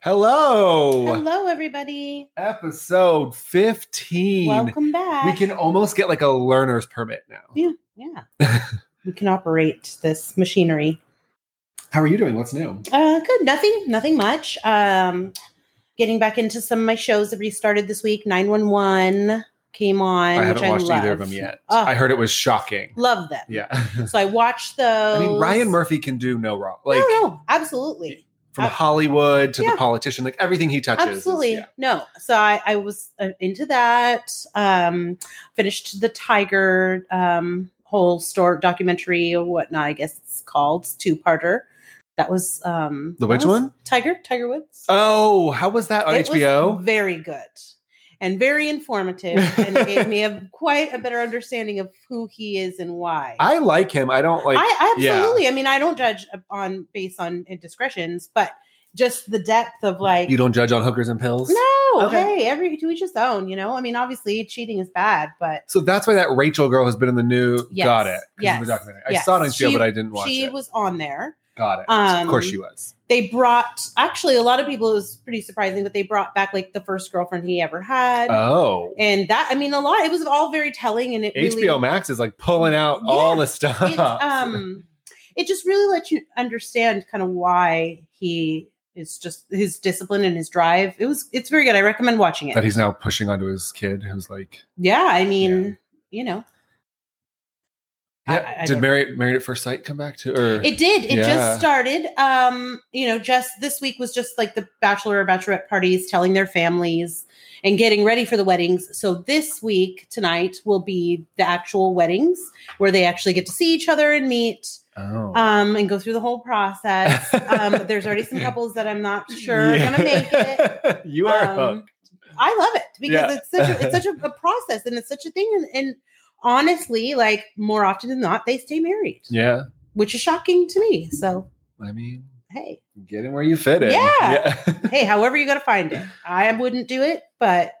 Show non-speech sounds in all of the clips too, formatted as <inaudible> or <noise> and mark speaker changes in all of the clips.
Speaker 1: Hello.
Speaker 2: Hello, everybody.
Speaker 1: Episode 15.
Speaker 2: Welcome back.
Speaker 1: We can almost get like a learner's permit now.
Speaker 2: Yeah, yeah.
Speaker 1: <laughs>
Speaker 2: we can operate this machinery.
Speaker 1: How are you doing? What's new?
Speaker 2: Uh, good. Nothing. Nothing much. Um, getting back into some of my shows that restarted this week. Nine One One came on.
Speaker 1: I
Speaker 2: which
Speaker 1: haven't watched either of
Speaker 2: love.
Speaker 1: them yet.
Speaker 2: Oh.
Speaker 1: I heard it was shocking.
Speaker 2: Love them.
Speaker 1: Yeah. <laughs>
Speaker 2: So I watched those.
Speaker 1: I mean, Ryan Murphy can do no wrong. Like
Speaker 2: no, no, absolutely,
Speaker 1: from
Speaker 2: Uh,
Speaker 1: Hollywood to
Speaker 2: yeah.
Speaker 1: the politician, like everything he touches. is-
Speaker 2: absolutely.
Speaker 1: yeah.
Speaker 2: No. So I, I was uh, into that. Um, finished the Tiger um whole story documentary or whatnot. I guess it's called two parter. That was um
Speaker 1: The
Speaker 2: what
Speaker 1: which
Speaker 2: was-
Speaker 1: one?
Speaker 2: Tiger Tiger Woods.
Speaker 1: Oh, how was that on
Speaker 2: It was
Speaker 1: HBO?
Speaker 2: very good and very informative and gave me
Speaker 1: <laughs>
Speaker 2: a quite a better understanding of who he is and why.
Speaker 1: I like him. I don't like.
Speaker 2: I
Speaker 1: yeah.
Speaker 2: absolutely. I mean, I don't judge uh, on based on indiscretions, but just the depth of like
Speaker 1: you don't judge on hookers and pills.
Speaker 2: no,
Speaker 1: Okay.
Speaker 2: hey, every to each his own, you know. I mean, obviously cheating is bad, but
Speaker 1: So that's why that Rachel girl has been in the new.
Speaker 2: Yes.
Speaker 1: Got it. 'Cause of
Speaker 2: Yes.
Speaker 1: The documentary. I
Speaker 2: Yes.
Speaker 1: saw it on HBO,
Speaker 2: She-
Speaker 1: but I didn't watch
Speaker 2: she
Speaker 1: it.
Speaker 2: was on there.
Speaker 1: Got it. of
Speaker 2: um,
Speaker 1: course she was.
Speaker 2: They brought actually a lot of people it was pretty surprising, but they brought back like the first girlfriend he ever had.
Speaker 1: Oh.
Speaker 2: and that I mean a lot it was all very telling and it really
Speaker 1: HBO Max is like pulling out all the stuff. <laughs>
Speaker 2: it, um, it just really lets you understand kind of why he is just his discipline and his drive. It was it's very good. I recommend watching
Speaker 1: that
Speaker 2: it.
Speaker 1: he's now pushing onto his kid, who's like,
Speaker 2: Yeah, I mean, you know, I-
Speaker 1: Yeah.
Speaker 2: I
Speaker 1: did
Speaker 2: don't-
Speaker 1: Married Married at First Sight come back to? Or
Speaker 2: it did. It
Speaker 1: Yeah.
Speaker 2: just started. Um, you know, just this week was just like the bachelor or bachelorette parties, telling their families and getting ready for the weddings. So this week tonight will be the actual weddings where they actually get to see each other and meet.
Speaker 1: oh.
Speaker 2: um, and go through the whole process. Um, there's
Speaker 1: <laughs>
Speaker 2: already some couples that I'm not sure are gonna make it.
Speaker 1: you are
Speaker 2: Um,
Speaker 1: hooked.
Speaker 2: I love it because
Speaker 1: Yeah.
Speaker 2: it's such a, it's such a, a process and it's such a thing. And, and honestly, like more often than not, they stay married,
Speaker 1: Yeah.
Speaker 2: which is shocking to me. So
Speaker 1: I mean,
Speaker 2: hey,
Speaker 1: get in where you fit in.
Speaker 2: Yeah. hey, however you gotta find it. I wouldn't do it, but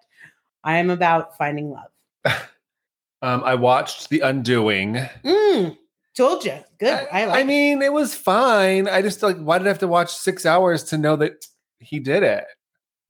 Speaker 2: I am about finding love.
Speaker 1: <laughs> Um, I watched The Undoing.
Speaker 2: Mm, told you, good. I, like.
Speaker 1: I mean, it was fine. I just like, why did I have to watch six hours to know that he did it?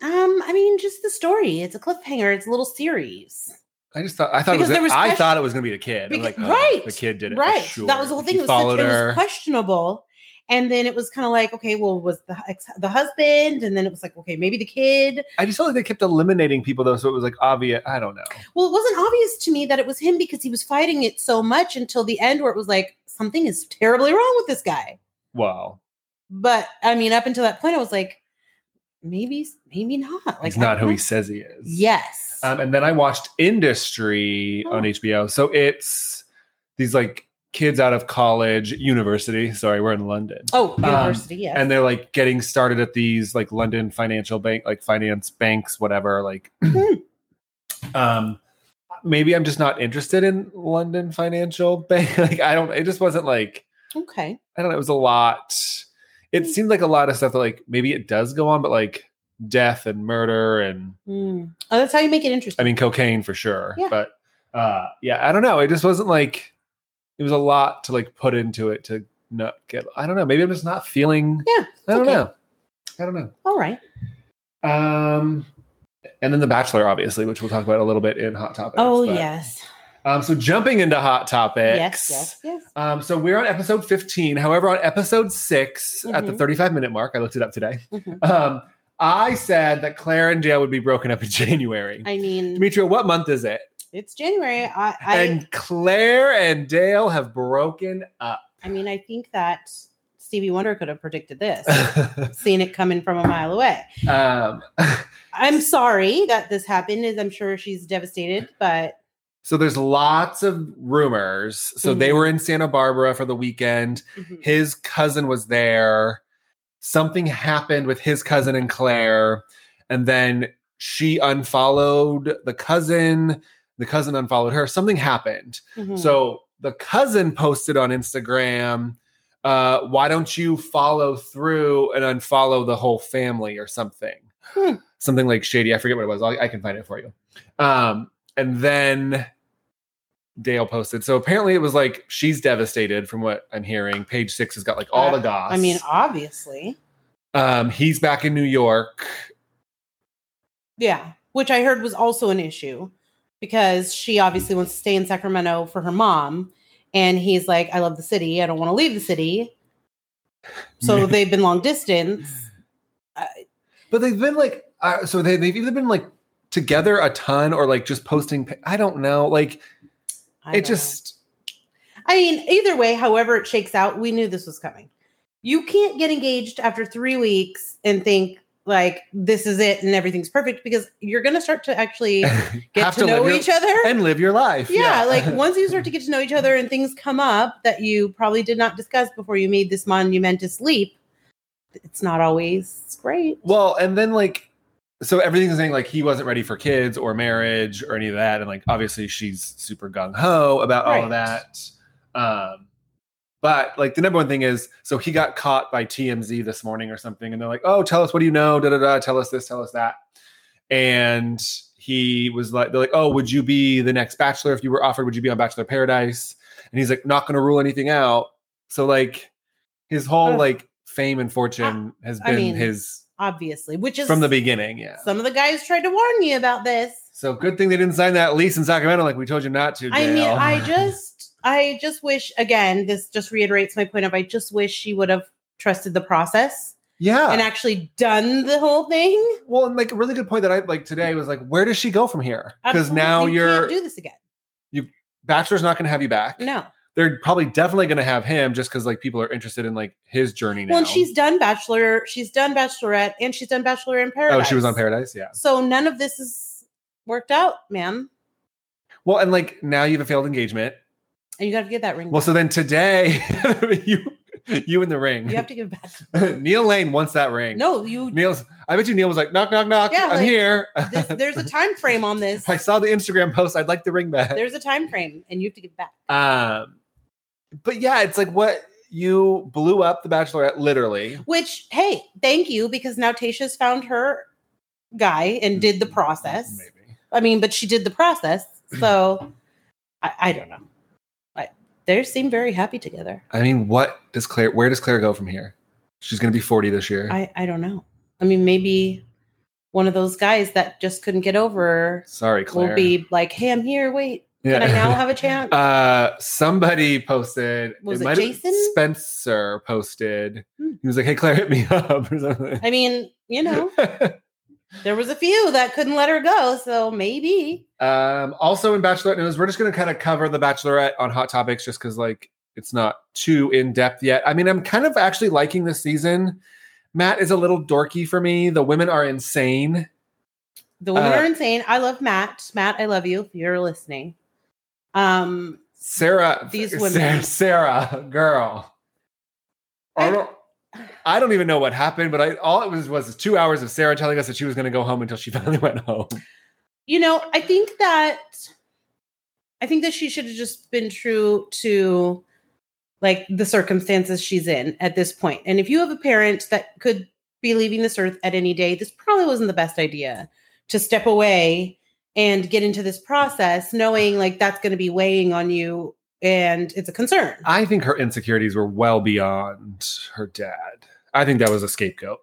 Speaker 2: um, I mean, just the story. It's a cliffhanger. It's a little series.
Speaker 1: I just thought I thought
Speaker 2: Because
Speaker 1: it
Speaker 2: there
Speaker 1: was,
Speaker 2: was
Speaker 1: I
Speaker 2: question-
Speaker 1: thought it was gonna be a kid. I'm
Speaker 2: Because-
Speaker 1: like, oh,
Speaker 2: right,
Speaker 1: the kid did it. for
Speaker 2: right.
Speaker 1: sure.
Speaker 2: That was the whole thing.
Speaker 1: He
Speaker 2: It was,
Speaker 1: followed
Speaker 2: such, it
Speaker 1: her.
Speaker 2: was questionable. And then it was kind of like, okay, well, was the ex- the husband? And then it was like, okay, maybe the kid.
Speaker 1: I just felt like they kept eliminating people though, so it was like obvious. I don't know.
Speaker 2: Well, it wasn't obvious to me that it was him because he was fighting it so much until the end, where it was like something is terribly wrong with this guy.
Speaker 1: Well,
Speaker 2: But I mean, up until that point, I was like, maybe, maybe not. Like,
Speaker 1: he's
Speaker 2: I
Speaker 1: not
Speaker 2: don't
Speaker 1: who he
Speaker 2: know.
Speaker 1: says he is.
Speaker 2: Yes.
Speaker 1: Um, and then I watched Industry on
Speaker 2: Oh.
Speaker 1: HBO. So it's these like kids out of college, university. Sorry, we're in London.
Speaker 2: oh,
Speaker 1: um,
Speaker 2: university. yes.
Speaker 1: And they're like getting started at these like London financial bank, like finance banks, whatever. Like, <clears throat>
Speaker 2: Hmm.
Speaker 1: um, maybe I'm just not interested in London financial <laughs> bank. like, I don't, it just wasn't like,
Speaker 2: okay.
Speaker 1: I don't know, it was a lot. It
Speaker 2: Hmm.
Speaker 1: seemed like a lot of stuff that like maybe it does go on, but like death and murder and
Speaker 2: Mm. Oh, that's how you make it interesting.
Speaker 1: I mean, cocaine for sure.
Speaker 2: Yeah.
Speaker 1: But uh, yeah, I don't know. It just wasn't like it was a lot to like put into it to not get. I don't know. Maybe I'm just not feeling.
Speaker 2: Yeah,
Speaker 1: I don't
Speaker 2: okay.
Speaker 1: know. I don't know.
Speaker 2: All right.
Speaker 1: Um, and then The Bachelor, obviously, which we'll talk about a little bit in Hot Topics.
Speaker 2: Oh,
Speaker 1: but-
Speaker 2: yes.
Speaker 1: Um, so jumping into Hot Topics.
Speaker 2: Yes. Yes. Yes.
Speaker 1: Um, so we're on episode 15. However, on episode 6 at the
Speaker 2: Mhm.
Speaker 1: 35 minute mark, I looked it up today.
Speaker 2: Mhm.
Speaker 1: Um, I said that Claire and Dale would be broken up in <laughs> January.
Speaker 2: I mean,
Speaker 1: Demetria, what month is it?
Speaker 2: It's January. I, I,
Speaker 1: and Claire and Dale have broken
Speaker 2: <laughs>
Speaker 1: up.
Speaker 2: I mean, I think that Stevie Wonder could have
Speaker 1: <laughs>
Speaker 2: predicted this, seeing it coming from a mile away.
Speaker 1: um,
Speaker 2: I'm sorry that this happened. Is I'm sure she's devastated, but
Speaker 1: so there's lots of rumors. So they
Speaker 2: Mhm.
Speaker 1: were in Santa Barbara for the weekend.
Speaker 2: Mhm.
Speaker 1: His cousin was there. Something happened with his cousin and Claire, and then she unfollowed the cousin. The cousin unfollowed her. Something happened.
Speaker 2: Mhm.
Speaker 1: So the cousin posted on Instagram, uh, why don't you follow through and unfollow the whole family or something?
Speaker 2: Hmm.
Speaker 1: Something like shady. I forget what it was. I'll, I can find it for you. Um, and then Dale posted. So apparently it was like she's devastated from what I'm hearing. Page six has got like all the goss.
Speaker 2: Uh, I mean, obviously.
Speaker 1: um, he's back in New York.
Speaker 2: Yeah. Which I heard was also an issue because she obviously wants to stay in Sacramento for her mom. And he's like, I love the city. I don't want to leave the city.
Speaker 1: <laughs>
Speaker 2: So they've been long distance.
Speaker 1: But they've been like, uh, so they, they've either been like together a ton or like just posting. pi- I don't know. Like
Speaker 2: I
Speaker 1: it
Speaker 2: don't know.
Speaker 1: just.
Speaker 2: I mean, either way, however it shakes out, we knew this was coming. You can't get engaged after three weeks and think like this is it and everything's perfect because you're going to start to
Speaker 1: <laughs>
Speaker 2: actually get
Speaker 1: Have
Speaker 2: to,
Speaker 1: to live
Speaker 2: know
Speaker 1: your-
Speaker 2: each other.
Speaker 1: and live your life.
Speaker 2: yeah,
Speaker 1: <laughs>
Speaker 2: like once you start to get to know each other and things come up that you probably did not discuss before you made this monumentous leap, it's not always great.
Speaker 1: well, and then like so everything's saying like he wasn't ready for kids or marriage or any of that, and like obviously she's super gung ho about all
Speaker 2: Right.
Speaker 1: of that. Um, but like the number one thing is so he got caught by TMZ this morning or something, and they're like, oh, tell us what do you know? Da da da. Tell us this. Tell us that. And he was like, they're like, oh, would you be the next Bachelor if you were offered? Would you be on Bachelor Paradise? And he's like, not going to rule anything out. So like his whole
Speaker 2: Ugh.
Speaker 1: like fame and fortune has
Speaker 2: I
Speaker 1: been
Speaker 2: mean,
Speaker 1: his
Speaker 2: Obviously, which is
Speaker 1: from the beginning. Yeah.
Speaker 2: some of the guys tried to warn you about this.
Speaker 1: So good thing they didn't sign that lease in Sacramento, like we told you not to.
Speaker 2: I mean,
Speaker 1: Dale. <laughs>
Speaker 2: I just, I just wish again. This just reiterates my point of I just wish she would have trusted the process
Speaker 1: yeah.
Speaker 2: and actually done the whole thing.
Speaker 1: well, and like a really good point that I like today was like, where does she go from here? Because
Speaker 2: Absolutely,
Speaker 1: now
Speaker 2: you
Speaker 1: your
Speaker 2: can't do this again.
Speaker 1: bachelor's not going to have you back.
Speaker 2: No.
Speaker 1: They're probably definitely going to have him just because like people are interested in like his journey now.
Speaker 2: Well, and she's done Bachelor, she's done Bachelorette, and she's done Bachelor in Paradise.
Speaker 1: oh, she was on Paradise. Yeah.
Speaker 2: So none of this is worked out, ma'am.
Speaker 1: Well, and like now you have a failed engagement.
Speaker 2: And you got to get that ring.
Speaker 1: Well,
Speaker 2: back.
Speaker 1: so then today <laughs> you you in the ring.
Speaker 2: you have to give it
Speaker 1: <laughs>
Speaker 2: back.
Speaker 1: Neil Lane wants that ring.
Speaker 2: No, you.
Speaker 1: Neil's. I bet you Neil was like, knock, knock, knock.
Speaker 2: Yeah,
Speaker 1: I'm
Speaker 2: like,
Speaker 1: here. <laughs>
Speaker 2: This, there's a time frame on this.
Speaker 1: I saw the Instagram post. I'd like the ring back.
Speaker 2: There's a time frame, and you have to give it back.
Speaker 1: Um, but yeah, it's like what you blew up the Bachelorette, literally.
Speaker 2: Which, hey, thank you because now Tasha's found her guy and did the process.
Speaker 1: Mm-hmm. Maybe.
Speaker 2: I mean, but she did
Speaker 1: <clears throat>
Speaker 2: the process, so I, I don't know. I, they seem very happy together.
Speaker 1: I mean, what does Claire? Where does Claire go from here? She's going to be forty this year.
Speaker 2: I I don't know. I mean, maybe one of those guys that just couldn't get over
Speaker 1: Sorry, Claire.
Speaker 2: will be like, "Hey, I'm here. Wait,
Speaker 1: yeah.
Speaker 2: can
Speaker 1: <laughs>
Speaker 2: I now have a chance?"
Speaker 1: uh, somebody posted.
Speaker 2: Was it
Speaker 1: might have-
Speaker 2: Jason?
Speaker 1: Spencer posted.
Speaker 2: Hmm.
Speaker 1: He was like, "Hey, Claire, hit me up" or something.
Speaker 2: I mean, you know,
Speaker 1: <laughs>
Speaker 2: there was a few that couldn't let her go, so maybe.
Speaker 1: Um, also in Bachelorette news, we're just going to kind of cover the Bachelorette on Hot Topics just because like it's not too in depth yet. I mean, I'm kind of actually liking this season. Matt is a little dorky for me. The women are insane.
Speaker 2: The women
Speaker 1: Uh,
Speaker 2: are insane. I love Matt. Matt, I love you. If you're listening, um,
Speaker 1: Sarah,
Speaker 2: These
Speaker 1: Sarah-
Speaker 2: women.
Speaker 1: Sarah, girl. I
Speaker 2: I-
Speaker 1: don't, I don't even know what happened, but I all it was was two hours of Sarah telling us that she was going to go home until she <laughs> finally went home.
Speaker 2: you know, I think that I think that she should have just been true to like the circumstances she's in at this point. And if you have a parent that could be leaving this earth at any day, this probably wasn't the best idea to step away and get into this process knowing like that's going to be weighing on you and it's a concern.
Speaker 1: I think her insecurities were well beyond her dad. I think that was a scapegoat.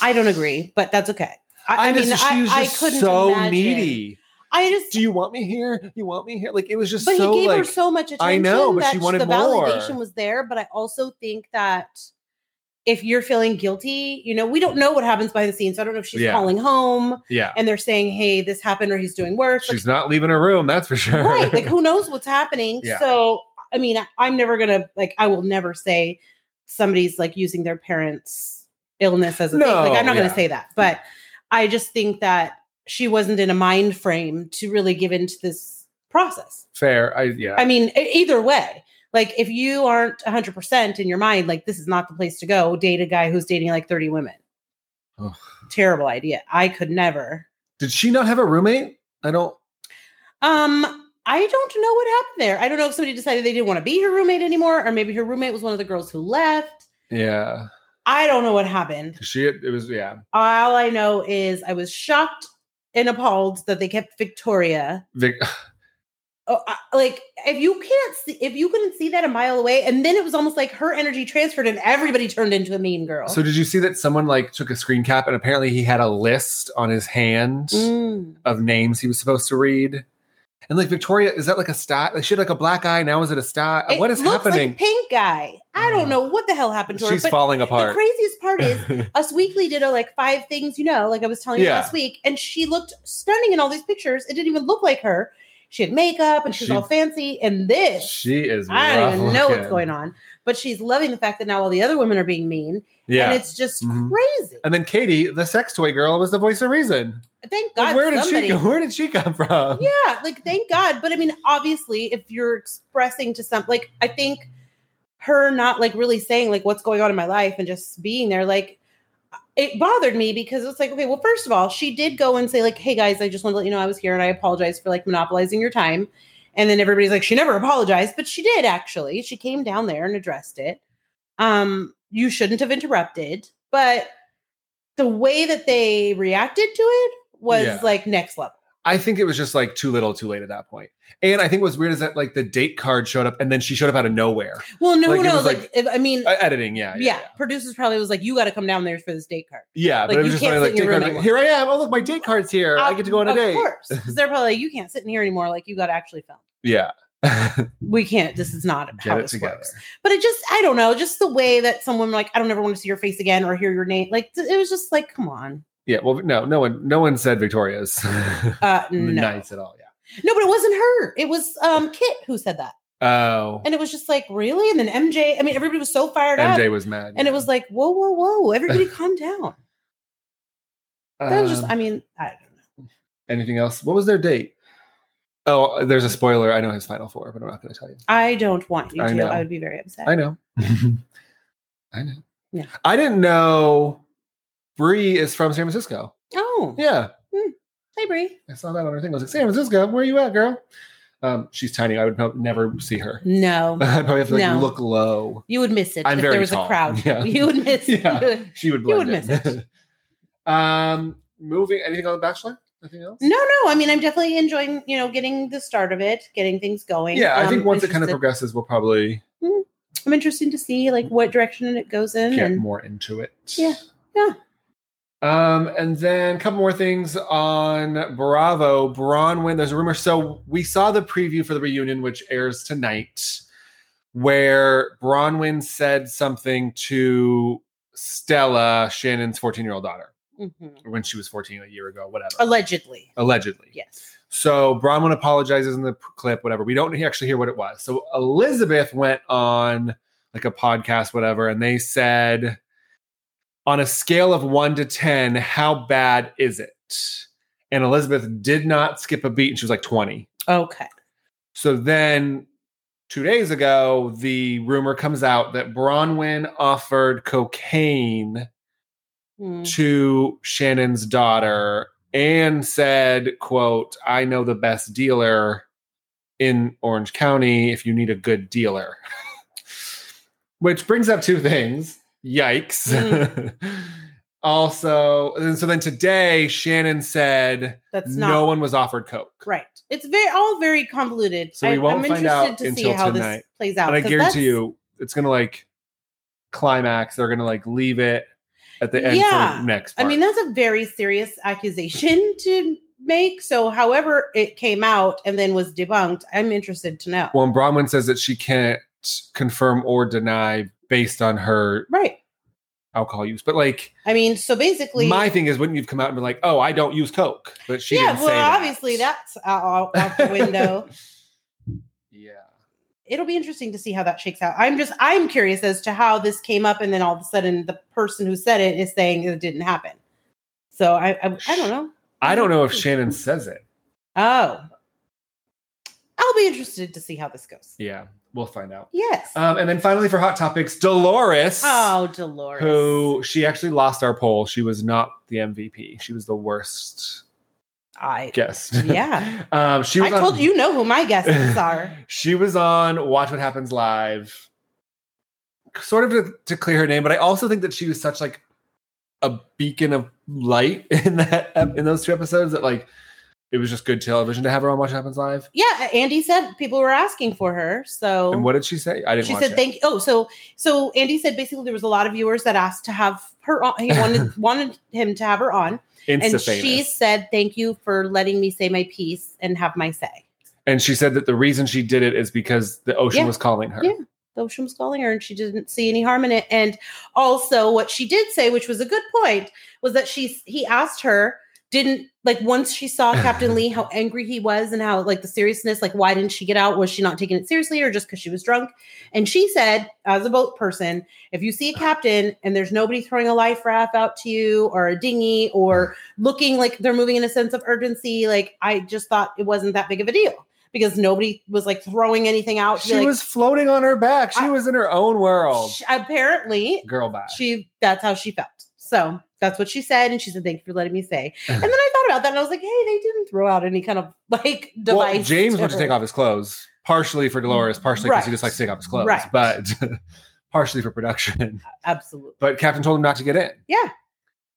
Speaker 2: I don't agree, but that's okay. I, I mean, I, I couldn't
Speaker 1: so
Speaker 2: imagine.
Speaker 1: needy.
Speaker 2: I just
Speaker 1: Do you want me here? You want me here? Like it was just
Speaker 2: but
Speaker 1: so
Speaker 2: he gave her
Speaker 1: like
Speaker 2: so much attention.
Speaker 1: I know, but
Speaker 2: that
Speaker 1: she wanted
Speaker 2: the
Speaker 1: more.
Speaker 2: validation was there. But I also think that if you're feeling guilty, you know, we don't know what happens behind the scenes. So I don't know if she's
Speaker 1: Yeah.
Speaker 2: calling home
Speaker 1: yeah.
Speaker 2: and they're saying, "Hey, this happened," or he's doing worse. Like,
Speaker 1: She's not leaving her room, that's for sure.
Speaker 2: right?
Speaker 1: <laughs>
Speaker 2: Like who knows what's happening?
Speaker 1: Yeah.
Speaker 2: So I mean, I, I'm never gonna like. I will never say somebody's like using their parents' illness as a thing.
Speaker 1: No,
Speaker 2: Like I'm not
Speaker 1: yeah.
Speaker 2: gonna say that, but I just think that she wasn't in a mind frame to really give into this process.
Speaker 1: Fair. I yeah.
Speaker 2: I mean, e- either way, like if you aren't 100% in your mind, like this is not the place to go, date a guy who's dating like 30 women.
Speaker 1: Ugh.
Speaker 2: Terrible idea. I could never.
Speaker 1: Did she not have a roommate? I don't
Speaker 2: Um, I don't know what happened there. I don't know if somebody decided they didn't want to be her roommate anymore, or maybe her roommate was one of the girls who left.
Speaker 1: Yeah.
Speaker 2: I don't know what happened.
Speaker 1: She, it was, yeah.
Speaker 2: All I know is I was shocked and appalled that they kept Victoria.
Speaker 1: Vic,
Speaker 2: Oh, I, like if you can't see, if you couldn't see that a mile away, and then it was almost like her energy transferred and everybody turned into a mean girl.
Speaker 1: so did you see that someone like took a screen cap and apparently he had a list on his hand
Speaker 2: Mm.
Speaker 1: of names he was supposed to read? And like Victoria, is that like a stat? Like she had like a black eye. Now is it a stat?
Speaker 2: It
Speaker 1: uh, what is
Speaker 2: looks like
Speaker 1: happening?
Speaker 2: pink guy. I
Speaker 1: Mm.
Speaker 2: don't know what the hell happened to her.
Speaker 1: She's
Speaker 2: but
Speaker 1: falling
Speaker 2: the
Speaker 1: apart.
Speaker 2: craziest part is
Speaker 1: <laughs>
Speaker 2: Us Weekly did a like five things, you know, like I was telling you
Speaker 1: Yeah.
Speaker 2: last week, and she looked stunning in all these pictures. It didn't even look like her. She had makeup and she's
Speaker 1: She-
Speaker 2: all fancy. And this,
Speaker 1: <laughs> she is.
Speaker 2: I don't
Speaker 1: rough
Speaker 2: even know what's
Speaker 1: looking.
Speaker 2: going on, but she's loving the fact that now all the other women are being mean,
Speaker 1: Yeah.
Speaker 2: and it's just
Speaker 1: Mhm.
Speaker 2: crazy.
Speaker 1: And then Katie, the sex toy girl, was the voice of reason.
Speaker 2: Thank
Speaker 1: Like,
Speaker 2: God
Speaker 1: where did
Speaker 2: somebody.
Speaker 1: she go? <laughs> Where did she come <laughs> from?
Speaker 2: Yeah, like thank God. But I mean, obviously, if you're expressing to some, like I think her not like really saying like what's going on in my life and just being there, like it bothered me because it's like, okay, well, first of all, she did go and say like, hey guys, I just want to let you know I was here and I apologize for like monopolizing your time. And then everybody's like, she never apologized, but she did actually. She came down there and addressed it. Um, you shouldn't have interrupted, but the way that they reacted to it was
Speaker 1: Yeah.
Speaker 2: like next level.
Speaker 1: I think it was just like too little, too late at that point. And I think what's weird is that like the date card showed up and then she showed up out of nowhere.
Speaker 2: Well, no,
Speaker 1: Like,
Speaker 2: who
Speaker 1: it was
Speaker 2: knows? Like,
Speaker 1: like-
Speaker 2: if, I mean,
Speaker 1: Uh, editing, yeah,
Speaker 2: yeah, producers probably was like, "You got to come down there for this date card."
Speaker 1: yeah.
Speaker 2: Like,
Speaker 1: but it was
Speaker 2: you
Speaker 1: just
Speaker 2: can't
Speaker 1: funny, like
Speaker 2: sit in
Speaker 1: date
Speaker 2: your
Speaker 1: card,
Speaker 2: room Uh,
Speaker 1: like, here I am. Oh look, my date card's here. I get to go on a
Speaker 2: of
Speaker 1: date.
Speaker 2: course, 'cause they're probably like, "You can't sit in here anymore. Like, you got to actually film.
Speaker 1: Yeah,
Speaker 2: We can't. This is not how
Speaker 1: get it
Speaker 2: this
Speaker 1: together.
Speaker 2: works." But it just, I don't know, just the way that someone like, I don't ever want to see your face again or hear your name. Like, th- it was just like, come on,
Speaker 1: Yeah. Well, no, no one, no one said Victoria's <laughs>
Speaker 2: uh, no,
Speaker 1: nice at all.
Speaker 2: no, but it wasn't her. It was um Kit who said that,
Speaker 1: Yeah. Oh,
Speaker 2: and it was just like, really. And then MJ, I mean, everybody was so fired up,
Speaker 1: MJ was mad.
Speaker 2: and it was like, whoa, whoa, whoa,
Speaker 1: <laughs>
Speaker 2: everybody, calm down. That was just, I mean, I don't know.
Speaker 1: Um, anything else? What was their date? Oh, there's a spoiler. I know his final four, but I'm not going to tell you.
Speaker 2: I don't want you
Speaker 1: I
Speaker 2: to.
Speaker 1: know.
Speaker 2: I would be very upset.
Speaker 1: I know. I know.
Speaker 2: Yeah.
Speaker 1: I didn't know Bree is from San Francisco.
Speaker 2: Oh,
Speaker 1: Yeah.
Speaker 2: hey Brie.
Speaker 1: I saw that on her thing. I was like, San Francisco, where you at, girl? Um, she's tiny. I would prob- never see her. <laughs>
Speaker 2: No,
Speaker 1: I'd probably have to like,
Speaker 2: No.
Speaker 1: look low.
Speaker 2: you would miss it
Speaker 1: I'm
Speaker 2: if
Speaker 1: very
Speaker 2: there was
Speaker 1: tall.
Speaker 2: a crowd.
Speaker 1: Yeah.
Speaker 2: <laughs> You would miss.
Speaker 1: Yeah.
Speaker 2: it.
Speaker 1: She would
Speaker 2: You would
Speaker 1: blend in.
Speaker 2: miss it.
Speaker 1: <laughs> um, moving. Anything on The Bachelor? Anything else?
Speaker 2: <laughs> No, no. I mean, I'm definitely enjoying, you know, getting the start of it, getting things going.
Speaker 1: Yeah, I
Speaker 2: Um,
Speaker 1: think once it kind of
Speaker 2: interested-
Speaker 1: progresses, we'll probably
Speaker 2: I'm interested to see like what direction it goes in,
Speaker 1: get
Speaker 2: and
Speaker 1: more into it.
Speaker 2: Yeah, yeah.
Speaker 1: Um, and then a couple more things on Bravo. Bronwyn, there's a rumor. So we saw the preview for the reunion, which airs tonight, where Bronwyn said something to Stella, Shannon's 14 year old daughter,
Speaker 2: Mhm.
Speaker 1: when she was 14 a year ago, whatever.
Speaker 2: allegedly,
Speaker 1: Allegedly.
Speaker 2: yes.
Speaker 1: So Bronwyn apologizes in the p- clip, whatever. We don't actually hear what it was. So Elizabeth went on like a podcast, whatever, and they said, on a scale of one to 10, how bad is it? And Elizabeth did not skip a beat and she was like 20.
Speaker 2: Okay.
Speaker 1: So then two days ago, the rumor comes out that Bronwyn offered cocaine Hmm.
Speaker 2: Mm.
Speaker 1: to Shannon's daughter and said, quote, I know the best dealer in Orange County if you need a good dealer. <laughs> Which brings up two things. Yikes.
Speaker 2: Mm-hmm.
Speaker 1: <laughs> also, and so then today Shannon said
Speaker 2: That's not
Speaker 1: no one was offered coke.
Speaker 2: right. It's very all very convoluted.
Speaker 1: So we won't
Speaker 2: I'm
Speaker 1: find
Speaker 2: interested
Speaker 1: out
Speaker 2: to see
Speaker 1: until
Speaker 2: how
Speaker 1: tonight.
Speaker 2: this plays out.
Speaker 1: and I
Speaker 2: 'cause
Speaker 1: guarantee
Speaker 2: that's-
Speaker 1: you it's gonna like climax. They're gonna like leave it at the end
Speaker 2: Yeah.
Speaker 1: for next
Speaker 2: I
Speaker 1: part.
Speaker 2: mean, that's a very serious accusation to make. So, however, it came out and then was debunked, I'm interested to know.
Speaker 1: Well, and Bronwyn says that she can't confirm or deny based on her
Speaker 2: right.
Speaker 1: alcohol use. But like,
Speaker 2: I mean, so basically,
Speaker 1: my thing is, wouldn't you've come out and been like, "Oh, I don't use coke," but she
Speaker 2: yeah,
Speaker 1: didn't
Speaker 2: well,
Speaker 1: say that.
Speaker 2: obviously, that's out, out- out the
Speaker 1: <laughs>
Speaker 2: window.
Speaker 1: Yeah,
Speaker 2: It'll be interesting to see how that shakes out. I'm just, I'm curious as to how this came up, and then all of a sudden, the person who said it is saying it didn't happen. So, I, I, I don't know.
Speaker 1: I don't know if Shannon says it.
Speaker 2: Oh, I'll be interested to see how this goes.
Speaker 1: Yeah, we'll find out.
Speaker 2: Yes.
Speaker 1: Um, and then finally for hot topics, Dolores,
Speaker 2: oh, Dolores.
Speaker 1: who she actually lost our poll. She was not the MVP. She was the worst
Speaker 2: I
Speaker 1: guest.
Speaker 2: Yeah.
Speaker 1: <laughs> um, she
Speaker 2: I
Speaker 1: was on,
Speaker 2: told you, you know who
Speaker 1: <laughs>
Speaker 2: my guests are.
Speaker 1: She was on Watch What Happens Live, sort of to, to clear her name, but I also think that she was such like a beacon of light <laughs> in that ep- in those two episodes that like it was just good television to have her on Watch What Happens Live.
Speaker 2: Yeah, Andy said people were asking for her. So
Speaker 1: And what did she say? I didn't.
Speaker 2: she
Speaker 1: watch
Speaker 2: said
Speaker 1: it.
Speaker 2: thank oh so so andy said basically there was a lot of viewers that asked to have her on
Speaker 1: <laughs>
Speaker 2: he wanted wanted him to have her on
Speaker 1: Insta
Speaker 2: and
Speaker 1: famous.
Speaker 2: she said thank you for letting me say my piece and have my say
Speaker 1: and she said that the reason she did it is because the ocean
Speaker 2: Yeah.
Speaker 1: was calling her.
Speaker 2: Yeah. though she was calling her and she didn't see any harm in it and also what she did say which was a good point was that she he asked her didn't like once she saw
Speaker 1: <laughs>
Speaker 2: captain lee how angry he was and how like the seriousness like why didn't she get out was she not taking it seriously or just because she was drunk and she said as a boat person if you see a captain and there's nobody throwing a life raft out to you or a dinghy or looking like they're moving in a sense of urgency like i just thought it wasn't that big of a deal because nobody was like throwing anything out to be
Speaker 1: She
Speaker 2: like,
Speaker 1: was floating on her back. She
Speaker 2: I-
Speaker 1: was in her own world.
Speaker 2: she- apparently
Speaker 1: Girl, bye.
Speaker 2: she that's how she felt so that's what she said and she said thank you for letting me say
Speaker 1: <sighs>
Speaker 2: and then i thought about that and i was like hey they didn't throw out any kind of <laughs> like device
Speaker 1: Well, James went to take off his clothes, partially for Dolores, partially because he
Speaker 2: Right.
Speaker 1: just likes to take off his clothes,
Speaker 2: Right.
Speaker 1: but <laughs> partially for production.
Speaker 2: absolutely
Speaker 1: But Captain told him not to get in.
Speaker 2: Yeah.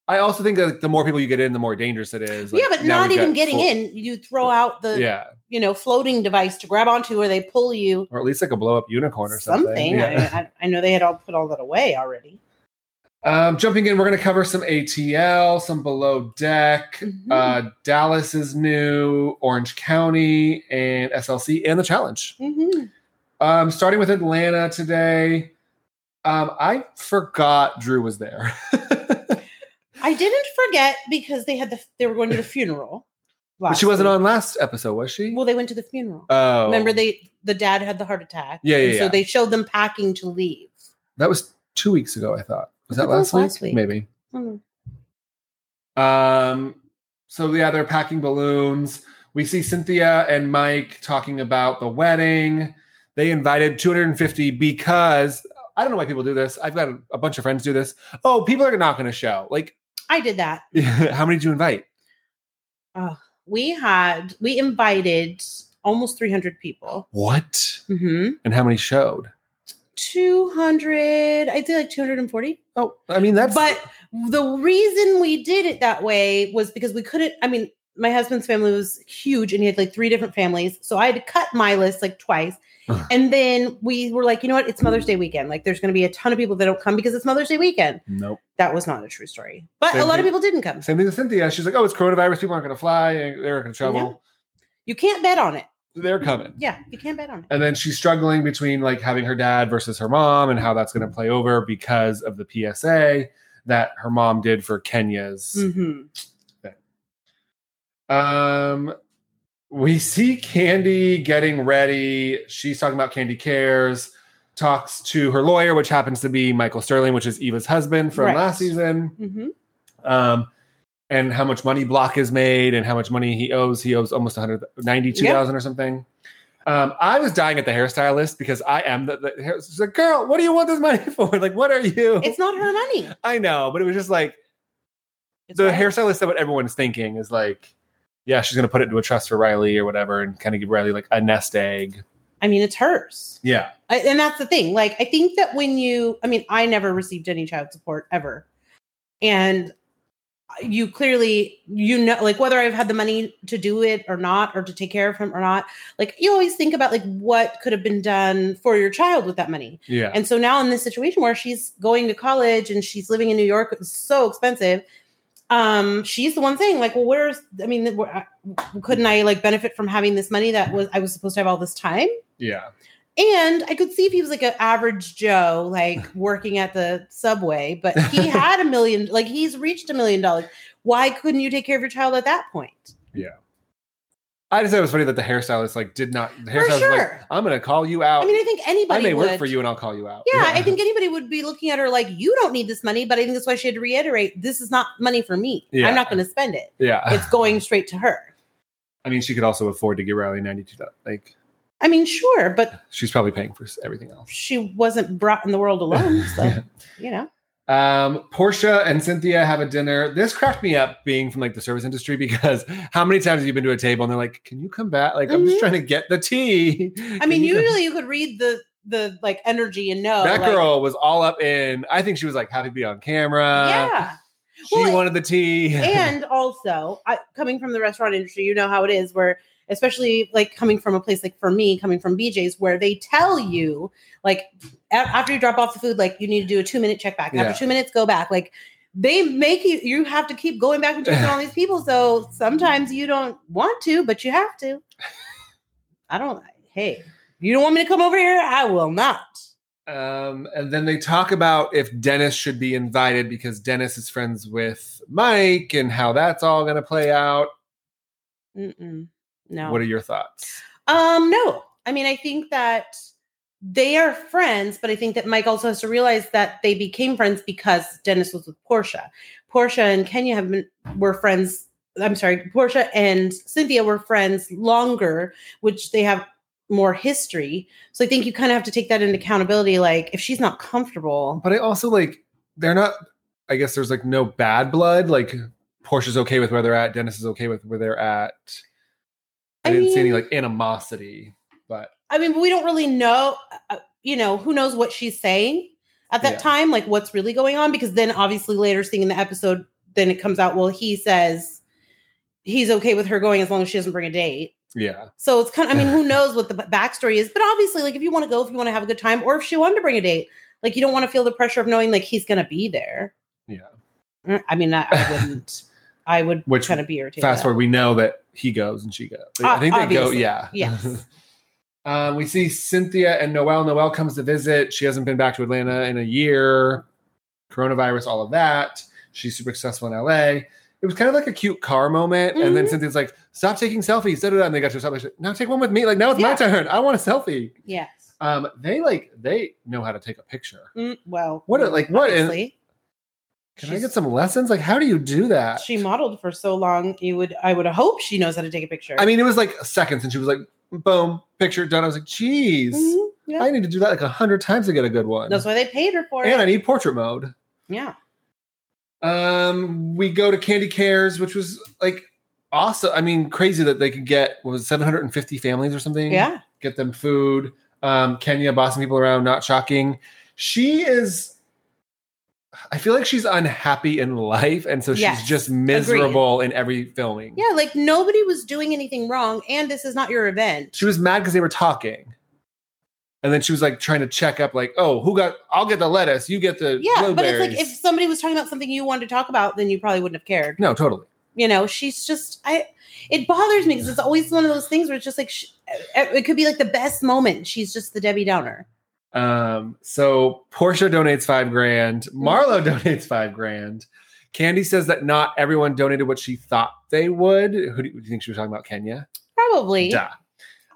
Speaker 1: I also think that the more people you get in, the more dangerous it is.
Speaker 2: yeah but not even getting in you throw out the
Speaker 1: Yeah,
Speaker 2: you know floating device to grab onto or they pull you
Speaker 1: or at least like a blow up unicorn or something.
Speaker 2: something,
Speaker 1: Yeah.
Speaker 2: I, I, I know they had all put all that away already
Speaker 1: Um, jumping in, we're going to cover some ATL, some below deck.
Speaker 2: Mhm.
Speaker 1: Uh, Dallas is new, Orange County, and SLC, and the challenge.
Speaker 2: Mhm.
Speaker 1: Um, starting with Atlanta today. Um, I forgot Drew was there. <laughs>
Speaker 2: i didn't forget because they had the they were going to the funeral
Speaker 1: but
Speaker 2: last
Speaker 1: she wasn't
Speaker 2: week.
Speaker 1: on last episode, was she?
Speaker 2: well they went to the funeral
Speaker 1: oh,
Speaker 2: remember they the dad had the heart attack
Speaker 1: Yeah, yeah,
Speaker 2: and so
Speaker 1: yeah.
Speaker 2: they showed them packing to leave
Speaker 1: that was two weeks ago. I thought was
Speaker 2: I
Speaker 1: that
Speaker 2: thought it
Speaker 1: last,
Speaker 2: was last
Speaker 1: week?
Speaker 2: week.
Speaker 1: Maybe.
Speaker 2: Hmm.
Speaker 1: Um, so yeah, they're packing balloons. We see Cynthia and Mike talking about the wedding. They invited 250 because I don't know why people do this. I've got a, a bunch of friends do this. Oh, people are not going to show. Like, <laughs>
Speaker 2: I did that.
Speaker 1: how many did you invite?
Speaker 2: We had we invited almost 300 people.
Speaker 1: What? And how many showed?
Speaker 2: 200, I'd say like 240.
Speaker 1: Oh, I mean that's
Speaker 2: but the reason we did it that way was because we couldn't. I mean, my husband's family was huge, and he had like three different families, so I had to cut my list like twice. and then we were like, you know what? It's Mother's Day weekend. Like, there's going to be a ton of people that don't come because it's Mother's Day weekend.
Speaker 1: nope.
Speaker 2: That was not a true story, but
Speaker 1: Same
Speaker 2: a lot of
Speaker 1: thing-
Speaker 2: people didn't come.
Speaker 1: Same thing with Cynthia. She's like, oh, it's coronavirus. People aren't going to fly. They're not going to travel.
Speaker 2: You can't bet on it.
Speaker 1: They're coming.
Speaker 2: Yeah, you can't bet on it.
Speaker 1: And then she's struggling between like having her dad versus her mom and how that's going to play over because of the PSA that her mom did for Kenya's.
Speaker 2: hmm Mm.
Speaker 1: Um, we see Candy getting ready. She's talking about Candy Cares, talks to her lawyer, which happens to be Michael Sterling, which is Eva's husband from
Speaker 2: Right.
Speaker 1: last season.
Speaker 2: hmm
Speaker 1: um, and how much money Block is made and how much money he owes. He owes almost 192,000 or something. Um, I was dying at the hairstylist because I am the, the hair. She's like, girl, what do you want this money <laughs> for? Like, what are you?
Speaker 2: It's not her money.
Speaker 1: I know, but it was just like
Speaker 2: It's
Speaker 1: the
Speaker 2: right.
Speaker 1: hairstylist said what everyone's thinking is like, yeah, she's going to put it into a trust for Riley or whatever and kind of give Riley like a nest egg.
Speaker 2: I mean, it's hers.
Speaker 1: Yeah.
Speaker 2: I, and that's the thing. Like, I think that when you, I mean, I never received any child support ever. And you clearly, you know, like whether I've had the money to do it or not, or to take care of him or not, like you always think about like what could have been done for your child with that money.
Speaker 1: Yeah.
Speaker 2: And so now in this situation where she's going to college and she's living in New York, it's so expensive. Um, she's the one saying like, well, where's? I mean, where, couldn't I like benefit from having this money that was I was supposed to have all this time?
Speaker 1: yeah.
Speaker 2: And I could see if he was like an average Joe,
Speaker 1: <laughs>
Speaker 2: like working at the subway, but he had a million, like he's reached a million dollars. Why couldn't you take care of your child at that point?
Speaker 1: I just thought it was funny that the hairstylist like did not, the hairstylist was like,
Speaker 2: sure.
Speaker 1: I'm going to call you out.
Speaker 2: I mean, I think anybody
Speaker 1: I may
Speaker 2: would.
Speaker 1: work for you and I'll call you out.
Speaker 2: Yeah, I think anybody would be looking at her like, you don't need this money, but I think that's why she had to reiterate, this is not money for me.
Speaker 1: Yeah.
Speaker 2: I'm not going to spend it.
Speaker 1: <laughs> yeah. <sighs>
Speaker 2: It's going straight to her.
Speaker 1: I mean, she could also afford to give Riley 92. Like,
Speaker 2: I mean, sure, but
Speaker 1: she's probably paying for everything else. <laughs>
Speaker 2: she wasn't brought in the world alone. So, you know,
Speaker 1: Um, Portia and Cynthia have a dinner. This cracked me up being from like the service industry <laughs> because how many times have you been to a table and they're like, Can you come back? Like, I'm just
Speaker 2: Mhm.
Speaker 1: trying to get the tea.
Speaker 2: <laughs> I mean, usually you could read the the like energy and know
Speaker 1: that
Speaker 2: like,
Speaker 1: girl was all up in, I think she was like happy to be on camera.
Speaker 2: yeah.
Speaker 1: uh, She
Speaker 2: Well,
Speaker 1: wanted the tea. <laughs>
Speaker 2: and also I, coming from the restaurant industry you know how it is where especially like coming from a place like for me coming from bjs where they tell you like a- after you drop off the food like you need to do a two minute check back
Speaker 1: Yeah.
Speaker 2: after two minutes go back like they make you you have to keep going back and checking all these people so sometimes you don't want to but you have to i don't hey you don't want me to come over here i will not
Speaker 1: Um, and then they talk about if Dennis should be invited because Dennis is friends with Mike and how that's all going to play out.
Speaker 2: Mm-mm. no
Speaker 1: What are your thoughts?
Speaker 2: Um, no. I mean, I think that they are friends, but I think that Mike also has to realize that they became friends because Dennis was with Portia. Portia and Kenya have been were friends. I'm sorry, Portia and Cynthia were friends longer, which they have more history. So I think you kind of have to take that into accountability. Like if she's not comfortable,
Speaker 1: But I also like, they're not, I guess there's like no bad blood. Like Portia's okay with where they're at, Dennis is okay with where they're at. I,
Speaker 2: I
Speaker 1: didn't see any
Speaker 2: mean-
Speaker 1: like animosity, but
Speaker 2: I mean, but we don't really know, uh, you know, who knows what she's saying at that
Speaker 1: Yeah.
Speaker 2: time, like what's really going on. Because then, obviously, later seeing in the episode, then it comes out, well, he says he's okay with her going as long as she doesn't bring a date.
Speaker 1: yeah.
Speaker 2: So it's kind of,
Speaker 1: <laughs>
Speaker 2: I mean, who knows what the b- backstory is. But obviously, like if you want to go, if you want to have a good time, or if she wanted to bring a date, like you don't want to feel the pressure of knowing like he's going to be there.
Speaker 1: Yeah.
Speaker 2: Mm, I mean, I, I wouldn't. I would
Speaker 1: Which-
Speaker 2: kind of be irritated.
Speaker 1: Fast
Speaker 2: by that.
Speaker 1: forward, we know that he goes and she goes. I
Speaker 2: O-
Speaker 1: think they go,
Speaker 2: obviously.
Speaker 1: yeah. <laughs>
Speaker 2: Yes.
Speaker 1: Um, we see Cynthia and Noelle. Noelle comes to visit. She hasn't been back to Atlanta in a year. Coronavirus, all of that. She's super successful in LA. It was kind of like a cute car moment. And then
Speaker 2: Mhm.
Speaker 1: Cynthia's like, stop taking selfies. Da, da, da. And they got to a selfie. She's like, now take one with me. Like, now it's my
Speaker 2: Yeah.
Speaker 1: turn. I want a selfie.
Speaker 2: yes.
Speaker 1: Um, they like, they know how to take a picture.
Speaker 2: Mm, well,
Speaker 1: What a- like, what in-
Speaker 2: obviously.
Speaker 1: Can I
Speaker 2: She's-
Speaker 1: get some lessons? Like, how do you do that?
Speaker 2: she modeled for so long you would i would hope she knows how to take a picture
Speaker 1: I mean, it was like seconds. And she was like, boom, picture done. I was like, geez,
Speaker 2: Mhm, yeah.
Speaker 1: I need to do that like a hundred times to get a good one.
Speaker 2: that's why they paid her for
Speaker 1: and I
Speaker 2: it
Speaker 1: need portrait mode.
Speaker 2: yeah
Speaker 1: Um, we go to Candy Cares, which was like awesome. I mean, crazy that they could get what was it, 750 families or something.
Speaker 2: yeah
Speaker 1: get them food. Um, Kenya bossing people around, not shocking. She is. I feel like she's unhappy in life, and so
Speaker 2: Yes.
Speaker 1: she's just miserable in every filming.
Speaker 2: yeah like nobody was doing anything wrong and this is not your event
Speaker 1: she was mad because they were talking. And then she was like trying to check up, like, oh, who got? I'll get the lettuce. You get the
Speaker 2: yeah but it's
Speaker 1: blueberries.
Speaker 2: like if somebody was talking about something you wanted to talk about then you probably wouldn't have cared
Speaker 1: no, totally.
Speaker 2: you know she's just i it bothers me because it's always one of those things where it's just like sh e, it could be like the best moment she's just the debbie downer
Speaker 1: Um, so Portia donates five grand.
Speaker 2: Mm.
Speaker 1: Marlo <laughs> donates five grand. Candy says that not everyone donated what she thought they would. Who do you, do you think she was talking about? Kenya?
Speaker 2: probably
Speaker 1: Duh.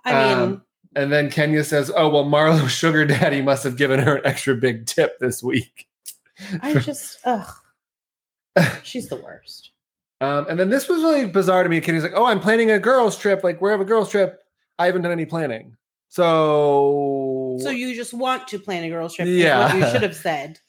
Speaker 2: i mean
Speaker 1: Um, And then Kenya says, Oh, well, Marlo's <laughs> sugar daddy must have given her an extra big tip this week.
Speaker 2: i just
Speaker 1: <laughs>
Speaker 2: ugh she's the worst
Speaker 1: Um, and then this was really bizarre to me. Kenny's like, Oh, I'm planning a girls' trip. Like, where have a girls' trip? I haven't done any planning. So,
Speaker 2: So you just want to plan a girls trip? Yeah,
Speaker 1: Yeah.
Speaker 2: what you should have <laughs> said.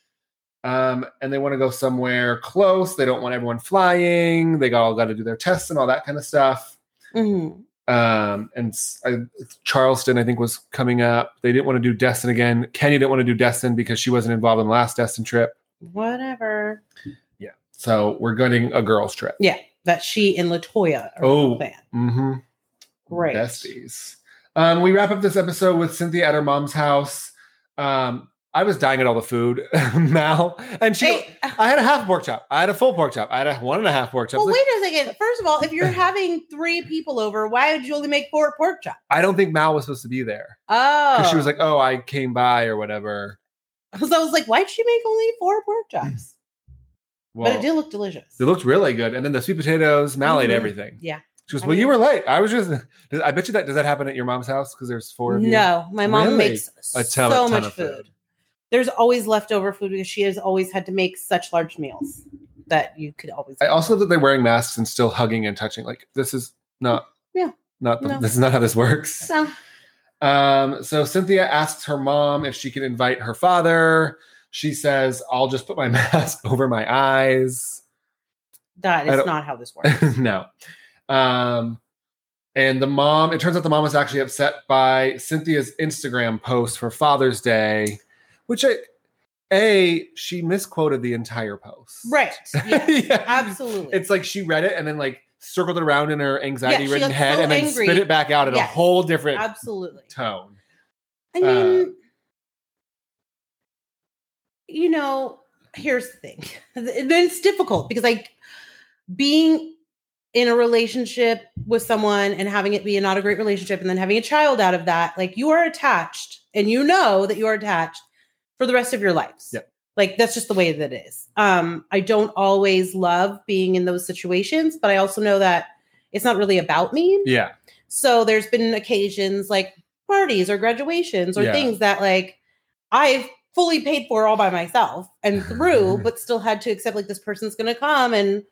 Speaker 1: um, and they want to go somewhere close. They don't want everyone flying. They all got to do their tests and all that kind of stuff.
Speaker 2: Mhm.
Speaker 1: Um, and s- I- Charleston, I think, was coming up. They didn't want to do Destin again. Kenya didn't want to do Destin because she wasn't involved in the last Destin trip.
Speaker 2: Whatever.
Speaker 1: So we're getting a girls' trip.
Speaker 2: That she and Latoya are
Speaker 1: Oh.
Speaker 2: oh. fan.
Speaker 1: Mm-hmm.
Speaker 2: Great.
Speaker 1: Besties. Um, we wrap up this episode with Cynthia at her mom's house. Um, I was dying at all the food, <laughs> Mal, and she.
Speaker 2: Hey, uh,
Speaker 1: I had a half pork chop. I had a full pork chop. I had a one and a half pork chop.
Speaker 2: well, wait a second. First of all,
Speaker 1: <laughs>
Speaker 2: if you're having three people over, why would you only make four pork chops?
Speaker 1: I don't think Mal was supposed to be there.
Speaker 2: Oh,
Speaker 1: because she was like, "Oh, I came by or whatever."
Speaker 2: <laughs> so I was like, why'd she make only four
Speaker 1: <clears throat>
Speaker 2: pork chops?
Speaker 1: Well,
Speaker 2: but it did look delicious.
Speaker 1: it looked really good, and then the sweet potatoes, Mal ate
Speaker 2: Mhm.
Speaker 1: everything.
Speaker 2: Yeah.
Speaker 1: She goes,
Speaker 2: I
Speaker 1: "Well, you
Speaker 2: mean-
Speaker 1: were late. I was just." <laughs> Does- I bet you that does that happen at your mom's house because there's four of you.
Speaker 2: No, my mom
Speaker 1: Really?
Speaker 2: makes
Speaker 1: A ton- a
Speaker 2: so
Speaker 1: ton
Speaker 2: much
Speaker 1: of
Speaker 2: food.
Speaker 1: food.
Speaker 2: There's always leftover food because she has always had to make such large meals that you could always.
Speaker 1: I also love that they're wearing masks and still hugging and touching. Like this is not.
Speaker 2: Yeah.
Speaker 1: Not the,
Speaker 2: No.
Speaker 1: this is not how this works.
Speaker 2: so
Speaker 1: Um, so Cynthia asks her mom if she can invite her father. She says, I'll just put my <laughs> mask over my eyes.
Speaker 2: That
Speaker 1: I
Speaker 2: is
Speaker 1: don't-
Speaker 2: not how this
Speaker 1: <laughs>
Speaker 2: works.
Speaker 1: no. Um, and the mom, it turns out the mom was actually upset by Cynthia's Instagram post for Father's Day, which I, A, she misquoted the entire post.
Speaker 2: right. Yeah.
Speaker 1: <laughs> Yeah.
Speaker 2: Absolutely.
Speaker 1: It's like she read it and then like circled it around in her anxiety
Speaker 2: she
Speaker 1: ridden
Speaker 2: got
Speaker 1: head
Speaker 2: so
Speaker 1: and then
Speaker 2: angry.
Speaker 1: spit it back out in a
Speaker 2: Yes.
Speaker 1: whole different
Speaker 2: absolutely.
Speaker 1: tone.
Speaker 2: I mean, you know, here's the thing. <laughs> Then it's difficult because like being in a relationship with someone and having it be a not a great relationship and then having a child out of that, like you are attached and you know that you are attached for the rest of your lives.
Speaker 1: Yep.
Speaker 2: Like that's just the way that it is. Um, I don't always love being in those situations, but I also know that it's not really about me.
Speaker 1: Yeah.
Speaker 2: So there's been occasions like parties or graduations or
Speaker 1: Yeah.
Speaker 2: things that like I've fully paid for all by myself
Speaker 1: <laughs>
Speaker 2: and through, but still had to accept like this person's gonna come and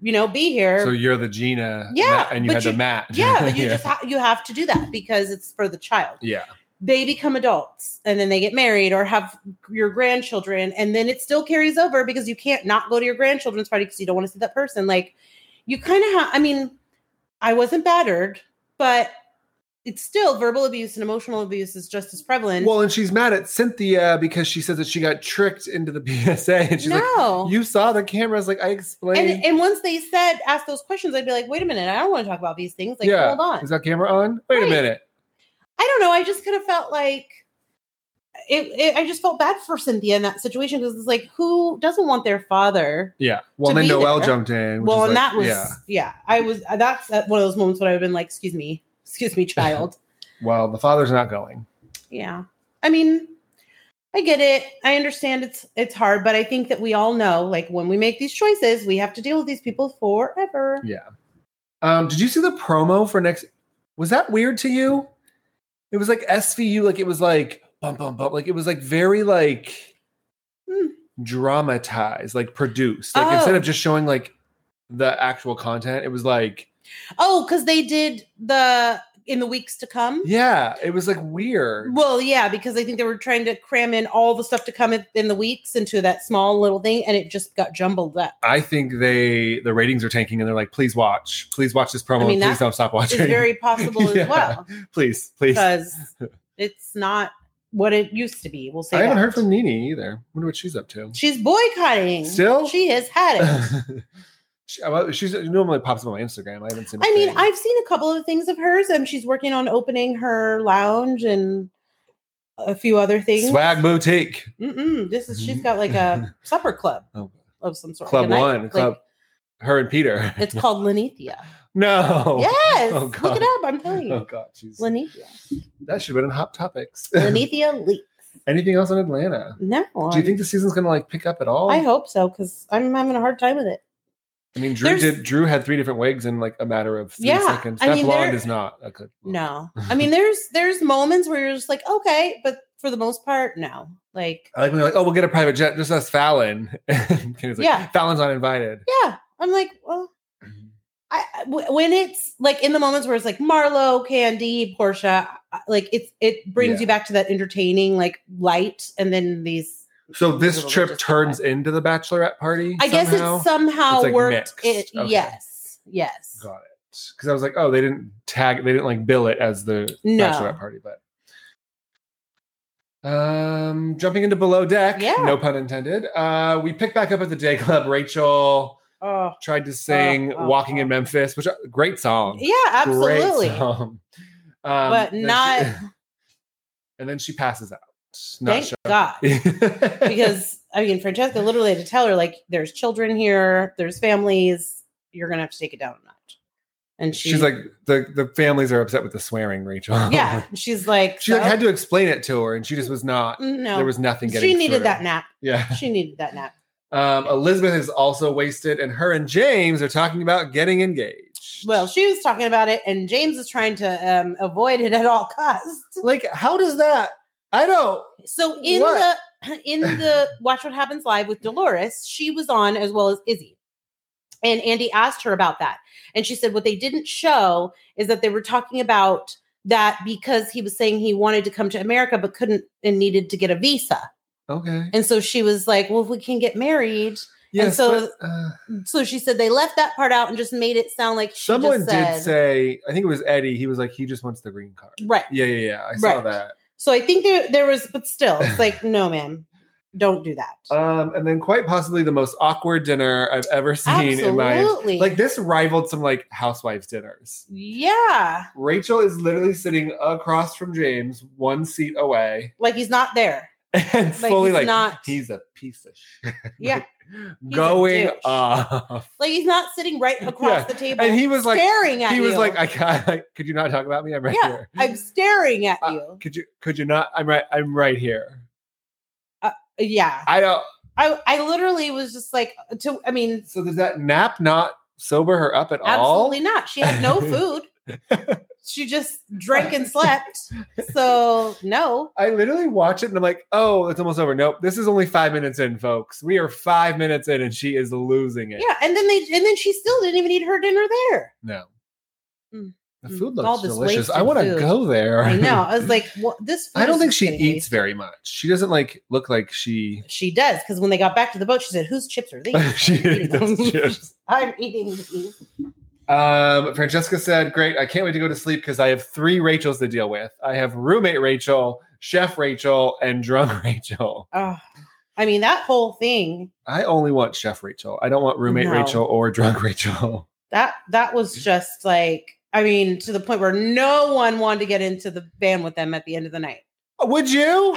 Speaker 2: you know be here.
Speaker 1: So you're the Gina,
Speaker 2: Yeah,
Speaker 1: ma- and you
Speaker 2: but
Speaker 1: had the
Speaker 2: you-
Speaker 1: Matt. <laughs>
Speaker 2: yeah, but you just ha- you have to do that because it's for the child.
Speaker 1: yeah,
Speaker 2: They become adults and then they get married or have your grandchildren, and then it still carries over because you can't not go to your grandchildren's party because you don't want to see that person. Like you kind of have. I mean, I wasn't battered, but it's still verbal abuse and emotional abuse is just as prevalent.
Speaker 1: Well, and she's mad at Cynthia because she says that she got tricked into the PSA, and she's
Speaker 2: no.
Speaker 1: like, "You saw the cameras." Like I explained.
Speaker 2: and, and once they said ask those questions, I'd be like, wait a minute, I don't want to talk about these things. Like,
Speaker 1: Yeah.
Speaker 2: hold on.
Speaker 1: Is that camera on? Wait a
Speaker 2: Right.
Speaker 1: minute.
Speaker 2: I don't know. I just kind of felt like it, it. I just felt bad for Cynthia in that situation because it's like, who doesn't want their father?
Speaker 1: Yeah. Well,
Speaker 2: To
Speaker 1: then
Speaker 2: be
Speaker 1: Noel
Speaker 2: there.
Speaker 1: jumped in. which
Speaker 2: Well,
Speaker 1: is
Speaker 2: and
Speaker 1: like-
Speaker 2: that was yeah.
Speaker 1: yeah.
Speaker 2: I was that's uh, one of those moments when I would have been like, excuse me, excuse me, child.
Speaker 1: Well, the father's not going.
Speaker 2: yeah, I mean. I get it. I understand it's it's hard, but I think that we all know like when we make these choices, we have to deal with these people forever.
Speaker 1: Yeah. Um, did you see the promo for next? Was that weird to you? It was like SVU. Like it was like bump bump bump. Like it was like very like
Speaker 2: Hmm.
Speaker 1: dramatized, like produced. Like instead
Speaker 2: Oh.
Speaker 1: of just showing like the actual content, it was like
Speaker 2: Oh, because they did the in the weeks to come.
Speaker 1: yeah, it was like weird.
Speaker 2: Well, yeah, because I think they were trying to cram in all the stuff to come in, in the weeks into that small little thing, and it just got jumbled up.
Speaker 1: I think they the ratings are tanking, and they're like, please watch, please watch this promo,
Speaker 2: I
Speaker 1: and
Speaker 2: mean,
Speaker 1: please
Speaker 2: that
Speaker 1: don't stop <laughs>
Speaker 2: It's
Speaker 1: watching.
Speaker 2: very possible as
Speaker 1: Yeah.
Speaker 2: well
Speaker 1: please, please. I <laughs>
Speaker 2: because it's not what it used to be. We'll say
Speaker 1: haven't
Speaker 2: that.
Speaker 1: heard from Nini either. Wonder what she's up to.
Speaker 2: She's boycotting.
Speaker 1: Still?
Speaker 2: she has had
Speaker 1: <laughs>
Speaker 2: it.
Speaker 1: she, well, she's she normally pops up on my Instagram. I haven't seen. a
Speaker 2: I mean,
Speaker 1: thing.
Speaker 2: I've seen a couple of things of hers, and she's working on opening her lounge and a few other things.
Speaker 1: swag boutique
Speaker 2: Mm-mm, this is she's got
Speaker 1: <laughs>
Speaker 2: like a supper club
Speaker 1: Oh.
Speaker 2: of some sort.
Speaker 1: club
Speaker 2: and I-
Speaker 1: one
Speaker 2: like,
Speaker 1: club. Her and Peter. <laughs>
Speaker 2: It's called Lenithia.
Speaker 1: no.
Speaker 2: Yes,
Speaker 1: <laughs> Oh,
Speaker 2: look
Speaker 1: God.
Speaker 2: it up. I'm telling
Speaker 1: Oh <laughs>
Speaker 2: you,
Speaker 1: God, she's,
Speaker 2: Lenithia.
Speaker 1: that should have been in hot topics. <laughs>
Speaker 2: Lenithia leaks.
Speaker 1: Anything else in Atlanta?
Speaker 2: No,
Speaker 1: Do you
Speaker 2: I'm-
Speaker 1: think the season's gonna like pick up at all?
Speaker 2: I hope so because I'm having a hard time with it.
Speaker 1: I mean, Drew
Speaker 2: There's-
Speaker 1: did. Drew had three different wigs in like a matter of three
Speaker 2: Yeah,
Speaker 1: seconds.
Speaker 2: I
Speaker 1: That
Speaker 2: mean,
Speaker 1: blonde
Speaker 2: there-
Speaker 1: is not a good. look.
Speaker 2: No, I
Speaker 1: <laughs>
Speaker 2: mean, there's there's moments where you're just like, okay, but for the most part, no. Like,
Speaker 1: I like when they're like, "Oh, we'll get a private jet, just us Fallon." <laughs> and Kenny's like,
Speaker 2: Yeah.
Speaker 1: Fallon's not invited."
Speaker 2: yeah, I'm like, well, I I- w- when it's like in the moments where it's like Marlo, Candy, Portia, I- like it's it brings
Speaker 1: Yeah.
Speaker 2: you back to that entertaining like light, and then these
Speaker 1: So this
Speaker 2: Little
Speaker 1: trip
Speaker 2: religious
Speaker 1: turns into the bachelorette party.
Speaker 2: I guess
Speaker 1: somehow?
Speaker 2: it somehow
Speaker 1: It's, like,
Speaker 2: worked. It,
Speaker 1: mixed. Okay.
Speaker 2: Yes. Yes.
Speaker 1: Got it. Because I was like, oh, they didn't tag, they didn't like bill it as the
Speaker 2: No.
Speaker 1: bachelorette party, but. Um, jumping into below deck,
Speaker 2: Yeah.
Speaker 1: no pun intended. Uh, we pick back up at the day club. Rachel
Speaker 2: Oh.
Speaker 1: tried to sing
Speaker 2: Uh, uh,
Speaker 1: "Walking in
Speaker 2: uh.
Speaker 1: Memphis," which great song,
Speaker 2: Yeah,
Speaker 1: <laughs>
Speaker 2: absolutely.
Speaker 1: great song. Um,
Speaker 2: But
Speaker 1: then she-
Speaker 2: not
Speaker 1: <laughs> and then she passes out. Not
Speaker 2: thank God.
Speaker 1: sure.
Speaker 2: <laughs> Because I mean Francesca literally had to tell her, like, there's children here, there's families, you're gonna have to take it down a notch. And
Speaker 1: <laughs>
Speaker 2: she,
Speaker 1: she's like the the families are upset with the swearing, Rachel.
Speaker 2: Yeah. She's like
Speaker 1: she <laughs> like
Speaker 2: "So?"
Speaker 1: had to explain it to her, and she just was not.
Speaker 2: no.
Speaker 1: There was nothing getting.
Speaker 2: she needed
Speaker 1: through.
Speaker 2: that nap.
Speaker 1: <laughs> Yeah.
Speaker 2: She needed that nap.
Speaker 1: Um, Elizabeth is also wasted, and her and James are talking about getting engaged.
Speaker 2: Well, she was talking about it, and James is trying to um, avoid it at all costs.
Speaker 1: like, how does that? I don't.
Speaker 2: So in
Speaker 1: What?
Speaker 2: the <clears throat> in the Watch What Happens Live with Dolores, she was on as well as Izzy. And Andy asked her about that. And she said what they didn't show is that they were talking about that because he was saying he wanted to come to America but couldn't and needed to get a visa.
Speaker 1: Okay.
Speaker 2: And so she was like, well, if we can get married.
Speaker 1: Yes.
Speaker 2: so-
Speaker 1: but, uh,
Speaker 2: So she said they left that part out and just made it sound like she
Speaker 1: someone
Speaker 2: just said,
Speaker 1: did say, I think it was Eddie. He was like, he just wants the green card.
Speaker 2: right.
Speaker 1: Yeah, yeah, yeah. I saw
Speaker 2: Right.
Speaker 1: that.
Speaker 2: So I think there there was, but still,
Speaker 1: <laughs>
Speaker 2: it's like, no, ma'am, don't do that.
Speaker 1: Um, and then quite possibly the most awkward dinner I've ever <laughs> seen in my
Speaker 2: Absolutely.
Speaker 1: like this rivaled some like housewives dinners.
Speaker 2: yeah,
Speaker 1: Rachel is literally sitting across from James, one seat away, <laughs>
Speaker 2: like he's not there.
Speaker 1: and fully
Speaker 2: he's
Speaker 1: like
Speaker 2: not-
Speaker 1: he's a piece of
Speaker 2: <laughs>
Speaker 1: shit.
Speaker 2: Yeah, a
Speaker 1: going
Speaker 2: douche.
Speaker 1: off.
Speaker 2: like he's not sitting right across
Speaker 1: Yeah.
Speaker 2: the table.
Speaker 1: And he was like,
Speaker 2: staring at
Speaker 1: he was <laughs>
Speaker 2: you.
Speaker 1: like, I can't. Could you not talk about me? I'm right
Speaker 2: Yeah,
Speaker 1: here.
Speaker 2: I'm staring at
Speaker 1: Uh,
Speaker 2: you.
Speaker 1: could you? Could you not? I'm right. I'm right here.
Speaker 2: Yeah,
Speaker 1: I don't.
Speaker 2: I I literally was just like, to I mean,
Speaker 1: So does that nap not sober her up at all?
Speaker 2: absolutely not. She
Speaker 1: <laughs>
Speaker 2: had no food. she just drank and slept. So no,
Speaker 1: I literally watch it and I'm like, oh, it's almost over. Nope, this is only five minutes in, folks. We are five minutes in, and she is losing it.
Speaker 2: yeah. And then they and then she still didn't even eat her dinner there.
Speaker 1: No,
Speaker 2: Mm.
Speaker 1: the
Speaker 2: Mm.
Speaker 1: food
Speaker 2: All
Speaker 1: looks
Speaker 2: this
Speaker 1: delicious.
Speaker 2: wasted
Speaker 1: I want to
Speaker 2: food.
Speaker 1: go there.
Speaker 2: I know.
Speaker 1: <laughs>
Speaker 2: I was like, what this. food
Speaker 1: I don't
Speaker 2: is
Speaker 1: think she
Speaker 2: getting
Speaker 1: eats very much. She doesn't like look like she.
Speaker 2: wasted. She does because when they got back to the boat, she said, "Whose chips are
Speaker 1: <laughs>
Speaker 2: these?
Speaker 1: she
Speaker 2: eating them.
Speaker 1: those chips.
Speaker 2: I'm eating these."
Speaker 1: Um, Francesca said, "Great! I can't wait to go to sleep because I have three Rachels to deal with. I have roommate Rachel, chef Rachel, and drum <laughs> Rachel.
Speaker 2: Oh, I mean, that whole thing
Speaker 1: I only want chef Rachel. I don't want roommate
Speaker 2: No.
Speaker 1: Rachel or drunk Rachel.
Speaker 2: that that
Speaker 1: Mm-hmm.
Speaker 2: was just like, I mean, to the point where no one wanted to get into the van with them at the end of the night.
Speaker 1: Would you?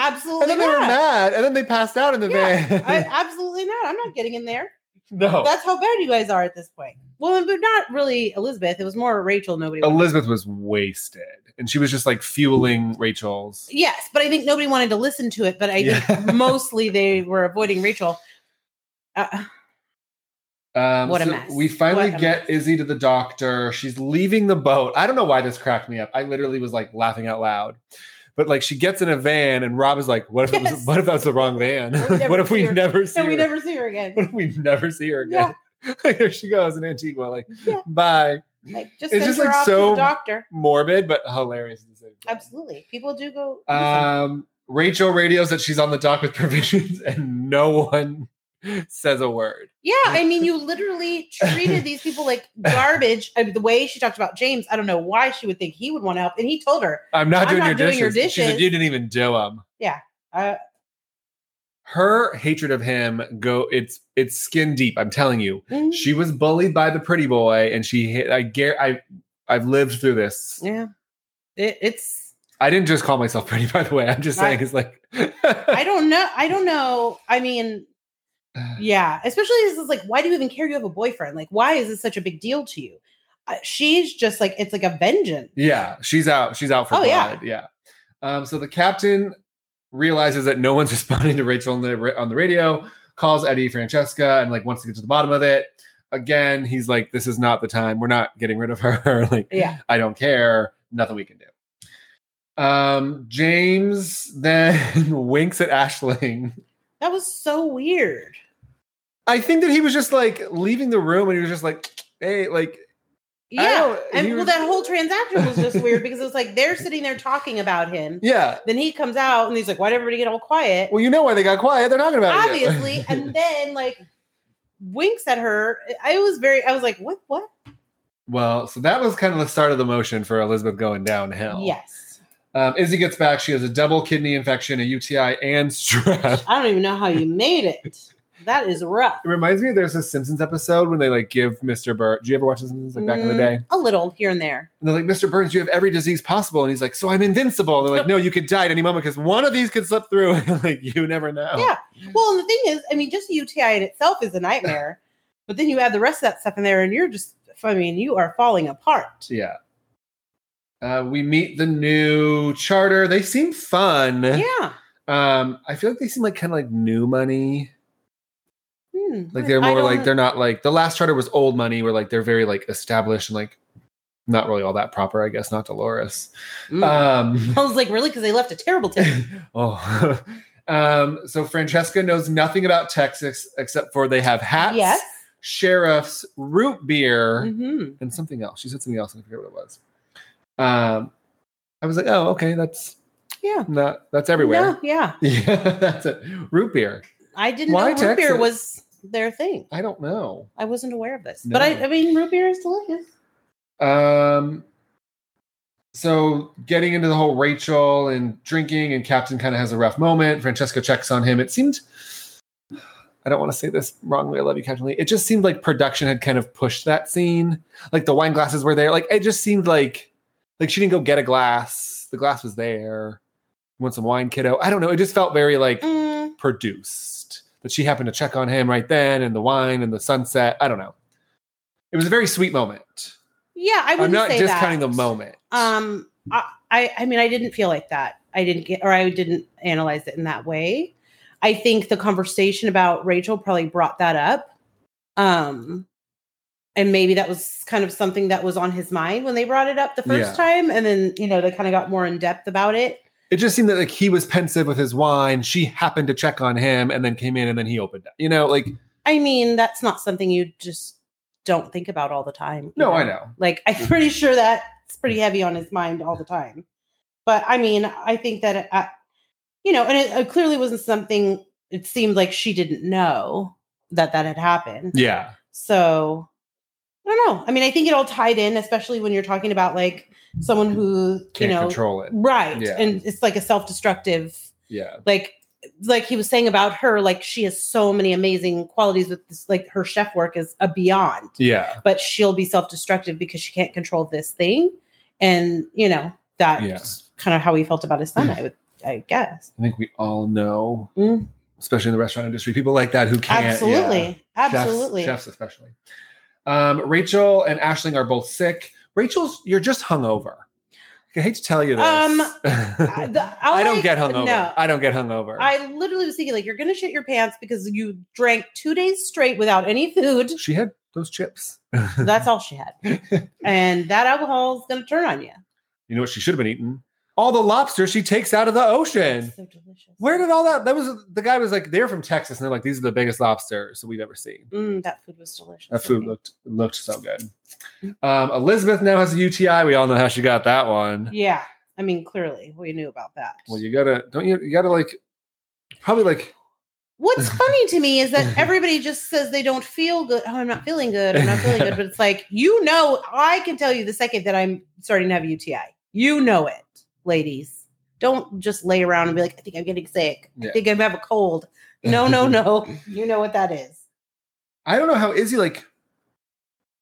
Speaker 1: And
Speaker 2: Absolutely
Speaker 1: then Oh, they were
Speaker 2: not.
Speaker 1: mad, and then they passed out in the
Speaker 2: Yeah,
Speaker 1: van. <laughs>
Speaker 2: I, absolutely not. I'm not getting in there.
Speaker 1: no,
Speaker 2: That's how bad you guys are at this point. Well, but not really Elizabeth. It was more Rachel. Nobody. wanted-
Speaker 1: Elizabeth was wasted, and she was just like fueling Rachel's.
Speaker 2: Yes, but I think nobody wanted to listen to it. But I
Speaker 1: Yeah.
Speaker 2: think <laughs> mostly they were avoiding Rachel. Uh,
Speaker 1: <laughs> Um,
Speaker 2: What a
Speaker 1: so
Speaker 2: mess.
Speaker 1: We finally
Speaker 2: What a
Speaker 1: get
Speaker 2: mess.
Speaker 1: Izzy to the doctor. She's leaving the boat. I don't know why this cracked me up. I literally was like laughing out loud. But like she gets in a van, and Rob is like, "What if it was?
Speaker 2: Yes.
Speaker 1: What if that's the wrong van? <laughs>
Speaker 2: We never
Speaker 1: what if we
Speaker 2: see her.
Speaker 1: never see
Speaker 2: and
Speaker 1: her?
Speaker 2: we never see her again.
Speaker 1: <laughs> what if we never see her again? <laughs> Like there she goes in Antigua. Like
Speaker 2: Yeah.
Speaker 1: bye.
Speaker 2: Like just
Speaker 1: It's
Speaker 2: send
Speaker 1: just,
Speaker 2: her
Speaker 1: like,
Speaker 2: off to
Speaker 1: so-
Speaker 2: the doctor.
Speaker 1: Morbid, but hilarious. At the same time.
Speaker 2: Absolutely, people do go.
Speaker 1: Um, Rachel radios that she's on the dock with provisions, and no one <laughs> says a word.
Speaker 2: yeah, I mean, you literally <laughs> treated these people like garbage. I mean, the way she talked about James, I don't know why she would think he would want to help, and he told her,
Speaker 1: I'm not
Speaker 2: I'm
Speaker 1: doing,
Speaker 2: not
Speaker 1: your,
Speaker 2: doing
Speaker 1: dishes.
Speaker 2: your
Speaker 1: She said,
Speaker 2: dishes.
Speaker 1: you didn't even do them.
Speaker 2: uh,
Speaker 1: Her hatred of him go it's it's skin deep. I'm telling you,
Speaker 2: mm,
Speaker 1: she was bullied by the pretty boy, and she hit. I gar- I I've lived through this.
Speaker 2: "Yeah, it, it's."
Speaker 1: I didn't just call myself pretty, by the way. I'm just saying
Speaker 2: Right.
Speaker 1: it's like
Speaker 2: I don't know. I don't know. I mean, <sighs> yeah, especially this is like, why do you even care? You have a boyfriend. Like, why is this such a big deal to you? Uh, she's just like, it's like a vengeance.
Speaker 1: Yeah, she's out. She's out for
Speaker 2: Oh, yeah.
Speaker 1: blood. Yeah. Um, so the captain realizes that no one's <laughs> responding to Rachel on the ra- on the radio. Calls Eddie Francesca and like wants to get to the bottom of it. Again, he's like, "This is not the time. We're not getting rid of her. <laughs> like,
Speaker 2: Yeah.
Speaker 1: I don't care. Nothing we can do." Um, James then <laughs> winks at Ashling.
Speaker 2: That was so weird.
Speaker 1: I think that he was just like leaving the room, and he was just like, "Hey, like,
Speaker 2: Yeah.
Speaker 1: don't-
Speaker 2: And
Speaker 1: he
Speaker 2: well,
Speaker 1: was-
Speaker 2: that whole transaction was just weird because it was like they're sitting there talking about <laughs> him.
Speaker 1: yeah."
Speaker 2: Then he comes out and he's like, why'd everybody get all quiet?
Speaker 1: Well, you know why they got quiet. They're talking about it. <laughs>
Speaker 2: Obviously. and then like winks at her. I was very, I was like, what? What?
Speaker 1: Well, so that was kind of the start of the motion for Elizabeth going downhill.
Speaker 2: Yes.
Speaker 1: Um, Izzy gets back. She has a double kidney infection, a UTI, and <laughs> strep.
Speaker 2: I don't even know how you made it. That is rough.
Speaker 1: It reminds me there's a Simpsons episode when they like give Mr. Burns. Do you ever watch the Simpsons like back in the
Speaker 2: Mm,
Speaker 1: day? And
Speaker 2: A little here and there.
Speaker 1: they're like, Mr. Burns, you have every disease possible. And he's like, So I'm invincible. And they're like, No, you could die at any moment because one of these could slip through. <laughs> And like, you never know.
Speaker 2: Yeah. Well, and the thing is, I mean, just UTI in itself is a nightmare, but then you add the rest of that stuff in there and you're just, I mean, you are falling apart.
Speaker 1: Yeah. Uh, we meet the new charter. They seem fun.
Speaker 2: Yeah.
Speaker 1: Um, I feel like they seem like kind of like new money.
Speaker 2: Hmm.
Speaker 1: Like they're
Speaker 2: I
Speaker 1: more
Speaker 2: don't
Speaker 1: like
Speaker 2: know.
Speaker 1: they're not like the last charter was old money where like they're very like established and like not really all that proper, I guess, not Dolores.
Speaker 2: Mm.
Speaker 1: Um <laughs>
Speaker 2: I was like, really? Because they left a terrible tip.
Speaker 1: oh <laughs> um so Francesca knows nothing about Texas except for they have hats,
Speaker 2: yes.
Speaker 1: sheriffs, root beer,
Speaker 2: Mhm.
Speaker 1: and something else. She said something else, and I forget what it was. Um I was like, oh okay, that's
Speaker 2: Yeah.
Speaker 1: No, that's everywhere.
Speaker 2: No, yeah.
Speaker 1: <laughs> Yeah, that's it. Root beer.
Speaker 2: I didn't
Speaker 1: Why
Speaker 2: know root beer
Speaker 1: Texas?
Speaker 2: was their thing.
Speaker 1: I don't know.
Speaker 2: I wasn't aware of this. But I,
Speaker 1: No.
Speaker 2: I mean, root beer is delicious.
Speaker 1: Um, so getting into the whole Rachel and drinking, and Captain kind of has a rough moment. Francesco checks on him. It seemed. I don't want to say this wrongly. I love you, Captain Lee. It just seemed like production had kind of pushed that scene. Like the wine glasses were there. Like it just seemed like like she didn't go get a glass. The glass was there. You want some wine, kiddo? I don't know. It just felt very like
Speaker 2: Mm,
Speaker 1: produced. That she happened to check on him right then, and the wine and the sunset. I don't know. It was a very sweet moment.
Speaker 2: yeah, I
Speaker 1: I'm
Speaker 2: wouldn't
Speaker 1: not
Speaker 2: say
Speaker 1: discounting
Speaker 2: that.
Speaker 1: the moment.
Speaker 2: Um, I, I, I mean, I didn't feel like that. I didn't get, or I didn't analyze it in that way. I think the conversation about Rachel probably brought that up. Um, and maybe that was kind of something that was on his mind when they brought it up the first
Speaker 1: Yeah.
Speaker 2: time. And then, you know, they kind of got more in depth about it.
Speaker 1: it just seemed that like he was pensive with his wine. She happened to check on him and then came in and then he opened up. You know, like
Speaker 2: I mean, that's not something you just don't think about all the time.
Speaker 1: no,
Speaker 2: either.
Speaker 1: I know.
Speaker 2: Like I'm pretty sure that's pretty heavy on his mind all the time. But I mean, I think that it, I, you know, and it, it clearly wasn't something. It seemed like she didn't know that that had happened.
Speaker 1: Yeah.
Speaker 2: So I don't know. I mean, I think it all tied in, especially when you're talking about like someone who
Speaker 1: Can't
Speaker 2: you know,
Speaker 1: control it.
Speaker 2: right?
Speaker 1: Yeah.
Speaker 2: And it's like a self-destructive
Speaker 1: Yeah.
Speaker 2: like like he was saying about her like she has so many amazing qualities with this like her chef work is a beyond
Speaker 1: Yeah.
Speaker 2: but she'll be self-destructive because she can't control this thing and you know that's
Speaker 1: Yeah.
Speaker 2: kind of how he felt about his son i would i guess
Speaker 1: I think we all know,
Speaker 2: Mm.
Speaker 1: especially in the restaurant industry, people like that who can't. yeah.
Speaker 2: absolutely
Speaker 1: Chefs-
Speaker 2: absolutely
Speaker 1: Chefs, especially. Um, Rachel and Ashling are both sick. Rachel's, you're just hungover. I hate to tell you this. <laughs>
Speaker 2: Um, I,
Speaker 1: I,
Speaker 2: the- all
Speaker 1: don't get hungover.
Speaker 2: no
Speaker 1: I don't get hungover.
Speaker 2: I literally was thinking, like, you're gonna shit your pants because you drank two days straight without
Speaker 1: <laughs>
Speaker 2: any food.
Speaker 1: she had those chips.
Speaker 2: That's all she had, and that alcohol is gonna turn on you.
Speaker 1: You know what she should have been eating? All the lobster she takes out of the ocean.
Speaker 2: It's so delicious.
Speaker 1: Where did all that? That was the guy was like, they're from Texas, and they're like, these are the biggest lobsters we've ever seen.
Speaker 2: Mm, that food was delicious.
Speaker 1: That food looked looked so good. Um, Elizabeth now has a UTI. We all know how she got that one.
Speaker 2: Yeah, I mean, clearly we knew about that.
Speaker 1: Well, you gotta don't you? You gotta like probably like <laughs>
Speaker 2: What's funny to me is that everybody just says they don't feel good. Oh, I'm not feeling good. I'm not feeling good. But it's like, you know, I can tell you the second that I'm starting to have a UTI. You know it, ladies. Don't just lay around and be like, I think I'm getting sick.
Speaker 1: Yeah.
Speaker 2: I think I am have a cold. No, no, no. You know what that is.
Speaker 1: <laughs> I don't know how Izzy like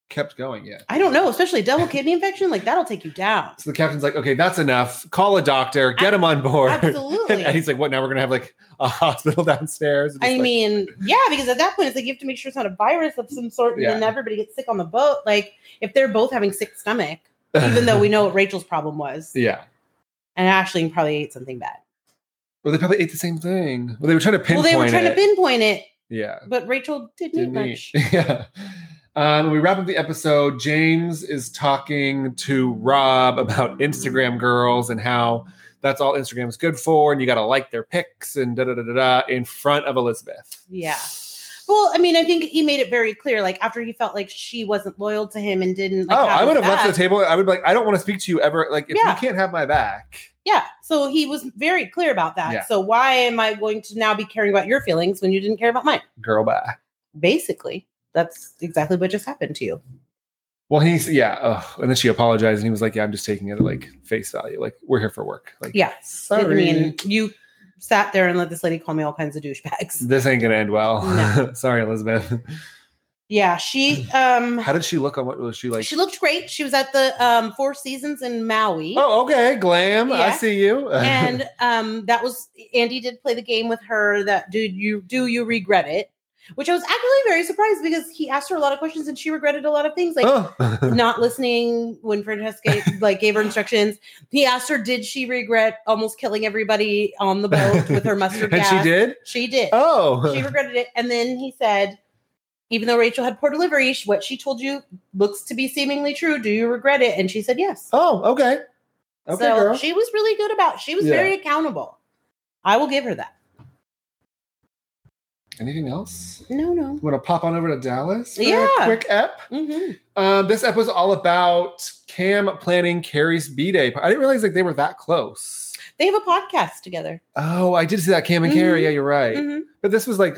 Speaker 1: kept going yet.
Speaker 2: I don't know, especially double kidney infection. Like, that'll take
Speaker 1: <laughs>
Speaker 2: you down.
Speaker 1: So the captain's like, okay, that's enough. Call a doctor. Get him on board. <laughs>
Speaker 2: Absolutely.
Speaker 1: And, he's like, what? Now we're gonna have like a <laughs> hospital downstairs. And
Speaker 2: I
Speaker 1: it's like,
Speaker 2: mean, yeah, because at that point, it's like you have to make sure it's not a virus of some sort, and then everybody gets sick on the boat. Like, if they're both having sick stomach, even though we know what Rachel's problem was,
Speaker 1: <laughs> yeah.
Speaker 2: and Ashley probably ate something bad.
Speaker 1: Well, they probably ate the same thing. Well, they were trying to
Speaker 2: well,
Speaker 1: pinpoint
Speaker 2: they were trying
Speaker 1: it.
Speaker 2: to pinpoint it,
Speaker 1: yeah,
Speaker 2: but Rachel didn't,
Speaker 1: didn't
Speaker 2: eat
Speaker 1: eat. <laughs>
Speaker 2: much.
Speaker 1: yeah. Um, we wrap up the episode. James is talking to Rob about Instagram girls and how that's all Instagram is good for, and you got to like their pics and da da da da da in front of Elizabeth.
Speaker 2: Yeah. Well, I mean, I think he made it very clear. Like after he felt like she wasn't loyal to him and didn't. Like,
Speaker 1: oh,
Speaker 2: have
Speaker 1: I would
Speaker 2: his
Speaker 1: have left
Speaker 2: back.
Speaker 1: the table. I would be like, I don't want to speak to you ever. Like, if
Speaker 2: Yeah.
Speaker 1: you can't have my back,
Speaker 2: Yeah. So he was very clear about that.
Speaker 1: Yeah.
Speaker 2: So why am I going to now be caring about your feelings when you didn't care about mine?
Speaker 1: girl, bye.
Speaker 2: Basically, that's exactly what just happened to you.
Speaker 1: Well, he's yeah, oh, and then she apologized, and he was like, "Yeah, I'm just taking it at like face value. Like, we're here for work. Like,
Speaker 2: Yeah. I
Speaker 1: sorry.
Speaker 2: mean, you sat there and let this lady call me all kinds of douchebags.
Speaker 1: this ain't gonna end well.
Speaker 2: No.
Speaker 1: <laughs> Sorry, Elizabeth.
Speaker 2: Yeah. She um
Speaker 1: How did she look on what was she like?
Speaker 2: she looked great. She was at the um Four Seasons in Maui.
Speaker 1: oh, <laughs> okay, glam. I
Speaker 2: Yeah.
Speaker 1: see you. <laughs>
Speaker 2: and um that was Andy did play the game with her that do you do you regret it? Which I was actually very surprised because he asked her a lot of questions and she regretted a lot of things like
Speaker 1: oh.
Speaker 2: not listening when Francesca like gave her instructions. He asked her did she regret almost killing everybody on the boat with her
Speaker 1: <laughs> <laughs>
Speaker 2: mustard
Speaker 1: and
Speaker 2: gas?
Speaker 1: she did.
Speaker 2: She did.
Speaker 1: Oh, <laughs>
Speaker 2: She regretted it and then he said even though Rachel had poor delivery, sh- what she told you looks to be seemingly true. Do you regret it? And she said yes
Speaker 1: oh, okay, okay,
Speaker 2: so
Speaker 1: girl.
Speaker 2: she was really good about. She was
Speaker 1: Yeah.
Speaker 2: very accountable. I will give her that.
Speaker 1: Anything else?
Speaker 2: No, no.
Speaker 1: Want to pop on over to Dallas? for a
Speaker 2: Yeah.
Speaker 1: quick ep.
Speaker 2: hmm
Speaker 1: Um, this ep was all about Cam planning Carrie's b day. I didn't realize like they were that close.
Speaker 2: They have a podcast together.
Speaker 1: Oh, I did see that Cam and Carrie.
Speaker 2: Mhm.
Speaker 1: Yeah, you're right.
Speaker 2: Mhm.
Speaker 1: But this was like,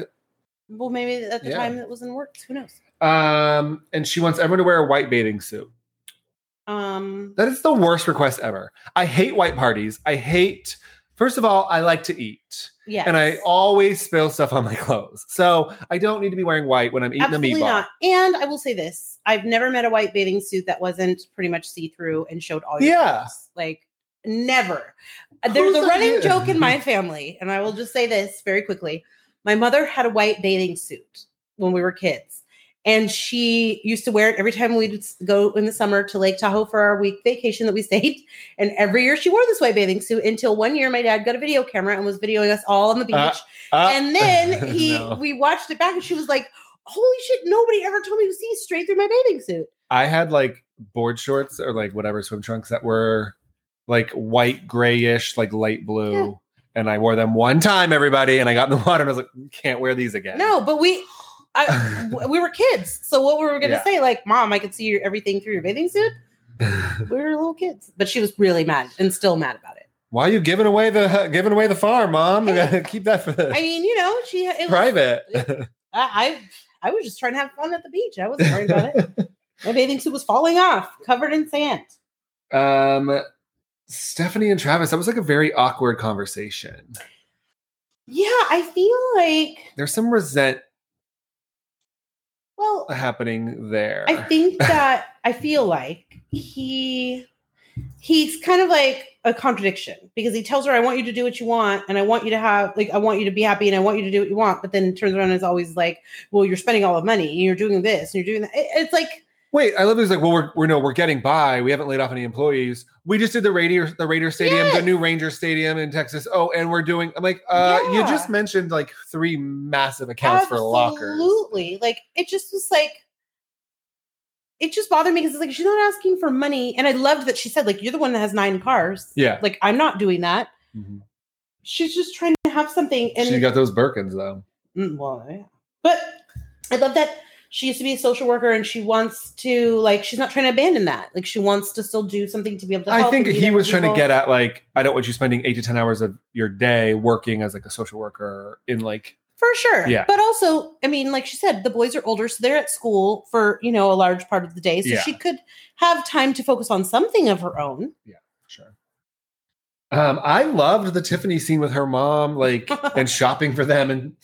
Speaker 2: Well, maybe at the
Speaker 1: Yeah.
Speaker 2: time it was in works. Who knows?
Speaker 1: um, and she wants everyone to wear a white bathing suit.
Speaker 2: Um,
Speaker 1: That is the worst request ever. I hate white parties. I hate. First of all, I like to eat,
Speaker 2: yeah.
Speaker 1: and I always spill stuff on my clothes, so I don't need to be wearing white when I'm eating a meatball.
Speaker 2: And I will say this: I've never met a white bathing suit that wasn't pretty much see through and showed all your
Speaker 1: Yeah.
Speaker 2: clothes. like never.
Speaker 1: Of
Speaker 2: There's a
Speaker 1: course I
Speaker 2: running
Speaker 1: did.
Speaker 2: joke in
Speaker 1: <laughs>
Speaker 2: my family, and I will just say this very quickly: my mother had a white bathing suit when we were kids. And she used to wear it every time we'd s- go in the summer to Lake Tahoe for our week vacation that we stayed. <laughs> And every year she wore this white bathing suit until one year my dad got a video camera and was videoing us all on the beach
Speaker 1: Uh, Uh, <laughs>
Speaker 2: and then he
Speaker 1: no.
Speaker 2: we watched it back and she was like holy shit nobody ever told me to see straight through my bathing suit
Speaker 1: I had like board shorts or like whatever swim trunks that were like white grayish, like light blue.
Speaker 2: Yeah.
Speaker 1: And I wore them one time, everybody, and I got in the <laughs> water and I was like, can't wear these again.
Speaker 2: no but we I,
Speaker 1: <laughs>
Speaker 2: w- we were kids so what were we gonna
Speaker 1: Yeah.
Speaker 2: say like mom i could see your, everything through your
Speaker 1: <laughs>
Speaker 2: bathing suit we were little kids but she was really mad and still mad about it
Speaker 1: Why are you giving away the <laughs> giving away the farm, mom? We
Speaker 2: Hey.
Speaker 1: gotta <laughs> keep that for the
Speaker 2: i mean you know she <laughs> it was,
Speaker 1: private.
Speaker 2: I, I i was just trying to have fun at the beach i wasn't worried about it
Speaker 1: <laughs>
Speaker 2: my bathing suit was falling off covered in sand
Speaker 1: um Stephanie and Travis, that was like a very awkward conversation.
Speaker 2: yeah i feel like
Speaker 1: There's some resent
Speaker 2: well
Speaker 1: happening there.
Speaker 2: I
Speaker 1: <laughs>
Speaker 2: think that I feel like he he's kind of like a contradiction because he tells her, I want you to do what you want, and I want you to have like I want you to be happy and I want you to do what you want, but then turns around and is always like, Well, you're spending all the money and you're doing this and you're doing that. It- it's like
Speaker 1: Wait, I love this. Like, well, we're, we're no, we're getting by. We haven't laid off any employees. We just did the Raider, the Raider Stadium, the
Speaker 2: Yes.
Speaker 1: new Ranger Stadium in Texas. Oh, and we're doing. I'm like, uh, you just mentioned like three massive accounts for lockers.
Speaker 2: absolutely like it just was like it just bothered me because it's like she's not asking for money. And I loved that she said, like, you're the one that has nine cars.
Speaker 1: Yeah,
Speaker 2: Like, I'm not doing that. She's just trying to have something. And
Speaker 1: she got those Birkins though.
Speaker 2: Mm, well, yeah. But I love that she used to be a social worker and she wants to like she's not trying to abandon that. Like she wants to still do something to be able to.
Speaker 1: I
Speaker 2: help
Speaker 1: think
Speaker 2: and be
Speaker 1: he
Speaker 2: there
Speaker 1: was
Speaker 2: for
Speaker 1: trying to
Speaker 2: people.
Speaker 1: get at like, I don't want you spending eight to ten hours of your day working as like a social worker in like.
Speaker 2: for sure.
Speaker 1: Yeah.
Speaker 2: But also, I mean, like she said, the boys are older, so they're at school for you know a large part of the day, so
Speaker 1: Yeah.
Speaker 2: she could have time to focus on something of her own.
Speaker 1: Sure. Um, I loved the Tiffany scene with her mom,
Speaker 2: <laughs>
Speaker 1: like, and shopping for them. And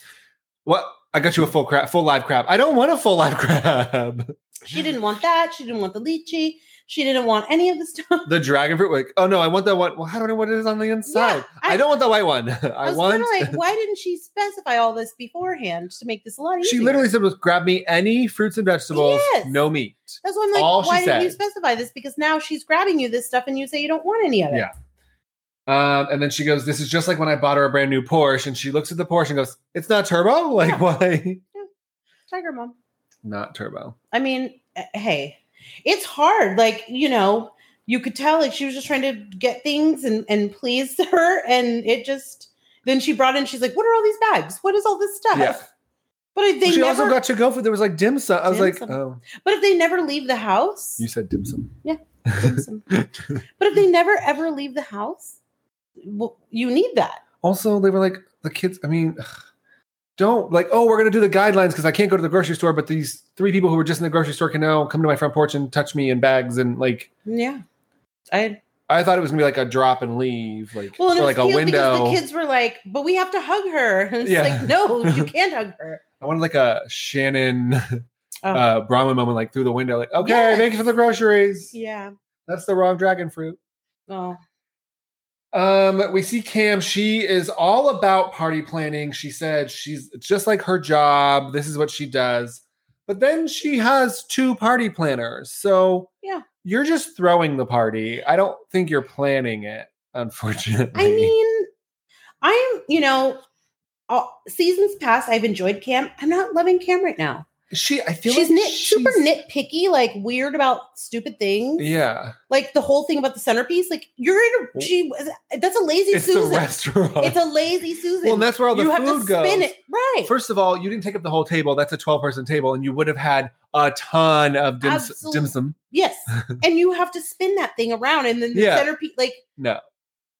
Speaker 1: what I got you a full crab, full live crab. I don't want a full live crab. <laughs>
Speaker 2: She didn't want that. She didn't want the lychee. She didn't want any of the stuff.
Speaker 1: The dragon fruit, like, oh no, I want that one. Well, how do I know what it is on the inside? I,
Speaker 2: I-
Speaker 1: don't want the white one. <laughs> I,
Speaker 2: I, was
Speaker 1: want. <laughs>
Speaker 2: kind of like, why didn't she specify all this beforehand to make this a lot easier?
Speaker 1: she literally said, was grab me any fruits and vegetables,
Speaker 2: Yes.
Speaker 1: no meat.
Speaker 2: That's why I'm like,
Speaker 1: All she
Speaker 2: why didn't you
Speaker 1: said.
Speaker 2: specify this? Because now she's grabbing you this stuff and you say you don't want any of it.
Speaker 1: Yeah. Um, and then she goes, This is just like when I bought her a brand new Porsche. And she looks at the Porsche and goes, It's not turbo? <laughs> Like,
Speaker 2: Yeah.
Speaker 1: why?
Speaker 2: Tiger mom.
Speaker 1: Not turbo.
Speaker 2: I mean, eh, hey, it's hard. Like, you know, you could tell like she was just trying to get things and, and please <laughs> her. And it just, then she brought in, she's like, what are all these bags? What is all this stuff?
Speaker 1: Yeah.
Speaker 2: But if they
Speaker 1: she
Speaker 2: never,
Speaker 1: also got to go for there was like dim sum. I was
Speaker 2: Dim
Speaker 1: like,
Speaker 2: sum.
Speaker 1: Oh,
Speaker 2: but if they never leave the house,
Speaker 1: you said dim sum.
Speaker 2: but if they never ever leave the house, well, you need that.
Speaker 1: Also, they were like, The kids, I mean, ugh, don't like, oh, we're going to do the guidelines because I can't go to the grocery store, but these three people who were just in the grocery store can now come to my front porch and touch me in bags and like,
Speaker 2: Yeah. I
Speaker 1: I thought it was gonna be like a drop and leave, like
Speaker 2: Well, and
Speaker 1: or
Speaker 2: it
Speaker 1: like a
Speaker 2: was cute because
Speaker 1: window.
Speaker 2: the kids were like, "But we have to hug her." <laughs> And it's
Speaker 1: Yeah.
Speaker 2: like, "No,
Speaker 1: <laughs>
Speaker 2: you can't hug her."
Speaker 1: I wanted like a Shannon <laughs>
Speaker 2: Oh.
Speaker 1: uh Brahma moment, like through the window, like okay,
Speaker 2: Yes.
Speaker 1: thank you for the groceries.
Speaker 2: Yeah.
Speaker 1: That's the wrong dragon fruit.
Speaker 2: Well,
Speaker 1: Um, we see Cam. She is all about party planning. She said she's it's just like her job. This is what she does. But then she has two party planners. So
Speaker 2: Yeah.
Speaker 1: you're just throwing the party. I don't think you're planning it, unfortunately.
Speaker 2: I mean, I'm, you know, all, seasons past, I've enjoyed Cam. I'm not loving Cam right now.
Speaker 1: she. I feel
Speaker 2: She's
Speaker 1: like
Speaker 2: nit, super
Speaker 1: she's-
Speaker 2: nitpicky, like weird about stupid things.
Speaker 1: Yeah,
Speaker 2: Like the whole thing about the centerpiece. Like you're in a she. was- That's a lazy
Speaker 1: it's the
Speaker 2: Susan.
Speaker 1: restaurant.
Speaker 2: It's a lazy Susan.
Speaker 1: well, and that's where all the
Speaker 2: you have
Speaker 1: food
Speaker 2: to
Speaker 1: goes.
Speaker 2: spin it right.
Speaker 1: First of all, you didn't take up the whole table. That's a 12 person table, and you would have had a ton of dim,
Speaker 2: Absolute-
Speaker 1: dim sum. <laughs>
Speaker 2: Yes. and you have to spin that thing around and then the
Speaker 1: Yeah.
Speaker 2: centerpiece like
Speaker 1: No.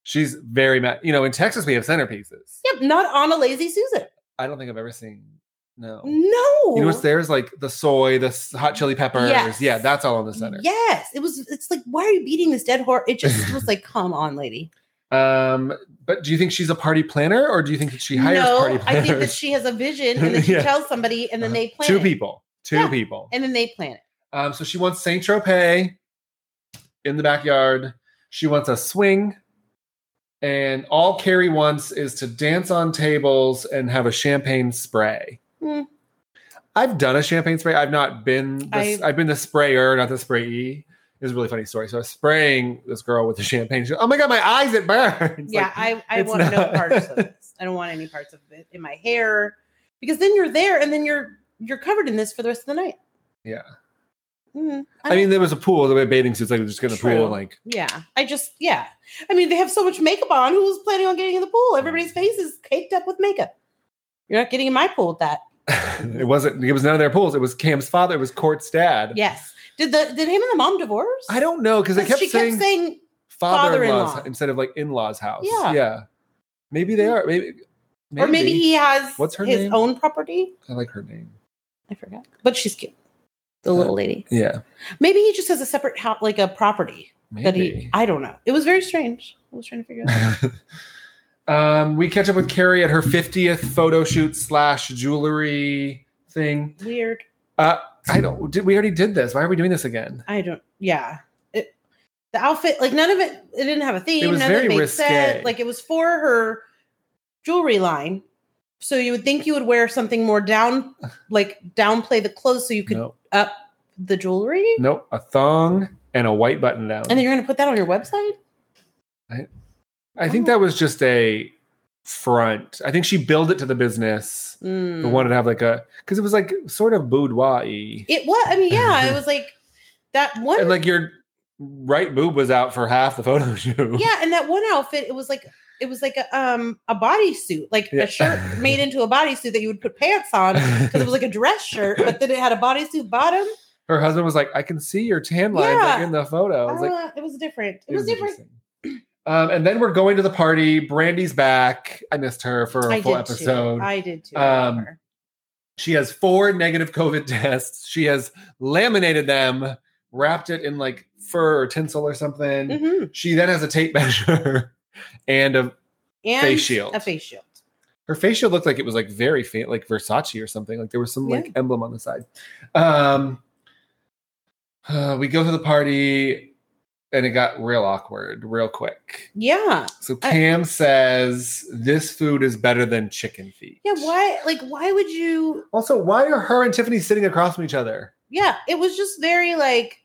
Speaker 1: She's very mad. You know, in Texas we have centerpieces.
Speaker 2: Yep, not on a lazy Susan.
Speaker 1: I don't think I've ever seen. No.
Speaker 2: No.
Speaker 1: You know what's there's like the soy, the s- hot chili peppers.
Speaker 2: Yes.
Speaker 1: Yeah, that's all in the center.
Speaker 2: Yes, it was. It's like, why are you beating this dead horse?
Speaker 1: <laughs>
Speaker 2: It just was like, come on, lady.
Speaker 1: Um, but do you think she's a party planner, or do you think that she hires
Speaker 2: no,
Speaker 1: party
Speaker 2: I
Speaker 1: planners?
Speaker 2: think that she has a
Speaker 1: <laughs>
Speaker 2: vision, and then she
Speaker 1: Yeah. Uh-huh.
Speaker 2: tells somebody, and then they plan
Speaker 1: two
Speaker 2: it.
Speaker 1: people, two
Speaker 2: Yeah.
Speaker 1: people.
Speaker 2: and then they plan it.
Speaker 1: Um, so she wants Saint Tropez in the backyard. She wants a swing, and all Carrie wants is to dance on tables and have a champagne spray.
Speaker 2: Hmm.
Speaker 1: I've done a champagne spray. I've not been. The,
Speaker 2: I-
Speaker 1: I, have been the sprayer, not the sprayee. It's a really funny story. So I was spraying this girl with the champagne. She goes, oh my god, my eyes it burns. <laughs>
Speaker 2: yeah,
Speaker 1: Like,
Speaker 2: I, I
Speaker 1: it's
Speaker 2: want no
Speaker 1: not-
Speaker 2: parts
Speaker 1: <laughs>
Speaker 2: of this. I don't want any parts of it in my hair because then you're there, and then you're you're covered in this for the rest of the night.
Speaker 1: yeah.
Speaker 2: Mm, I
Speaker 1: I mean, there was a pool. The way bathing suits, like just get in the pool
Speaker 2: True.
Speaker 1: and like <laughs>
Speaker 2: Yeah, I just yeah. I mean, they have so much makeup on. Who was planning on getting in the pool? Everybody's
Speaker 1: Mm.
Speaker 2: face is caked up with makeup. You're not getting in my pool with that.
Speaker 1: it wasn't. It was none of their pools. It was Cam's father. It was Court's dad.
Speaker 2: Yes. Did the did him and the mom divorce?
Speaker 1: I don't know because they
Speaker 2: 'Cause
Speaker 1: kept
Speaker 2: she
Speaker 1: saying,
Speaker 2: kept saying
Speaker 1: father-in-law's
Speaker 2: father-in-law.
Speaker 1: instead of like in-laws house.
Speaker 2: Yeah.
Speaker 1: Maybe they are. Maybe,
Speaker 2: or maybe he has
Speaker 1: What's her
Speaker 2: his
Speaker 1: name?
Speaker 2: own property.
Speaker 1: I like her name.
Speaker 2: I forgot. But she's cute. The little lady.
Speaker 1: Uh, Yeah.
Speaker 2: Maybe he just has a separate house, like a property that he.
Speaker 1: Maybe.
Speaker 2: I don't know. It was very strange. I was trying
Speaker 1: <laughs>
Speaker 2: to figure that out.
Speaker 1: um, we catch up with Carrie at her 50th photo shoot slash jewelry thing.
Speaker 2: Weird.
Speaker 1: Uh, I don't. Did, we already did this. Why are we doing this again?
Speaker 2: I don't. Yeah, it, the outfit like none of it. It didn't have a theme.
Speaker 1: It was
Speaker 2: none of
Speaker 1: very
Speaker 2: it made
Speaker 1: risque.
Speaker 2: sense. Like it was for her jewelry line. So you would think you would wear something more down, like downplay the clothes, so you could
Speaker 1: No.
Speaker 2: up the jewelry.
Speaker 1: Nope. A thong and a white button down.
Speaker 2: And then you're gonna put that on your website.
Speaker 1: I think that was just a front. I think she billed it to the business.
Speaker 2: Mm.
Speaker 1: But wanted to have like a because it was like sort of boudoir y.
Speaker 2: It was. I
Speaker 1: <laughs>
Speaker 2: mean, yeah, it was like that one.
Speaker 1: And like your right boob was out for half the photo <laughs> shoot.
Speaker 2: <laughs> yeah, and that one outfit. It was like it was like a um a bodysuit, like
Speaker 1: Yeah.
Speaker 2: a shirt made into a bodysuit that you would put pants on because it was like a dress shirt, but then it had a bodysuit bottom.
Speaker 1: Her husband was like, I can see your tan lines like,
Speaker 2: Yeah.
Speaker 1: in the photo. I was like,
Speaker 2: Uh, it was different. It,
Speaker 1: it
Speaker 2: was, different.
Speaker 1: interesting. Um, and then we're going to the party. Brandy's back. I missed her for a
Speaker 2: I
Speaker 1: full
Speaker 2: did
Speaker 1: episode.
Speaker 2: too. I did too.
Speaker 1: Um,
Speaker 2: however.
Speaker 1: she has four negative COVID <laughs> tests. She has laminated them, wrapped it in like fur or tinsel or something.
Speaker 2: Mhm.
Speaker 1: She then has a tape <laughs> measure and a
Speaker 2: And
Speaker 1: face shield.
Speaker 2: A face shield.
Speaker 1: her face shield looked like it was like very faint, like Versace or something. Like there was some
Speaker 2: Yeah.
Speaker 1: like emblem on the side. Um, uh, we go to the party, and it got real awkward real quick.
Speaker 2: Yeah.
Speaker 1: So
Speaker 2: I-
Speaker 1: Cam says this food is better than chicken feet.
Speaker 2: Yeah. Why? Like, why would you?
Speaker 1: Also, why are her and Tiffany sitting across from each other?
Speaker 2: Yeah. It was just very like,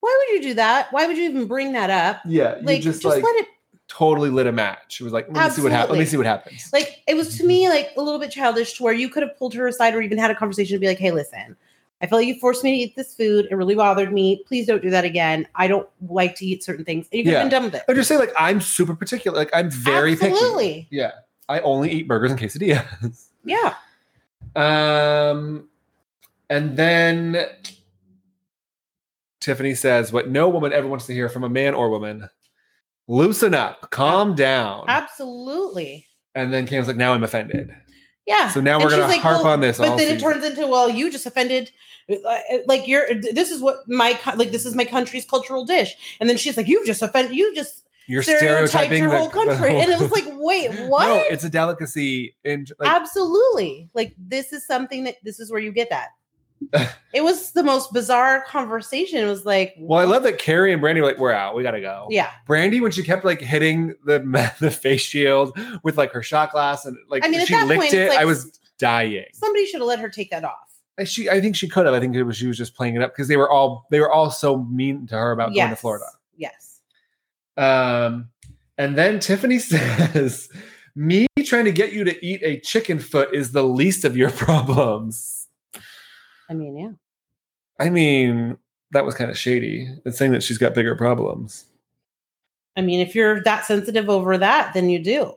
Speaker 2: why would you do that? Why would you even bring that up?
Speaker 1: Yeah,
Speaker 2: Like,
Speaker 1: you
Speaker 2: just,
Speaker 1: just, like
Speaker 2: let it.
Speaker 1: totally lit a match. It was like, let me see what happens. Let me
Speaker 2: Absolutely.
Speaker 1: see what happens.
Speaker 2: Like, it
Speaker 1: Mm-hmm.
Speaker 2: was to me like a little bit childish to where you could have pulled her aside or even had a conversation to be like, hey, listen. I feel like you forced me to eat this food. It really bothered me. Please don't do that again. I don't like to eat certain things. And you could
Speaker 1: Yeah.
Speaker 2: have been done with it.
Speaker 1: I just say like I'm super particular. Like I'm very
Speaker 2: Absolutely.
Speaker 1: picky. Yeah, I only eat burgers and quesadillas.
Speaker 2: Yeah.
Speaker 1: Um, and then Tiffany says, "What no woman ever wants to hear from a man or woman: loosen up, calm down."
Speaker 2: Absolutely.
Speaker 1: And then Cam's like, "Now I'm offended."
Speaker 2: Yeah.
Speaker 1: So now
Speaker 2: And
Speaker 1: we're
Speaker 2: she's
Speaker 1: gonna
Speaker 2: like,
Speaker 1: harp
Speaker 2: well,
Speaker 1: on this.
Speaker 2: but
Speaker 1: all
Speaker 2: then it
Speaker 1: season.
Speaker 2: turns into well you just offended uh, like you're this is what my co- like this is my country's cultural dish and then she's like you just offended you just
Speaker 1: You're
Speaker 2: stereotyped
Speaker 1: stereotyping
Speaker 2: your
Speaker 1: the- <laughs>
Speaker 2: whole
Speaker 1: the
Speaker 2: country
Speaker 1: whole-
Speaker 2: and it was like wait what
Speaker 1: No, it's a delicacy. In like,
Speaker 2: absolutely like this is something that this is where you get that
Speaker 1: <laughs>
Speaker 2: it was the most bizarre conversation it was like
Speaker 1: well, I love that Carrie and Brandy were like, "We're out. We gotta go."
Speaker 2: yeah
Speaker 1: Brandy, when she kept like hitting the <laughs> the face shield with like her shot glass and like
Speaker 2: i mean at
Speaker 1: she
Speaker 2: that
Speaker 1: licked
Speaker 2: point
Speaker 1: it,
Speaker 2: it's like,
Speaker 1: I was dying.
Speaker 2: somebody should have let her take that off
Speaker 1: I- she I think she could have. I think it was she was just playing it up because they were all they were all so mean to her about going to
Speaker 2: Yes.
Speaker 1: Florida.
Speaker 2: yes
Speaker 1: Um and then Tiffany <laughs> says, Me trying to get you to eat a chicken foot is the least of your <laughs> problems.
Speaker 2: i mean yeah
Speaker 1: I mean, that was kind of shady. It's saying that she's got bigger problems.
Speaker 2: i mean if you're that sensitive over that then you do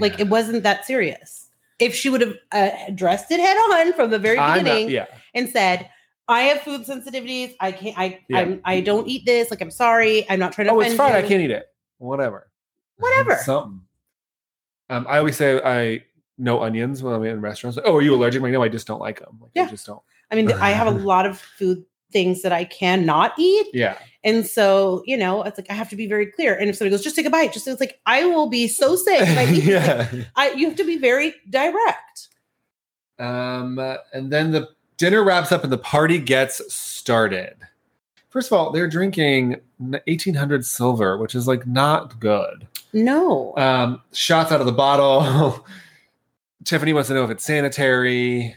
Speaker 2: Like
Speaker 1: Yeah.
Speaker 2: it wasn't that serious. If she would have uh, addressed it head on from the very
Speaker 1: I'm
Speaker 2: beginning
Speaker 1: not, yeah.
Speaker 2: and said, "I have food sensitivities. I can't. I
Speaker 1: Yeah.
Speaker 2: I'm, I don't eat this. Like I'm sorry. I'm not trying to
Speaker 1: Oh,
Speaker 2: offend
Speaker 1: it's fine. I
Speaker 2: you."
Speaker 1: can't eat it. Whatever.
Speaker 2: Whatever.
Speaker 1: <laughs> Something. Um, I always say I know onions when I'm in restaurants. Like, oh, are you allergic? I'm Like, no, I just don't like them. Like,
Speaker 2: Yeah.
Speaker 1: I just don't.
Speaker 2: I mean, I have a
Speaker 1: Uh-huh.
Speaker 2: lot of food things that I cannot eat.
Speaker 1: Yeah.
Speaker 2: And so, you know, it's like I have to be very clear. And if somebody goes, just take a bite, just it's like I will be
Speaker 1: <laughs>
Speaker 2: so sick. if I eat this."
Speaker 1: yeah.
Speaker 2: I, you have to be very direct.
Speaker 1: Um, uh, and then the dinner wraps up and the party gets started. First of all, they're drinking 1800 silver, which is like not good.
Speaker 2: No.
Speaker 1: Um, shots out of the bottle. <laughs> Tiffany wants to know if it's sanitary.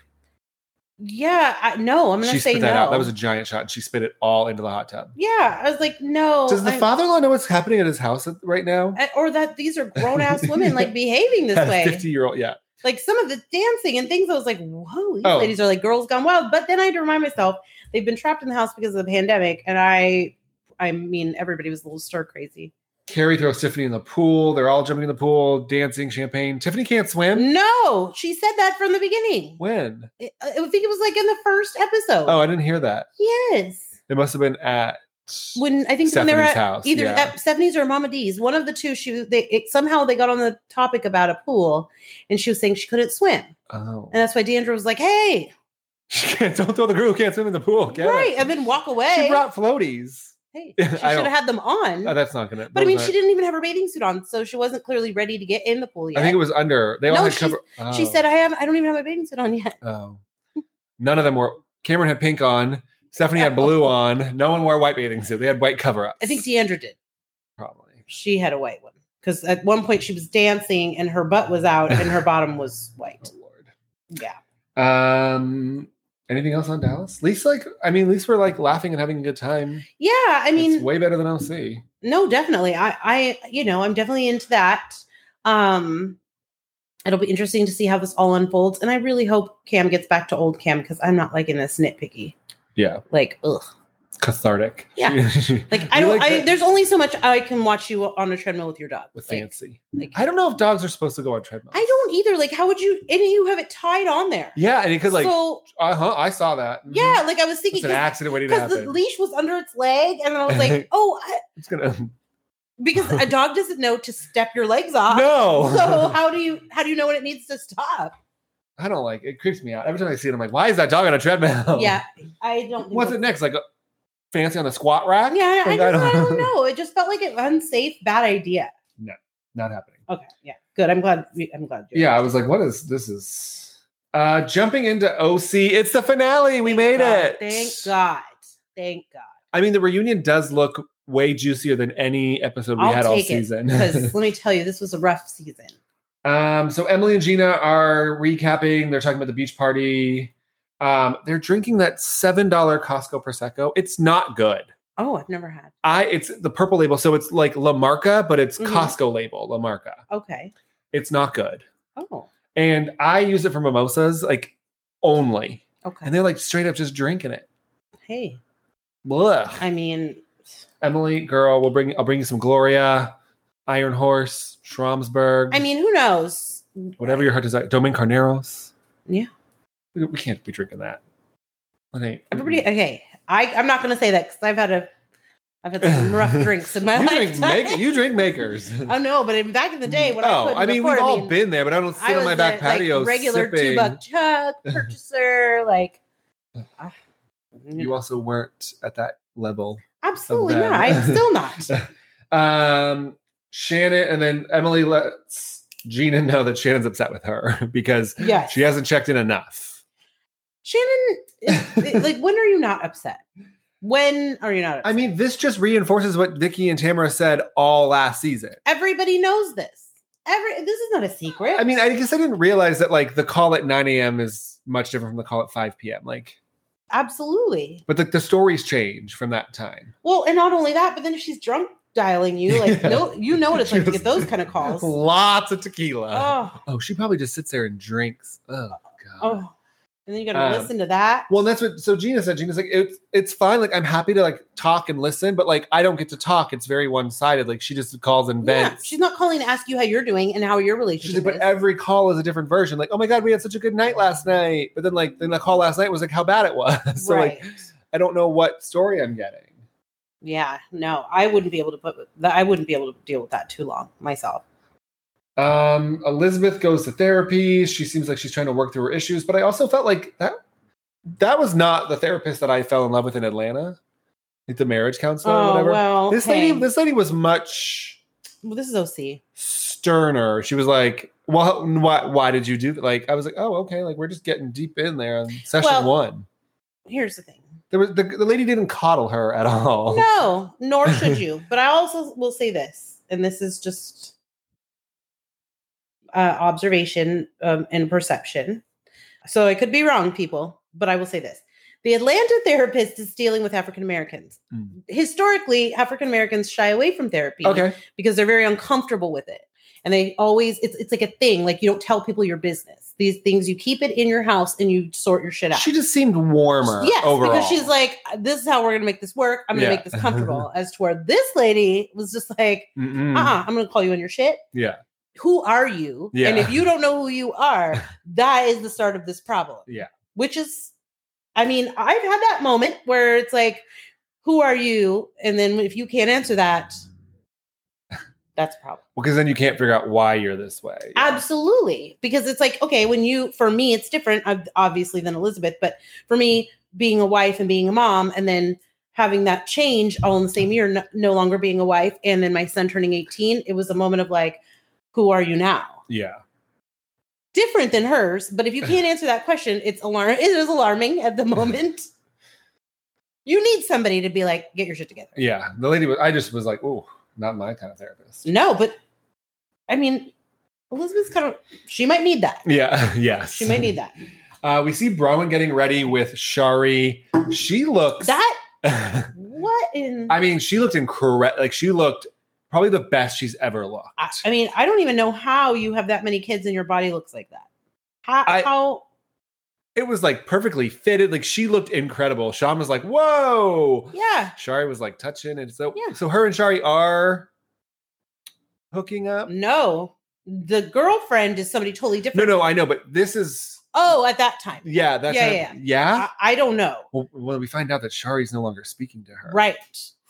Speaker 2: yeah. I, no, I'm going
Speaker 1: she
Speaker 2: to say
Speaker 1: spit
Speaker 2: no.
Speaker 1: that out. That was a giant shot, and she spit it all into the hot tub.
Speaker 2: yeah. I was like, no.
Speaker 1: Does the
Speaker 2: I'm-
Speaker 1: father-in-law know what's happening at his house at- right now?
Speaker 2: I- or that these are grown
Speaker 1: <laughs>
Speaker 2: ass women like behaving this way.
Speaker 1: Fifty-year-old, yeah.
Speaker 2: like some of the dancing and things, I was like, whoa, these
Speaker 1: Oh.
Speaker 2: ladies are like girls gone wild. But then I had to remind myself they've been trapped in the house because of the pandemic. And I, I mean, everybody was a little stir crazy.
Speaker 1: Carrie throws Tiffany in the pool. They're all jumping in the pool, dancing, champagne. Tiffany can't
Speaker 2: Mm.
Speaker 1: swim.
Speaker 2: No, she said that from the beginning.
Speaker 1: When?
Speaker 2: I I think it was like in the first episode.
Speaker 1: Oh, I didn't hear that.
Speaker 2: yes.
Speaker 1: It must have been at
Speaker 2: When I think when they were
Speaker 1: Stephanie's
Speaker 2: at
Speaker 1: house,
Speaker 2: either
Speaker 1: yeah.
Speaker 2: at Stephanie's or Mama D's, one of the two, she they it, somehow they got on the topic about a pool, and she was saying she couldn't swim, and
Speaker 1: Oh.
Speaker 2: that's why Deandra was like, "Hey,
Speaker 1: <laughs> She can't, don't throw the girl who can't swim in the pool. Get
Speaker 2: right,
Speaker 1: it.
Speaker 2: and then walk away."
Speaker 1: She brought floaties.
Speaker 2: hey,
Speaker 1: <laughs>
Speaker 2: she
Speaker 1: I
Speaker 2: should
Speaker 1: don't-
Speaker 2: have had them on.
Speaker 1: Oh, that's not gonna.
Speaker 2: But I mean,
Speaker 1: those
Speaker 2: she
Speaker 1: aren't-
Speaker 2: didn't even have her bathing suit on, so she wasn't clearly ready to get in the pool yet.
Speaker 1: I think it was under. They all
Speaker 2: No,
Speaker 1: had
Speaker 2: she's-
Speaker 1: cover.
Speaker 2: she
Speaker 1: Oh,
Speaker 2: said, "I have, I don't even have my bathing suit on yet."
Speaker 1: Oh. None of them wore. Cameron had pink on. Stephanie had
Speaker 2: <laughs>
Speaker 1: blue on. No one wore white bathing suit. They had white cover ups.
Speaker 2: I think Deandra did.
Speaker 1: probably.
Speaker 2: She had a white one because at one point she was dancing and her butt was out
Speaker 1: <laughs>
Speaker 2: and her bottom was
Speaker 1: Oh
Speaker 2: white.
Speaker 1: lord.
Speaker 2: Yeah,
Speaker 1: Um. Anything else on Dallas? At least like I mean, at least we're like laughing and having a good time.
Speaker 2: yeah. I
Speaker 1: it's
Speaker 2: mean,
Speaker 1: way better than LC.
Speaker 2: no, definitely. I, I, you know, I'm definitely into that. Um, it'll be interesting to see how this all unfolds, and I really hope Cam gets back to old Cam because I'm not liking this nitpicky.
Speaker 1: Yeah,
Speaker 2: Like, ugh.
Speaker 1: cathartic. <laughs>
Speaker 2: Yeah. Like I
Speaker 1: You
Speaker 2: don't. I,
Speaker 1: that
Speaker 2: there's only so much I can watch you on a treadmill with your dog.
Speaker 1: with
Speaker 2: Like,
Speaker 1: fancy.
Speaker 2: like-
Speaker 1: I don't know if dogs are supposed to go on treadmills.
Speaker 2: I don't either. Like, how would you? And you have it tied on there.
Speaker 1: Yeah, and it could like
Speaker 2: so.
Speaker 1: Uh huh. I saw that. Mhm.
Speaker 2: Yeah, like I was
Speaker 1: It's
Speaker 2: thinking
Speaker 1: an accident waiting to
Speaker 2: because the
Speaker 1: happen.
Speaker 2: leash was under its leg, and then I
Speaker 1: <laughs>
Speaker 2: was like, oh, I,
Speaker 1: it's
Speaker 2: <laughs>
Speaker 1: gonna <laughs>
Speaker 2: because a dog doesn't know to step your legs off.
Speaker 1: no. <laughs>
Speaker 2: <laughs> So how do you how do you know when it needs to stop?
Speaker 1: I don't like it. Creeps me out every time I see it. I'm like, why is that dog on a treadmill?
Speaker 2: Yeah, I don't.
Speaker 1: <laughs>
Speaker 2: think
Speaker 1: What's Oh. it
Speaker 2: it's-
Speaker 1: next? Like a fancy on a squat rack?
Speaker 2: Yeah, I,
Speaker 1: Like,
Speaker 2: just, I, don't,
Speaker 1: <laughs>
Speaker 2: know. It just felt like an unsafe, bad idea.
Speaker 1: Not happening.
Speaker 2: Okay, yeah, good. I'm glad. I'm glad. you're-
Speaker 1: Yeah, I was like, what is this? Is uh jumping into OC? It's the finale. We made
Speaker 2: God,
Speaker 1: it.
Speaker 2: Thank God. Thank God.
Speaker 1: I mean, the reunion does look way juicier than any episode we
Speaker 2: I'll
Speaker 1: had all
Speaker 2: take it,
Speaker 1: season. <laughs>
Speaker 2: Because let me tell you, this was a rough season.
Speaker 1: Um, so Emily and Gina are recapping. They're talking about the beach party. Um, they're drinking that seven dollar Costco prosecco. It's not good.
Speaker 2: Oh, I've never had.
Speaker 1: I it's the purple label, so it's like La Marca, but it's
Speaker 2: Mhm.
Speaker 1: Costco label La Marca.
Speaker 2: Okay.
Speaker 1: It's not good,
Speaker 2: Oh,
Speaker 1: and I use it for mimosas like only,
Speaker 2: okay.
Speaker 1: and they're like straight up just drinking it.
Speaker 2: hey,
Speaker 1: Blech.
Speaker 2: I mean,
Speaker 1: Emily, girl, we'll bring I'll bring you some Gloria, Iron Horse, Schramsberg.
Speaker 2: I mean, who knows?
Speaker 1: whatever your heart desires. Domingue Carneros.
Speaker 2: Yeah.
Speaker 1: We, we can't be drinking that. That ain't-
Speaker 2: Everybody, okay. I I'm not gonna say that because I've had a I've had some
Speaker 1: <laughs>
Speaker 2: rough drinks in my
Speaker 1: you
Speaker 2: life.
Speaker 1: drink, make, you drink makers.
Speaker 2: <laughs> oh no, but in back in the day when I
Speaker 1: oh,
Speaker 2: couldn't
Speaker 1: I mean,
Speaker 2: afford,
Speaker 1: we've
Speaker 2: I
Speaker 1: all
Speaker 2: mean,
Speaker 1: been there, but I don't
Speaker 2: I
Speaker 1: sit
Speaker 2: was
Speaker 1: on my
Speaker 2: a,
Speaker 1: back
Speaker 2: like,
Speaker 1: patio
Speaker 2: regular two
Speaker 1: sipping.
Speaker 2: buck chug
Speaker 1: <laughs>
Speaker 2: purchaser, like. ah,
Speaker 1: Uh, You also weren't at that level.
Speaker 2: absolutely
Speaker 1: them.
Speaker 2: not. I'm still
Speaker 1: <laughs>
Speaker 2: not.
Speaker 1: Um, Shannon, and then Emily lets Gina know that Shannon's upset with her <laughs> because
Speaker 2: Yes,
Speaker 1: she hasn't checked in enough.
Speaker 2: Shannon. like, when are you not upset? When are you not? Upset?
Speaker 1: I mean, this just reinforces what Vicky and Tamara said all last season.
Speaker 2: Everybody knows this. Every this is not a secret.
Speaker 1: I mean, I guess I didn't realize that like the call at 9 a.m. is much different from the call at 5 p.m. Like,
Speaker 2: absolutely.
Speaker 1: but the, the stories change from that time.
Speaker 2: Well, and not only that, but then if she's drunk dialing you, like
Speaker 1: Yeah.
Speaker 2: no, you know what it's like to
Speaker 1: Just
Speaker 2: get those
Speaker 1: <laughs>
Speaker 2: kind of calls. Oh,
Speaker 1: Lots of tequila.
Speaker 2: oh,
Speaker 1: Oh, she probably just sits there and drinks. Oh god.
Speaker 2: and then you got to
Speaker 1: Um,
Speaker 2: listen to that.
Speaker 1: Well, that's what so Gina said. Gina's like, it's it's fine. Like, I'm happy to like talk and listen, but like I don't get to talk. It's very one-sided. Like she just calls and
Speaker 2: Yeah,
Speaker 1: vents.
Speaker 2: she's not calling to ask you how you're doing and how your
Speaker 1: She's like,
Speaker 2: relationship
Speaker 1: but
Speaker 2: is.
Speaker 1: every call is a different version. Like, oh my god, we had such a good night last night. But then like then the call last night was <laughs> like how bad it was. so
Speaker 2: right.
Speaker 1: like I don't know what story I'm getting.
Speaker 2: yeah, no, I wouldn't be able to put. I wouldn't be able to deal with that too long myself.
Speaker 1: Um, Elizabeth goes to therapy. She seems like she's trying to work through her issues, but I also felt like that that was not the therapist that I fell in love with in Atlanta. Like the marriage counselor or
Speaker 2: Oh
Speaker 1: whatever.
Speaker 2: well,
Speaker 1: This
Speaker 2: okay.
Speaker 1: lady this lady was much
Speaker 2: Well, this is OC.
Speaker 1: sterner. She was like, Well, why why did you do that? Like I was like, Oh, okay, like we're just getting deep in there on session
Speaker 2: Well-
Speaker 1: one.
Speaker 2: Here's the thing.
Speaker 1: There was the, the lady didn't coddle her at all.
Speaker 2: No, nor should you. But I also will say this, and this is just uh, observation um, and perception. So I could be wrong, people, but I will say this. The Atlanta therapist is dealing with African Americans.
Speaker 1: Mm.
Speaker 2: Historically, African Americans shy away from therapy
Speaker 1: Okay.
Speaker 2: because they're very uncomfortable with it. And they always it's it's like a thing, like you don't tell people your business. These things you keep it in your house and you sort your shit out.
Speaker 1: She just seemed warmer.
Speaker 2: Yes,
Speaker 1: overall.
Speaker 2: because she's like, this is how we're gonna make this work. I'm gonna
Speaker 1: Yeah.
Speaker 2: make this comfortable.
Speaker 1: <laughs>
Speaker 2: As to where this lady was just like,
Speaker 1: Mm-mm.
Speaker 2: uh, uh I'm gonna call you on your shit.
Speaker 1: Yeah.
Speaker 2: Who are you? And if
Speaker 1: Yeah.
Speaker 2: you don't know who
Speaker 1: <laughs>
Speaker 2: you are, that is the start of this problem.
Speaker 1: Yeah.
Speaker 2: Which is, I mean, I've had that moment where it's like, who are you? And then if you can't
Speaker 1: <laughs>
Speaker 2: answer that, that's a problem.
Speaker 1: because then you can't figure out why you're this way.
Speaker 2: Absolutely. Because it's like, okay, when you, for me, it's different, ob- obviously, than Elizabeth, but for me, being a wife and being a mom and then having that change all in the same year, no, no longer being a wife, and then my son turning 18, it was a moment of like, who are you now?
Speaker 1: Yeah.
Speaker 2: Different than hers, but if you can't answer that question, it's alarm. It is alarming at the moment. You need somebody to be like, get your shit together.
Speaker 1: Yeah. The lady was I just was like, oh, not my kind of therapist.
Speaker 2: No, but I mean, Elizabeth's kind of. She might need that.
Speaker 1: Yeah. <laughs> Yes.
Speaker 2: She might need that.
Speaker 1: Uh, we see Bronwyn getting ready with Shari. She looks.
Speaker 2: That what in
Speaker 1: <laughs> I mean, she looked incredible. Like she looked probably the best she's ever looked.
Speaker 2: I, I mean, I don't even know how you have that many kids and your body looks like that. How?
Speaker 1: I-
Speaker 2: how
Speaker 1: it was like perfectly fitted. Like she looked incredible. Sean was like, "Whoa!"
Speaker 2: yeah.
Speaker 1: Shari was like touching, and so
Speaker 2: Yeah.
Speaker 1: so her and Shari are hooking up.
Speaker 2: No, the girlfriend is somebody totally
Speaker 1: No,
Speaker 2: different.
Speaker 1: no, I know, but this is
Speaker 2: Oh, at that time,
Speaker 1: yeah, that's
Speaker 2: Yeah,
Speaker 1: her-
Speaker 2: yeah,
Speaker 1: yeah?
Speaker 2: I, I don't know.
Speaker 1: Well, well, we find out that Shari's no longer speaking to her.
Speaker 2: Right.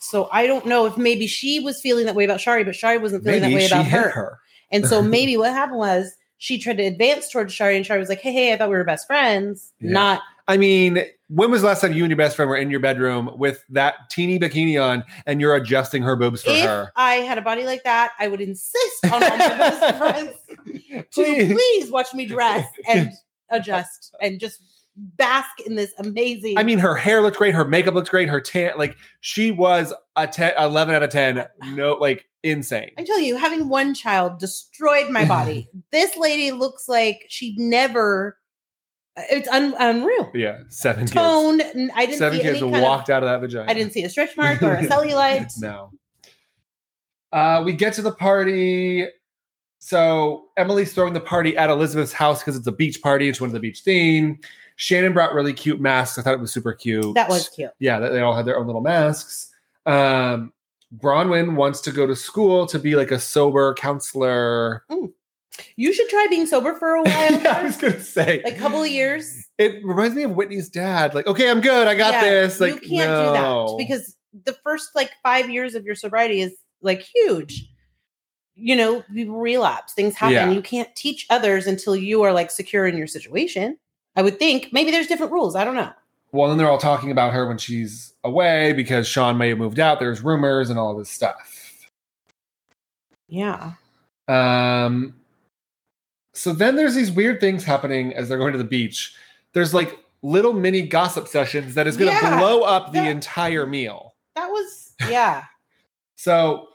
Speaker 2: So I don't know if maybe she was feeling that way about Shari, but Shari wasn't feeling
Speaker 1: Maybe
Speaker 2: that way
Speaker 1: she
Speaker 2: about
Speaker 1: hit
Speaker 2: her.
Speaker 1: her.
Speaker 2: And
Speaker 1: <laughs>
Speaker 2: so maybe what happened was she tried to advance towards Shari, and Shari was like, "Hey, hey, I thought we were best friends."
Speaker 1: Yeah.
Speaker 2: Not
Speaker 1: I mean, when was the last time you and your best friend were in your bedroom with that teeny bikini on and you're adjusting her boobs for
Speaker 2: if
Speaker 1: her?
Speaker 2: I had a body like that, I would insist on all
Speaker 1: <laughs>
Speaker 2: my best friends to
Speaker 1: Please.
Speaker 2: please watch
Speaker 1: <laughs>
Speaker 2: me dress and adjust and just bask in this amazing.
Speaker 1: I mean, her hair looked great. Her makeup looked great. Her tan, like she was a 10, 11 out of 10. No, like insane.
Speaker 2: I'm telling you, having one child destroyed
Speaker 1: <laughs>
Speaker 2: my body. this lady looks like she never. uh, It's un- unreal.
Speaker 1: Yeah. Seven kids.
Speaker 2: Tone. n- I didn't
Speaker 1: Seven
Speaker 2: see any
Speaker 1: kids
Speaker 2: kind of.
Speaker 1: walked out of that vagina.
Speaker 2: I didn't see a stretch mark
Speaker 1: <laughs>
Speaker 2: or a cellulite.
Speaker 1: No. Uh, we get to the party. So Emily's throwing the party at Elizabeth's house because it's a beach party. It's one of the beach theme. Shannon brought really cute masks. I thought it was super cute.
Speaker 2: That was cute.
Speaker 1: yeah, that they all had their own little masks. Um, Bronwyn wants to go to school to be like a sober counselor. <laughs>
Speaker 2: You should try being sober for a while,
Speaker 1: Yeah, I was gonna say,
Speaker 2: like a couple of years.
Speaker 1: it reminds me of Whitney's dad. Like, okay, I'm good. I got
Speaker 2: Yeah,
Speaker 1: this. Like,
Speaker 2: you can't
Speaker 1: no.
Speaker 2: do that because the first like five years of your sobriety is like huge. You know, people relapse, things happen.
Speaker 1: Yeah.
Speaker 2: You can't teach others until you are like secure in your situation. I would think maybe there's different rules. I don't know.
Speaker 1: well, then they're all talking about her when she's away because Sean may have moved out. There's rumors and all this stuff.
Speaker 2: Yeah.
Speaker 1: Um, so then there's these weird things happening as they're going to the beach. There's like little mini gossip sessions that is going to
Speaker 2: Yeah,
Speaker 1: blow up the
Speaker 2: that-
Speaker 1: entire meal.
Speaker 2: That
Speaker 1: <laughs>
Speaker 2: was yeah.
Speaker 1: So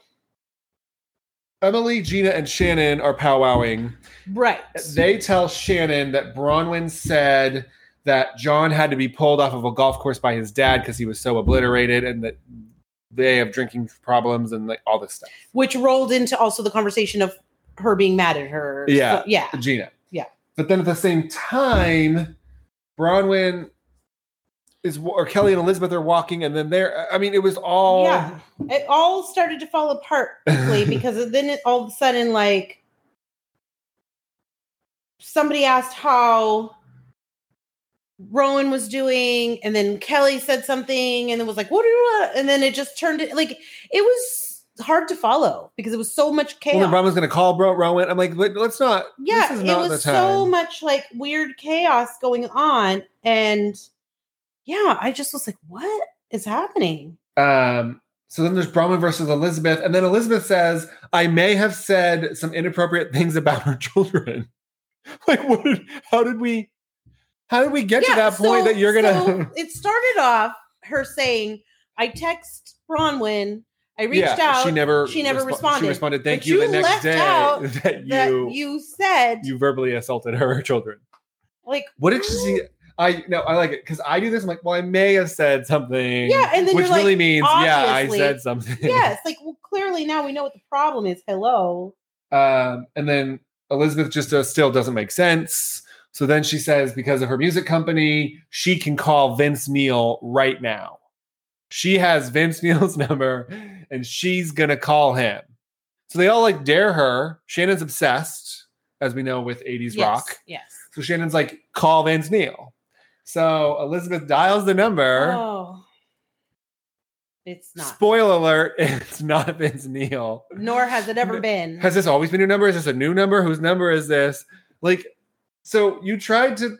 Speaker 1: Emily, Gina, and Shannon are powwowing.
Speaker 2: right.
Speaker 1: They tell Shannon that Bronwyn said that John had to be pulled off of a golf course by his dad because he was so obliterated and that they have drinking problems and like all this stuff.
Speaker 2: Which rolled into also the conversation of her being mad at her.
Speaker 1: Yeah.
Speaker 2: So- yeah.
Speaker 1: Gina.
Speaker 2: Yeah.
Speaker 1: But then at the same time, Bronwyn is or Kelly and Elizabeth are walking and then they're I mean it was all
Speaker 2: Yeah. It all started to fall apart
Speaker 1: <laughs>
Speaker 2: quickly because then it, all of a sudden, like, somebody asked how Rowan was doing, and then Kelly said something, and then was like, what? are you-" And then it just turned it like it was hard to follow because it was so much chaos.
Speaker 1: Well, then Brahma's gonna call Bro Rowan. I'm like, "Let- let's not.
Speaker 2: yeah,
Speaker 1: this is
Speaker 2: it
Speaker 1: not
Speaker 2: was
Speaker 1: the
Speaker 2: so
Speaker 1: time.
Speaker 2: much like weird chaos going on, and yeah, I just was like, what is happening?
Speaker 1: Um, so then there's Brahma versus Elizabeth, and then Elizabeth says, "I may have said some inappropriate things about her children." <laughs> like, what? Did, how did we? How did we get to that point
Speaker 2: so-
Speaker 1: that you're <laughs> gonna?
Speaker 2: so it started off her saying, "I text Bronwyn. I reached out
Speaker 1: She never.
Speaker 2: she never
Speaker 1: respo-
Speaker 2: responded.
Speaker 1: She responded. Thank
Speaker 2: But
Speaker 1: you.
Speaker 2: you
Speaker 1: The next
Speaker 2: left
Speaker 1: day <laughs>
Speaker 2: out
Speaker 1: that
Speaker 2: that
Speaker 1: you,
Speaker 2: you,
Speaker 1: you
Speaker 2: said
Speaker 1: verbally assaulted her <laughs> children. <laughs>
Speaker 2: like
Speaker 1: What did she
Speaker 2: Oh.
Speaker 1: see? I no, I like it because I do this. I'm like, well, I may have said something.
Speaker 2: yeah, and then
Speaker 1: which
Speaker 2: you're
Speaker 1: really
Speaker 2: like,
Speaker 1: means yeah, I
Speaker 2: obviously.
Speaker 1: said something.
Speaker 2: yes, like well, clearly now we know what the problem is. Hello,
Speaker 1: Um, and then Elizabeth just uh, still doesn't make sense. So then she says, because of her music company, she can call Vince Neil right now. She has Vince <laughs> Neil's number and she's going to call him. So they all like dare her. Shannon's obsessed, as we know, with 80s
Speaker 2: yes,
Speaker 1: rock.
Speaker 2: Yes.
Speaker 1: So Shannon's like, call Vince Neil. So Elizabeth dials the number.
Speaker 2: Oh, it's not.
Speaker 1: Spoiler alert, <laughs> it's not Vince Neil.
Speaker 2: Nor has it ever
Speaker 1: No.
Speaker 2: been.
Speaker 1: Has this always been your number? Is this a new number? Whose number is this? Like, so you tried to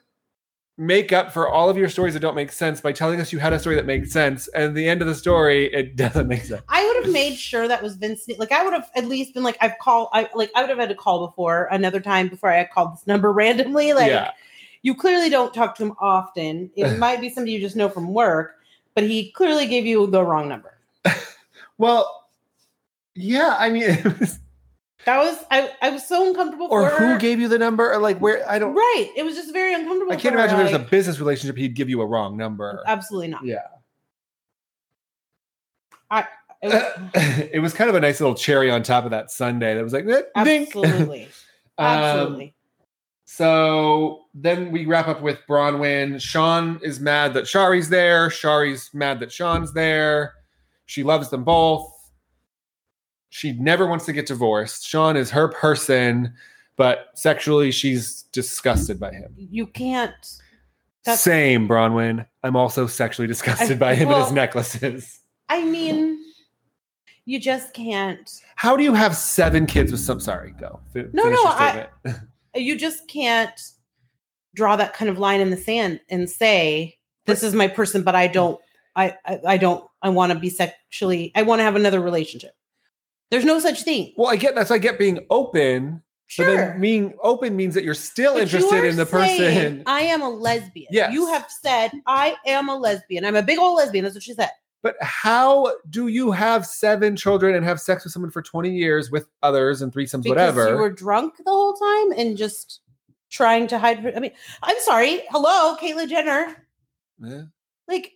Speaker 1: make up for all of your stories that don't make sense by telling us you had a story that makes sense, and at the end of the story, it <laughs> doesn't make sense.
Speaker 2: I would have made sure that was Vince. Ne- Like I would have at least been like, I've called. I like I would have had a call before another time before I had called this number randomly. Like
Speaker 1: yeah,
Speaker 2: you clearly don't talk to him often.
Speaker 1: <laughs>
Speaker 2: It might be somebody you just know from work, but he clearly gave you the wrong number.
Speaker 1: well, yeah. I mean, <laughs> it was-
Speaker 2: That was I. I was so uncomfortable.
Speaker 1: or
Speaker 2: for
Speaker 1: who
Speaker 2: her.
Speaker 1: gave you the number, or like where? I don't.
Speaker 2: Right. It was just very uncomfortable.
Speaker 1: I can't
Speaker 2: for her,
Speaker 1: imagine if there's a
Speaker 2: like,
Speaker 1: business relationship he'd give you a wrong number. <laughs>
Speaker 2: Absolutely not.
Speaker 1: Yeah. <laughs>
Speaker 2: It was-
Speaker 1: it was kind of a nice little cherry on top of that Sunday that was like, eh, dink.
Speaker 2: absolutely.
Speaker 1: <laughs> Um,
Speaker 2: Absolutely.
Speaker 1: So then we wrap up with Bronwyn. Sean is mad that Shari's there. Shari's mad that Sean's there. She loves them both. She never wants to get divorced. Sean is her person, but sexually she's disgusted by him.
Speaker 2: you can't. That's-
Speaker 1: Same, Bronwyn. I'm also sexually disgusted
Speaker 2: I-
Speaker 1: by him and his
Speaker 2: well-
Speaker 1: necklaces.
Speaker 2: I mean, you just can't.
Speaker 1: How do you have seven kids with some? Sorry, go. Fi-
Speaker 2: No,
Speaker 1: finish
Speaker 2: no,
Speaker 1: your
Speaker 2: I-
Speaker 1: statement. <laughs>
Speaker 2: You just can't draw that kind of line in the sand and say, "This is my person," but I
Speaker 1: Mm.
Speaker 2: don't. I I, I don't. I want to be sexually. I want to have another relationship. There's no such thing.
Speaker 1: well, I get that's I get being open, but
Speaker 2: Sure.
Speaker 1: then being open means that you're still
Speaker 2: But you
Speaker 1: interested
Speaker 2: are
Speaker 1: in the
Speaker 2: saying, uh
Speaker 1: person.
Speaker 2: I am a lesbian.
Speaker 1: Yes.
Speaker 2: You have said, I am a lesbian. I'm a big old lesbian. That's what she said.
Speaker 1: But how do you have seven children and have sex with someone for 20 years with others and threesomes,
Speaker 2: Because
Speaker 1: whatever?
Speaker 2: you were drunk the whole time and just trying to hide. I mean, I'm sorry. Hello, Caitlyn Jenner.
Speaker 1: Yeah.
Speaker 2: Like,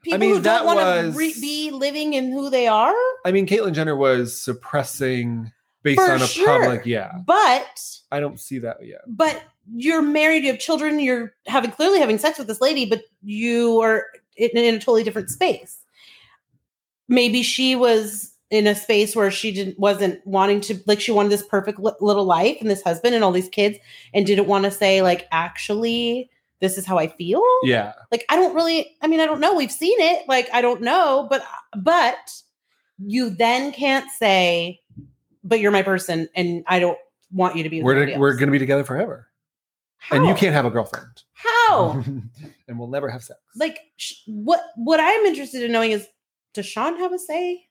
Speaker 2: people
Speaker 1: mean,
Speaker 2: who
Speaker 1: that
Speaker 2: don't want to
Speaker 1: was-
Speaker 2: re- be living in who they are.
Speaker 1: I mean, Caitlyn Jenner was suppressing based
Speaker 2: For
Speaker 1: on a
Speaker 2: sure.
Speaker 1: public. Yeah.
Speaker 2: But,
Speaker 1: I don't see that yet.
Speaker 2: but you're married, you have children, you're having clearly having sex with this lady, but you are in, in a totally different space. Maybe she was in a space where she didn't wasn't wanting to like she wanted this perfect li- little life and this husband and all these kids and didn't want to say like actually this is how I feel.
Speaker 1: Yeah.
Speaker 2: Like I don't really I mean I don't know we've seen it like I don't know but but you then can't say but you're my person and I don't want you to be with
Speaker 1: We're,
Speaker 2: somebody
Speaker 1: to, we're
Speaker 2: else."
Speaker 1: going to be together forever. And you
Speaker 2: How?
Speaker 1: can't have a girlfriend.
Speaker 2: How?
Speaker 1: <laughs> and we'll never have sex.
Speaker 2: like sh- what what I'm interested in knowing is does Sean have a say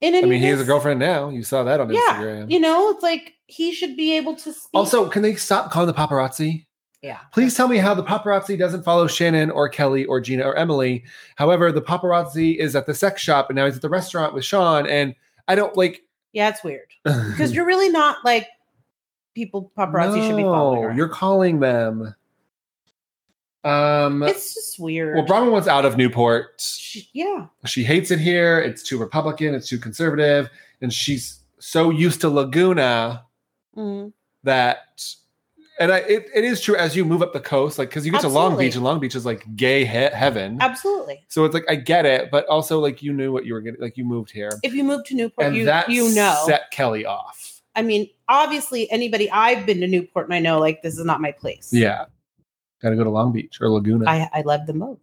Speaker 2: in
Speaker 1: I
Speaker 2: any
Speaker 1: mean, he
Speaker 2: of
Speaker 1: has a
Speaker 2: this?
Speaker 1: girlfriend now. You saw that on
Speaker 2: Yeah,
Speaker 1: Instagram.
Speaker 2: You know, it's like he should be able to speak.
Speaker 1: Also, can they stop calling the paparazzi?
Speaker 2: yeah.
Speaker 1: Please tell me how the paparazzi doesn't follow Shannon or Kelly or Gina or Emily. However, the paparazzi is at the sex shop and now he's at the restaurant with Sean. And I don't like
Speaker 2: Yeah, it's weird.
Speaker 1: <clears throat> <laughs>
Speaker 2: Because you're really not like people paparazzi should be following.
Speaker 1: No,
Speaker 2: around.
Speaker 1: You're calling them. Um.
Speaker 2: it's just weird.
Speaker 1: well, Brahma wants out of Newport.
Speaker 2: Sh- yeah.
Speaker 1: She hates it here. It's too Republican. It's too conservative. And she's so used to Laguna
Speaker 2: Mhm.
Speaker 1: that. And I, it, it is true as you move up the coast, like because you get to Long
Speaker 2: Absolutely.
Speaker 1: Beach, and Long Beach is like gay he- heaven.
Speaker 2: Absolutely.
Speaker 1: So it's like I get it, but also like you knew what you were getting. Like you moved here,
Speaker 2: If you move to Newport,
Speaker 1: and
Speaker 2: you
Speaker 1: that
Speaker 2: you know.
Speaker 1: set Kelly off.
Speaker 2: I mean, obviously anybody I've been to Newport and I know like this is not my place.
Speaker 1: Yeah, Got to go to Long Beach or Laguna. I,
Speaker 2: I, I love them both.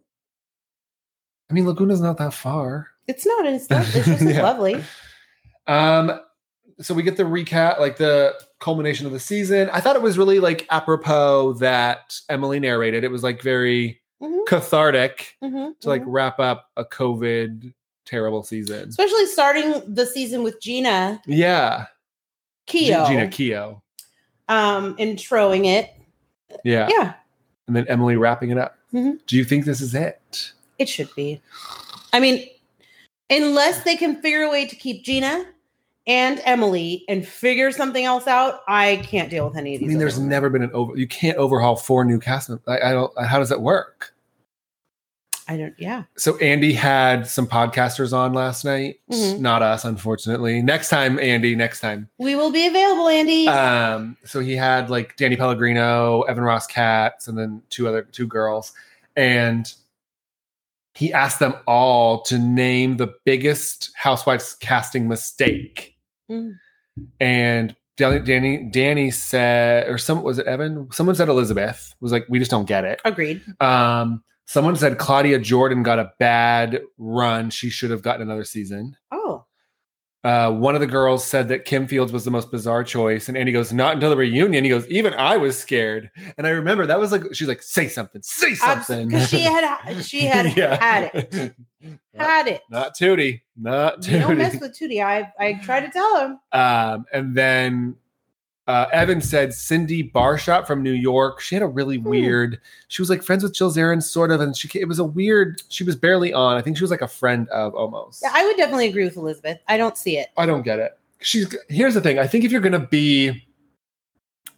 Speaker 1: mean, Laguna's not that far.
Speaker 2: It's not, and it's, not,
Speaker 1: <laughs>
Speaker 2: it's just as
Speaker 1: Yeah.
Speaker 2: lovely.
Speaker 1: Um, so we get the recap, like the culmination of the season. I thought it was really like apropos that Emily narrated. It was like very
Speaker 2: Mhm,
Speaker 1: cathartic
Speaker 2: mhm,
Speaker 1: to like
Speaker 2: mhm.
Speaker 1: wrap up a COVID terrible season.
Speaker 2: especially starting the season with Gina
Speaker 1: Yeah, G-
Speaker 2: Keo,
Speaker 1: Gina Keo.
Speaker 2: um, introing it.
Speaker 1: Yeah.
Speaker 2: Yeah,
Speaker 1: and then Emily wrapping it up.
Speaker 2: Mhm.
Speaker 1: Do you think this is it?
Speaker 2: it should be. I mean, unless they can figure a way to keep Gina and Emily and figure something else out, I can't deal with any
Speaker 1: I
Speaker 2: of these.
Speaker 1: mean, there's
Speaker 2: other-
Speaker 1: never been an over. You can't overhaul four new cast members. I, I don't. How does that work?
Speaker 2: I don't. Yeah,
Speaker 1: So Andy had some podcasters on last night.
Speaker 2: Mhm.
Speaker 1: Not us, unfortunately. Next time, Andy. Next time.
Speaker 2: we will be available, Andy.
Speaker 1: Um, so he had like Danny Pellegrino, Evan Ross Katz, and then two other two girls, and he asked them all to name the biggest Housewives casting mistake.
Speaker 2: Mm.
Speaker 1: and Danny, Danny Danny said or some was it Evan? Someone said Elizabeth was like we just don't get it.
Speaker 2: Agreed.
Speaker 1: Um, someone said Claudia Jordan got a bad run. She should have gotten another season.
Speaker 2: Oh,
Speaker 1: Uh, one of the girls said that Kim Fields was the most bizarre choice, and Andy goes, "Not until the reunion." He goes, "Even I was scared." And I remember that was like she's like, "Say something, say
Speaker 2: <laughs>
Speaker 1: something."
Speaker 2: because
Speaker 1: <laughs>
Speaker 2: she had she had
Speaker 1: Yeah.
Speaker 2: had it had it.
Speaker 1: <laughs> Not Tootie, not
Speaker 2: You
Speaker 1: Tootie.
Speaker 2: don't mess with Tootie. I I tried to tell him.
Speaker 1: <laughs> Um, and then uh, Evan said Cindy Barshot from New York. She had a really
Speaker 2: Hmm.
Speaker 1: weird. She was like friends with Jill Zarin, sort of, and she ca- it was a weird. She was barely on. I think she was like a friend of almost.
Speaker 2: I would definitely agree with Elizabeth. I don't see it.
Speaker 1: I don't get it. She's here's the thing. I think if you're gonna be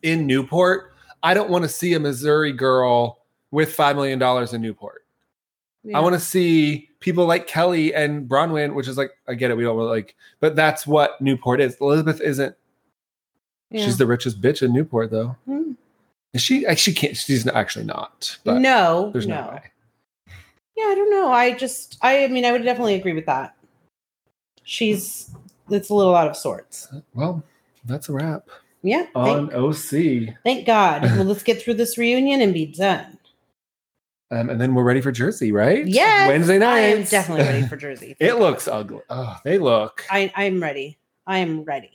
Speaker 1: in Newport, I don't want to see a Missouri girl with five million dollars in Newport. I want to see people like Kelly and Bronwyn, which is like I get it. We don't really like, but that's what Newport is. Elizabeth isn't She's the richest bitch in Newport, though.
Speaker 2: Hmm.
Speaker 1: Is she actually can't. She's not, actually not. But
Speaker 2: no,
Speaker 1: there's no,
Speaker 2: no.
Speaker 1: way.
Speaker 2: Yeah, I don't know. I just, I, I mean, I would definitely agree with that. She's, it's a little out of sorts.
Speaker 1: Well, that's a wrap
Speaker 2: Yeah.
Speaker 1: on
Speaker 2: Thank,
Speaker 1: OC,
Speaker 2: thank
Speaker 1: <laughs>
Speaker 2: God. Well, let's get through this reunion and be done.
Speaker 1: um, and then we're ready for Jersey, right?
Speaker 2: Yes,
Speaker 1: Wednesday night.
Speaker 2: I am definitely
Speaker 1: <laughs>
Speaker 2: ready for Jersey.
Speaker 1: it looks ugly. Oh, they look.
Speaker 2: I, I'm ready. I am ready.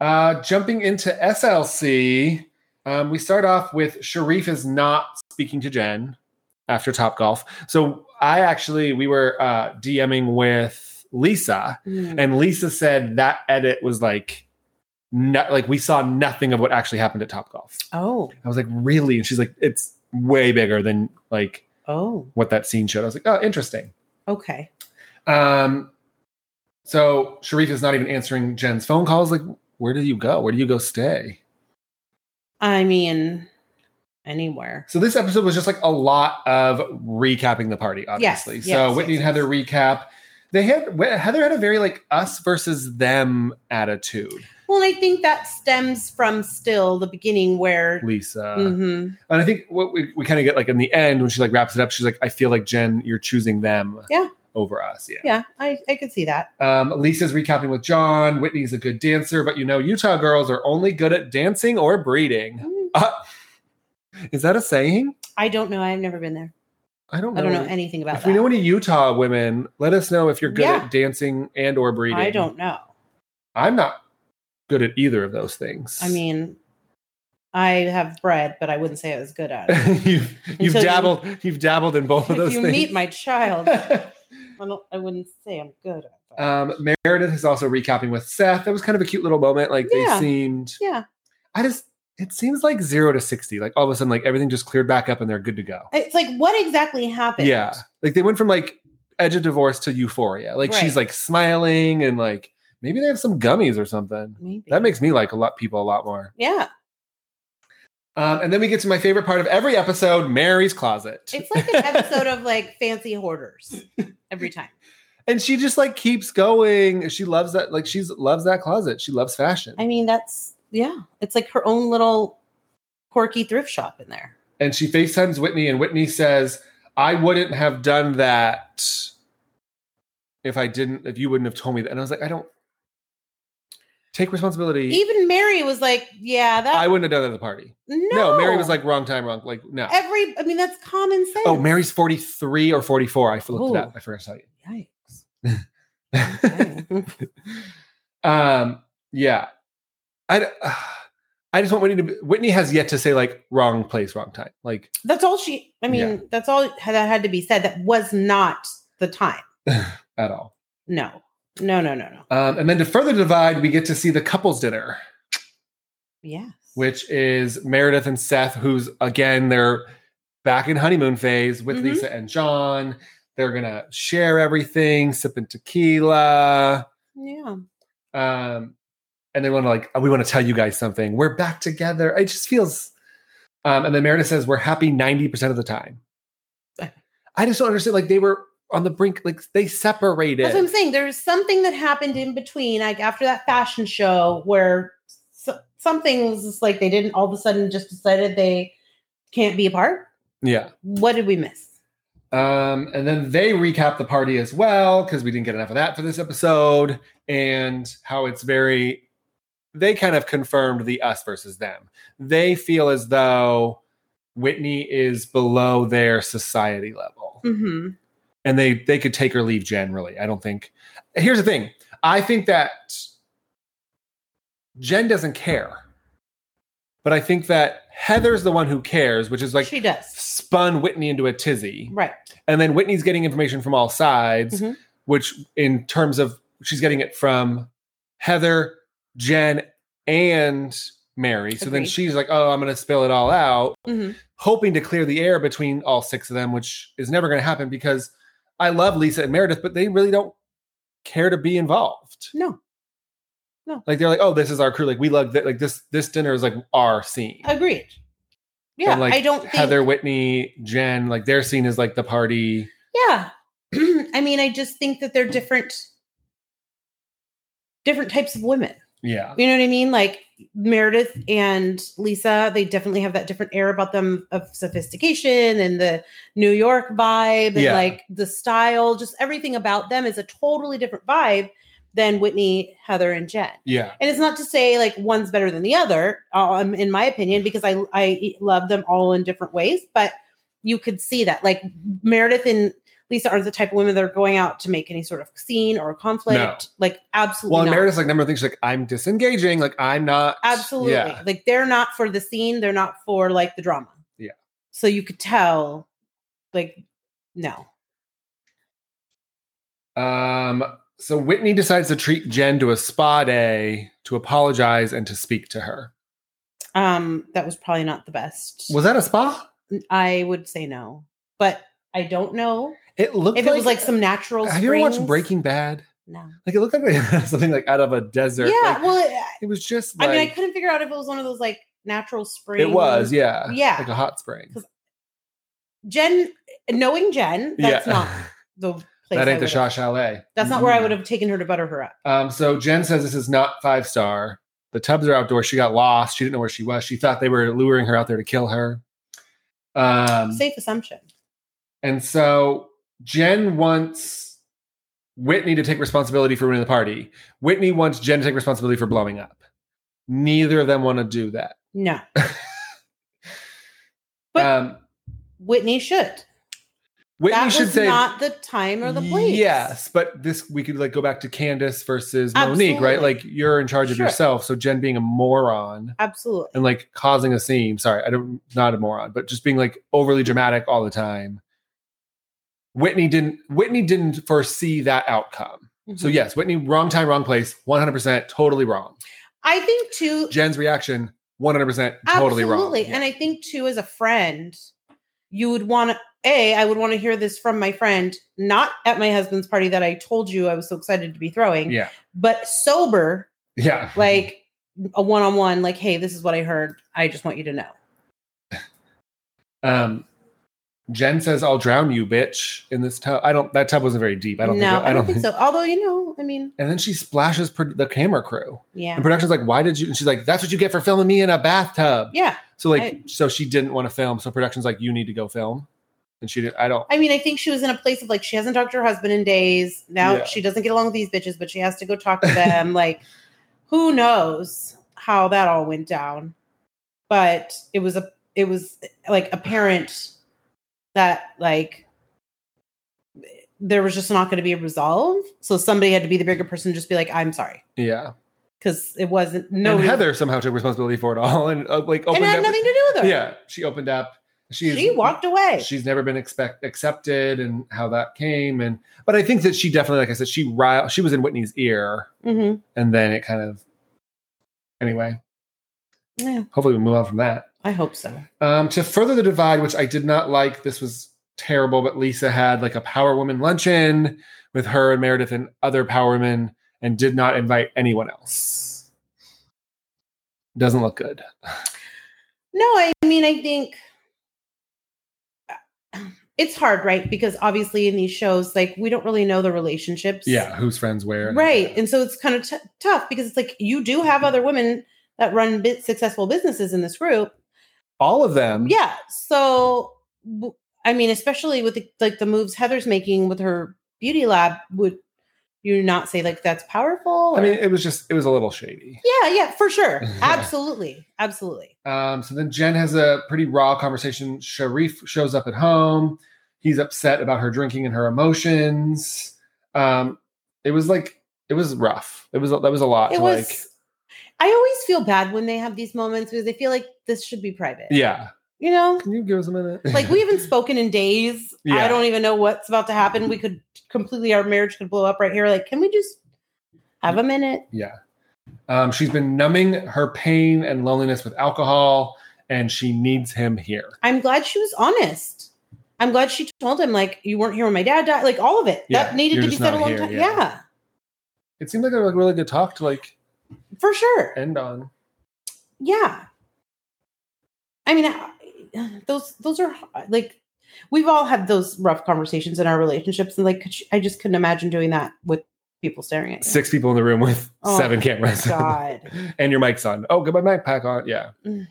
Speaker 1: Uh, jumping into SLC, um, we start off with Sharif is not speaking to Jen after Top Golf. So I actually we were uh, DMing with Lisa.
Speaker 2: Mm.
Speaker 1: And Lisa said that edit was like, no, like we saw nothing of what actually happened at Top Golf.
Speaker 2: Oh,
Speaker 1: I was like, really? And she's like, it's way bigger than like
Speaker 2: oh,
Speaker 1: what that scene showed. I was like, oh, interesting.
Speaker 2: okay.
Speaker 1: Um, so Sharif is not even answering Jen's phone calls. Like, where do you go? Where do you go stay?
Speaker 2: I mean, anywhere.
Speaker 1: So this episode was just like a lot of recapping the party, obviously.
Speaker 2: Yes,
Speaker 1: so
Speaker 2: yes,
Speaker 1: Whitney
Speaker 2: yes,
Speaker 1: and Heather recap. They had Heather had a very like us versus them attitude.
Speaker 2: Well, and I think that stems from still the beginning where,
Speaker 1: Lisa,
Speaker 2: hmm
Speaker 1: And I think what we, we kind of get like in the end when she like wraps it up, she's like, I feel like Jen, you're choosing them
Speaker 2: Yeah.
Speaker 1: over us. Yeah.
Speaker 2: yeah, I, I could see that.
Speaker 1: Um, Lisa's recapping with John. Whitney's a good dancer, but you know, Utah girls are only good at dancing or breeding.
Speaker 2: Mm.
Speaker 1: Is that a saying?
Speaker 2: I don't know. I've never been there.
Speaker 1: I don't know.
Speaker 2: I don't know anything about
Speaker 1: if
Speaker 2: that.
Speaker 1: we know any Utah women, let us know if you're good
Speaker 2: Yeah.
Speaker 1: at dancing and or breeding.
Speaker 2: I don't know.
Speaker 1: I'm not good at either of those things. <laughs>
Speaker 2: I mean, I have bread, but I wouldn't say I was good
Speaker 1: <laughs>
Speaker 2: at it.
Speaker 1: you've, you've
Speaker 2: Until you-
Speaker 1: dabbled you've dabbled in both of
Speaker 2: if
Speaker 1: those
Speaker 2: you
Speaker 1: things.
Speaker 2: meet my
Speaker 1: <laughs>
Speaker 2: child, I, don't, I wouldn't say I'm good at that.
Speaker 1: Um, Meredith is also recapping with Seth. That was kind of a cute little moment. Like
Speaker 2: Yeah.
Speaker 1: they seemed,
Speaker 2: yeah,
Speaker 1: I just, it seems like zero to 60. Like all of a sudden, like everything just cleared back up and they're good to go.
Speaker 2: it's like what exactly happened?
Speaker 1: Yeah. Like they went from like edge of divorce to euphoria. Like
Speaker 2: Right.
Speaker 1: she's like smiling and like maybe they have some gummies or something.
Speaker 2: maybe
Speaker 1: That makes me like a lot people a lot more.
Speaker 2: yeah.
Speaker 1: Um, and then we get to my favorite part of every episode, Mary's closet.
Speaker 2: It's like
Speaker 1: <laughs>
Speaker 2: an episode of like fancy hoarders every time.
Speaker 1: and she just like keeps going. She loves that, like she's loves that closet. She loves fashion.
Speaker 2: I mean, that's yeah. It's like her own little quirky thrift shop in there.
Speaker 1: and she FaceTimes Whitney, and Whitney says, I wouldn't have done that if I didn't, if you wouldn't have told me that. And I was like, I don't, Take responsibility.
Speaker 2: Even Mary was like, yeah, that
Speaker 1: I wouldn't have done that at the party.
Speaker 2: no.
Speaker 1: Mary was like wrong time, wrong. Like no.
Speaker 2: every I mean that's common sense.
Speaker 1: oh, Mary's forty three or forty four. I looked it
Speaker 2: Ooh.
Speaker 1: up. I forgot to tell
Speaker 2: Yikes.
Speaker 1: you.
Speaker 2: Okay.
Speaker 1: <laughs> um, yeah, I. d- <sighs> I just want Whitney to. Be, Whitney has yet to say like wrong place, wrong time. Like
Speaker 2: that's all she I mean,
Speaker 1: Yeah.
Speaker 2: that's all that had to be said. That was not the time.
Speaker 1: at all.
Speaker 2: No. No, no, no, no.
Speaker 1: Um, and then to further divide, we get to see the couples dinner.
Speaker 2: Yes.
Speaker 1: which is Meredith and Seth, who's again they're back in honeymoon phase with
Speaker 2: Mhm.
Speaker 1: Lisa and John. They're gonna share everything, sipping tequila,
Speaker 2: Yeah.
Speaker 1: um, and they want to like we want to tell you guys something. We're back together. It just feels. Um, and then Meredith says we're happy ninety percent of the
Speaker 2: <laughs>
Speaker 1: time. I just don't understand. Like they were on the brink. Like they separated.
Speaker 2: That's what I'm saying. There's something that happened in between, like after that fashion show, where so- something was just like they didn't all of a sudden just decided they can't be apart.
Speaker 1: yeah.
Speaker 2: What did we miss?
Speaker 1: Um, and then they recap the party as well because we didn't get enough of that for this episode, and how it's very. They kind of confirmed the us versus them. They feel as though Whitney is below their society level,
Speaker 2: Mm-hmm.
Speaker 1: and they they could take or leave Jen. Really, I don't think. Here's the thing: I think that Jen doesn't care, but I think that Heather's the one who cares, which is like
Speaker 2: she does,
Speaker 1: spun Whitney into a tizzy
Speaker 2: right?
Speaker 1: and then Whitney's getting information from all sides,
Speaker 2: Mhm.
Speaker 1: which in terms of she's getting it from Heather, Jen, and Mary. So then
Speaker 2: Agreed.
Speaker 1: she's like, "Oh, I'm going to spill it all out,"
Speaker 2: Mm-hmm.
Speaker 1: hoping to clear the air between all six of them, which is never going to happen because I love Lisa and Meredith, but they really don't care to be involved.
Speaker 2: No,
Speaker 1: Like they're like, "Oh, this is our crew. Like we love that. Like this this dinner is like our scene."
Speaker 2: agreed. Oh, Yeah,
Speaker 1: And, like,
Speaker 2: I don't think.
Speaker 1: Heather, Whitney, Jen, like their scene is like the party.
Speaker 2: yeah, <clears throat> I mean, I just think that they're different, different types of women.
Speaker 1: Yeah.
Speaker 2: You know what I mean? Like Meredith and Lisa, they definitely have that different air about them of sophistication and the New York vibe and
Speaker 1: Yeah.
Speaker 2: like the style, just everything about them is a totally different vibe than Whitney, Heather, and Jen.
Speaker 1: Yeah.
Speaker 2: And it's not to say like one's better than the other, um, in my opinion, because I I love them all in different ways. But you could see that like Meredith and Lisa aren't the type of women that are going out to make any sort of scene or conflict. Like absolutely
Speaker 1: Well, and
Speaker 2: not.
Speaker 1: Meredith's like number of things. She's like, I'm disengaging. Like, I'm not.
Speaker 2: Absolutely.
Speaker 1: Yeah.
Speaker 2: Like they're not for the scene, they're not for like the drama.
Speaker 1: Yeah.
Speaker 2: So you could tell like no.
Speaker 1: Um. So Whitney decides to treat Jen to a spa day to apologize and to speak to her.
Speaker 2: Um that was probably not the best.
Speaker 1: Was that a spa?
Speaker 2: I would say no. But I don't know
Speaker 1: It looked.
Speaker 2: if
Speaker 1: like,
Speaker 2: it was like some natural
Speaker 1: Have you ever watched
Speaker 2: springs.
Speaker 1: Breaking Bad?
Speaker 2: No.
Speaker 1: Like, it looked like <laughs> they had something like out of a desert.
Speaker 2: yeah,
Speaker 1: Like,
Speaker 2: well I-
Speaker 1: it was just.
Speaker 2: I
Speaker 1: Like,
Speaker 2: mean I couldn't figure out if it was one of those like natural springs.
Speaker 1: It was. Yeah.
Speaker 2: Yeah.
Speaker 1: Like a hot spring.
Speaker 2: Jen knowing Jen, that's
Speaker 1: yeah. <laughs>
Speaker 2: not the place
Speaker 1: that
Speaker 2: I
Speaker 1: ain't the Mm-hmm.
Speaker 2: would've-
Speaker 1: Shaw Chalet.
Speaker 2: That's not where I would have taken her to butter her up.
Speaker 1: Um, so Jen says this is not five star. The tubs are outdoors. She got lost. She didn't know where she was. She thought they were luring her out there to kill her. Um,
Speaker 2: Safe assumption.
Speaker 1: and so Jen wants Whitney to take responsibility for winning the party. Whitney wants Jen to take responsibility for blowing up. Neither of them want to do that.
Speaker 2: No. But-
Speaker 1: um,
Speaker 2: Whitney should.
Speaker 1: Whitney
Speaker 2: that
Speaker 1: should
Speaker 2: was
Speaker 1: say
Speaker 2: not the time or the place.
Speaker 1: Yes, but this we could like go back to Candace versus Monique, right?
Speaker 2: Absolutely.
Speaker 1: Like you're in charge of
Speaker 2: Sure.
Speaker 1: yourself. So Jen being a moron.
Speaker 2: absolutely.
Speaker 1: and like causing a scene. Sorry, I don't not a moron, but just being like overly dramatic all the time. Whitney didn't Whitney didn't foresee that outcome. So
Speaker 2: Mhm.
Speaker 1: yes, Whitney wrong time, wrong place, 100% totally wrong.
Speaker 2: I think too.
Speaker 1: Jen's reaction 100% totally
Speaker 2: Absolutely,
Speaker 1: wrong. Yeah.
Speaker 2: and I think too as a friend, you would want to. A, I would want to hear this from my friend, not at my husband's party that I told you I was so excited to be throwing,
Speaker 1: yeah.
Speaker 2: but sober,
Speaker 1: Yeah.
Speaker 2: like a one-on-one, like, hey, this is what I heard. I just want you to know.
Speaker 1: um Jen says I'll drown you bitch in this tub. I don't that tub wasn't very deep. I don't
Speaker 2: no,
Speaker 1: think
Speaker 2: I don't think so. Although you know, I mean,
Speaker 1: And then she splashes pro- the camera crew.
Speaker 2: yeah,
Speaker 1: And production's like, "Why did you?" And she's like, "That's what you get for filming me in a bathtub."
Speaker 2: yeah.
Speaker 1: So like,
Speaker 2: I-
Speaker 1: so she didn't want to film. So production's like, you need to go film, and she didn't. I don't.
Speaker 2: I mean, I think she was in a place of like she hasn't talked to her husband in days. Now
Speaker 1: Yeah. <laughs>
Speaker 2: she doesn't get along with these bitches, but she has to go talk to them. like, who knows how that all went down but it was a it was like apparent that like there was just not going to be a resolve so somebody had to be the bigger person and just be like i'm sorry
Speaker 1: Yeah.
Speaker 2: because it wasn't no
Speaker 1: and Heather somehow took responsibility for it all and uh, like
Speaker 2: and
Speaker 1: opened
Speaker 2: it had
Speaker 1: up.
Speaker 2: nothing to do with her
Speaker 1: yeah, she opened up. She's,
Speaker 2: she walked away
Speaker 1: She's never been expect accepted, and how that came, and but I think that she definitely, like I said, she rile, she was in Whitney's ear,
Speaker 2: mm-hmm.
Speaker 1: and then it kind of. Anyway,
Speaker 2: yeah
Speaker 1: hopefully we move on from that.
Speaker 2: i hope so
Speaker 1: Um, to further the divide, which I did not like, this was terrible, but Lisa had like a Power Woman luncheon with her and Meredith and other Power Women and did not invite anyone else. Doesn't look good.
Speaker 2: No, I mean, I think uh, it's hard, right? Because obviously, in these shows, like we don't really know the relationships,
Speaker 1: Yeah, who's friends where?
Speaker 2: right. And so it's kind of t- tough because it's like you do have other women that run bit successful businesses in this group,
Speaker 1: All of them.
Speaker 2: yeah. So w- I mean, especially with the, like the moves Heather's making with her beauty lab, would you not say like that's powerful?
Speaker 1: I
Speaker 2: or-
Speaker 1: mean, it was just, it was a little shady.
Speaker 2: yeah, yeah, for sure,
Speaker 1: <laughs> Yeah.
Speaker 2: absolutely, absolutely.
Speaker 1: Um, so then Jen has a pretty raw conversation. Sharif shows up at home. He's upset about her drinking and her emotions. Um, it was like, it was rough. It was, that was a lot.
Speaker 2: it
Speaker 1: to
Speaker 2: was
Speaker 1: like,
Speaker 2: i always feel bad when they have these moments because they feel like this should be private
Speaker 1: yeah.
Speaker 2: you
Speaker 1: <laughs>
Speaker 2: know
Speaker 1: Can you give us a minute?
Speaker 2: like we haven't spoken in days
Speaker 1: Yeah.
Speaker 2: i don't even know what's about to happen we could completely our marriage could blow up right here like can we just have a minute
Speaker 1: yeah. <laughs> Um, she's been numbing her pain and loneliness with alcohol, and she needs him here.
Speaker 2: i'm glad she was honest i'm glad she told him like you weren't here when my dad died like all of it
Speaker 1: Yeah,
Speaker 2: that needed
Speaker 1: you're
Speaker 2: to be
Speaker 1: just
Speaker 2: said a
Speaker 1: not
Speaker 2: long
Speaker 1: here,
Speaker 2: time
Speaker 1: yeah.
Speaker 2: yeah.
Speaker 1: It seemed like a like, really good talk to like
Speaker 2: for sure
Speaker 1: end on.
Speaker 2: yeah i mean I- <sighs> those those are like we've all had those rough conversations in our relationships and like could you- i just couldn't imagine doing that with people staring at you
Speaker 1: Six people in the room with
Speaker 2: Oh,
Speaker 1: seven <laughs> cameras,
Speaker 2: god
Speaker 1: and your mic's on. Oh, goodbye, mic pack on. Yeah.
Speaker 2: Mm.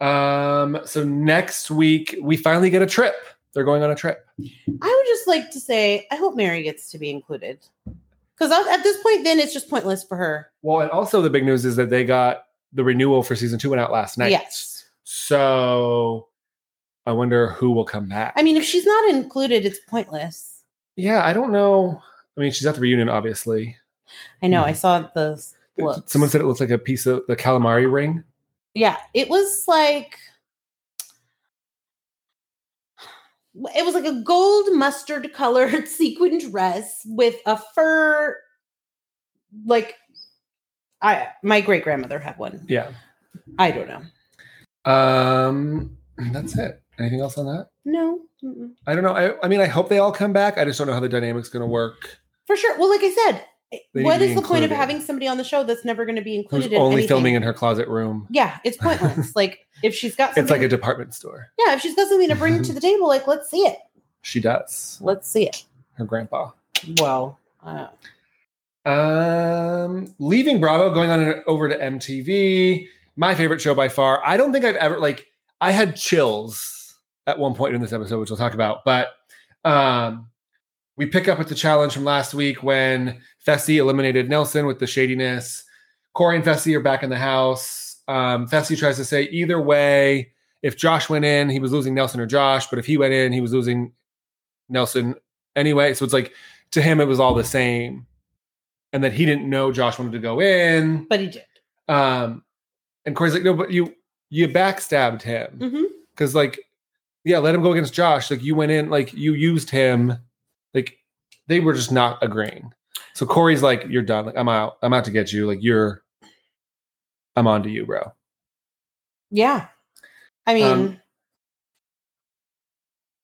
Speaker 1: Um. So next week we finally get a trip. They're going on a trip.
Speaker 2: i would just like to say i hope mary gets to be included because at this point then it's just pointless for her
Speaker 1: Well, and also the big news is that they got the renewal for season two went out last night.
Speaker 2: yes
Speaker 1: So I wonder who will come back.
Speaker 2: i mean if she's not included it's pointless
Speaker 1: Yeah, I don't know. I mean, she's at the reunion, obviously.
Speaker 2: i know i saw the looks.
Speaker 1: Mm. Someone said it looks like a piece of the calamari ring.
Speaker 2: yeah it was like it was like a gold mustard colored <laughs> sequin dress with a fur like i my great grandmother had one
Speaker 1: Yeah.
Speaker 2: i don't know
Speaker 1: Um, that's it. Anything else on that?
Speaker 2: no mm-mm.
Speaker 1: I don't know. I, I mean, I hope they all come back. I just don't know how the dynamic's going to work.
Speaker 2: for sure well like i said eh,
Speaker 1: They need
Speaker 2: what
Speaker 1: to be
Speaker 2: is the point of
Speaker 1: included.
Speaker 2: having somebody on the show that's never going to be
Speaker 1: Who's
Speaker 2: included in
Speaker 1: only
Speaker 2: anything?
Speaker 1: filming in her closet room?
Speaker 2: yeah
Speaker 1: <laughs>
Speaker 2: it's pointless like if she's got something
Speaker 1: It's like a department store.
Speaker 2: yeah if she's got something to bring
Speaker 1: <laughs>
Speaker 2: to the table like let's see it
Speaker 1: She does.
Speaker 2: let's see it
Speaker 1: Her grandpa.
Speaker 2: well uh,
Speaker 1: Um, leaving Bravo, going on over to MTV. My favorite show by far. I don't think I've ever like I had chills at one point in this episode, which we'll talk about. But um, we pick up with the challenge from last week when Fessy eliminated Nelson with the shadiness. Corey and Fessy are back in the house. Um, Fessy tries to say either way, if Josh went in, he was losing Nelson or Josh, but if he went in, he was losing Nelson anyway. So it's like to him, it was all the same and that he didn't know Josh wanted to go in.
Speaker 2: but he did
Speaker 1: Um, and Corey's like, no, but you you backstabbed him
Speaker 2: hmm
Speaker 1: because like, yeah, let him go against Josh. Like you went in, like you used him. Like they were just not agreeing. So Corey's like, you're done. Like I'm out. I'm out to get you. Like you're, I'm on to you, bro.
Speaker 2: Yeah. I mean,
Speaker 1: Um,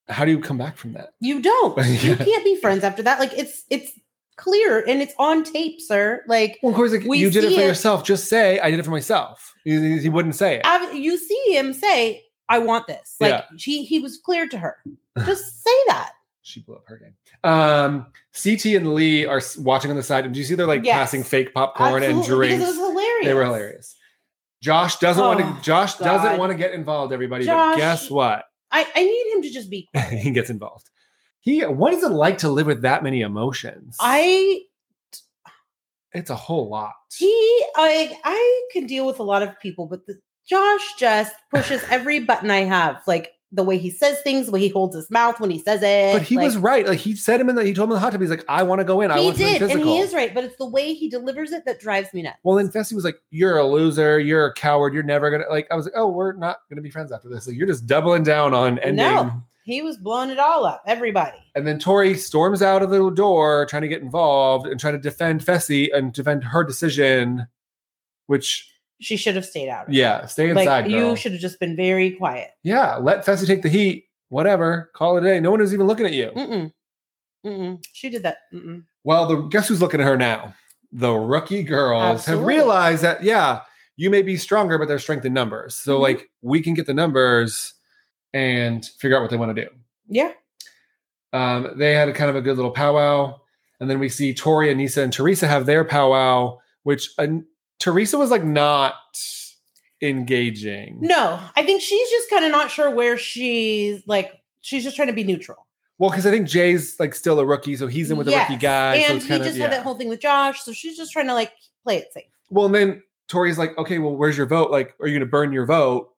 Speaker 1: How do you come back from that? <laughs>
Speaker 2: you don't. You
Speaker 1: Yeah.
Speaker 2: can't be friends after that. Like it's it's clear and it's on tape, sir. Like
Speaker 1: Well, Corey's like,
Speaker 2: We
Speaker 1: you did it
Speaker 2: see
Speaker 1: for
Speaker 2: it.
Speaker 1: yourself. Just say I did it for myself. He, he wouldn't say it.
Speaker 2: av- you see him say, "I want this." Like she he was clear
Speaker 1: <laughs>
Speaker 2: to her. Just say that.
Speaker 1: she blew up her game. Um, CT and Lee are s- watching on the side. And do you see they're like
Speaker 2: Yes.
Speaker 1: passing fake popcorn and
Speaker 2: Absolutely,
Speaker 1: drinks?
Speaker 2: Because it was hilarious.
Speaker 1: They were hilarious. Josh doesn't want
Speaker 2: Oh,
Speaker 1: to. Josh doesn't
Speaker 2: God.
Speaker 1: want to get involved. Everybody, but
Speaker 2: Josh-
Speaker 1: guess what? <laughs>
Speaker 2: I, I need him to just be
Speaker 1: he gets involved. He. What is it like to live with that many emotions?
Speaker 2: I
Speaker 1: It's a whole lot.
Speaker 2: He, I, I can deal with a lot of people, but the, Josh just pushes every button I have. Like the way he says things, the way he holds his mouth when he says it.
Speaker 1: But he
Speaker 2: like,
Speaker 1: was right. Like he said him in the he told him in the hot tub. He's like, I want to go in. I
Speaker 2: He
Speaker 1: want to
Speaker 2: did, and
Speaker 1: physical.
Speaker 2: he is right. But it's the way he delivers it that drives me nuts.
Speaker 1: Well, then Fessy was like, "You're a loser. You're a coward. You're never gonna like." I was like, "Oh, we're not gonna be friends after this. Like, you're just doubling down on ending."
Speaker 2: No. He was blowing it all up. Everybody.
Speaker 1: And then Tori storms out of the door, trying to get involved and trying to defend Fessy and defend her decision. Which,
Speaker 2: She should have stayed out.
Speaker 1: yeah, stay
Speaker 2: Like
Speaker 1: inside, girl.
Speaker 2: you should have just been very quiet.
Speaker 1: yeah, let Fessy take the heat. Whatever, call it a day. No one is even looking at you.
Speaker 2: Mm-mm. Mm-mm. She did that. Mm-mm.
Speaker 1: Well, the guess who's looking at her now? The rookie girls have
Speaker 2: Absolutely.
Speaker 1: realized that yeah, you may be stronger, but there's strength in numbers. So
Speaker 2: Mhm.
Speaker 1: like we can get the numbers and figure out what they want to do.
Speaker 2: Yeah.
Speaker 1: Mm. Um, they had a kind of a good little powwow, and then we see Tori, Anissa, and Teresa have their powwow, which an Teresa was like not engaging.
Speaker 2: No, I think she's just kind of not sure where she's like. She's just trying to be neutral.
Speaker 1: Well, because I think Jay's like still a rookie, so he's in with the
Speaker 2: Yes.
Speaker 1: rookie guy. so
Speaker 2: and
Speaker 1: it's
Speaker 2: he
Speaker 1: kind
Speaker 2: just
Speaker 1: of, yeah.
Speaker 2: had that whole thing with Josh, so she's just trying to like play it
Speaker 1: <laughs>
Speaker 2: safe.
Speaker 1: Well, and then Tori's like, okay, well, where's your vote? Like, are you going to burn your vote?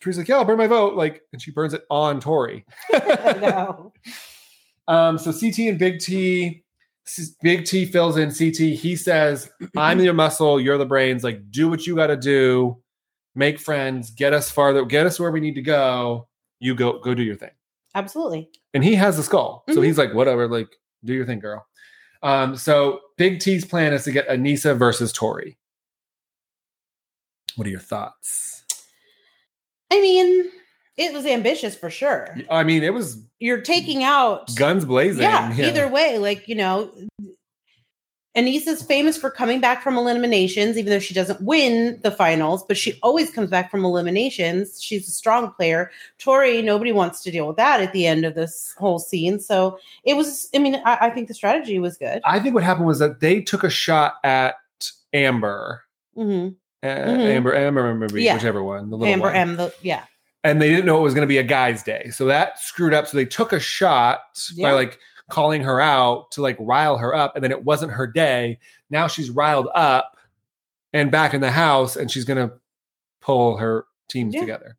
Speaker 1: Tori's like, yeah, I'll burn my vote. Like, and she burns it on
Speaker 2: <laughs>
Speaker 1: Tori.
Speaker 2: no.
Speaker 1: <laughs> um, so CT and Big T, S- Big T fills in CT. He says, I'm your muscle, you're the brains. Like, do what you got to do, make friends, get us farther, get us where we need to go. You go, go do your thing.
Speaker 2: Absolutely.
Speaker 1: And he has the skull. So
Speaker 2: Mhm.
Speaker 1: he's like, whatever, like, do your thing, girl. Um, so Big T's plan is to get Anissa versus Tori. What are your thoughts?
Speaker 2: I mean, it was ambitious for sure.
Speaker 1: I mean, it was
Speaker 2: You're taking out
Speaker 1: guns blazing.
Speaker 2: yeah, either way, like, you know, Anissa's famous for coming back from eliminations, even though she doesn't win the finals, but she always comes back from eliminations. She's a strong player. Tori, nobody wants to deal with that at the end of this whole scene. So it was, I mean, I, I think the strategy was good.
Speaker 1: I think what happened was that they took a shot at Amber.
Speaker 2: hmm
Speaker 1: Uh,
Speaker 2: Mhm.
Speaker 1: Amber, Amber, Amber,
Speaker 2: Yeah.
Speaker 1: whichever one, the little
Speaker 2: Amber
Speaker 1: one.
Speaker 2: M, the, yeah.
Speaker 1: and they didn't know it was going to be a guy's day, so that screwed up. So they took a shot by
Speaker 2: Yeah.
Speaker 1: like calling her out to like rile her up, and then it wasn't her day. Now she's riled up and back in the house, and she's going to pull her teams
Speaker 2: Yeah.
Speaker 1: together.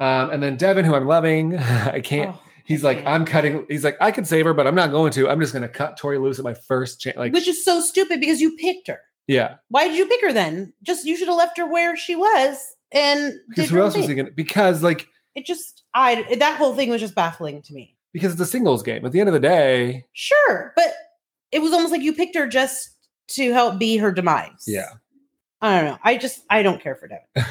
Speaker 1: Um, and then Devin, who I'm loving, <laughs> I can't
Speaker 2: Oh,
Speaker 1: He's like,
Speaker 2: Okay.
Speaker 1: I'm cutting. He's like, I could save her, but I'm not going to. I'm just going to cut Tori loose at my first chance. Like,
Speaker 2: which is so stupid because you picked her.
Speaker 1: yeah,
Speaker 2: Why did you pick her then? Just you should have left her where she was and did
Speaker 1: because
Speaker 2: her
Speaker 1: who
Speaker 2: own
Speaker 1: else was he
Speaker 2: thing.
Speaker 1: going? to Because like,
Speaker 2: It just I that whole thing was just baffling to me.
Speaker 1: because it's a singles game. At the end of the day,
Speaker 2: Sure, but it was almost like you picked her just to help be her demise.
Speaker 1: Yeah.
Speaker 2: I don't know. I just I don't care
Speaker 1: <laughs>
Speaker 2: for Devin.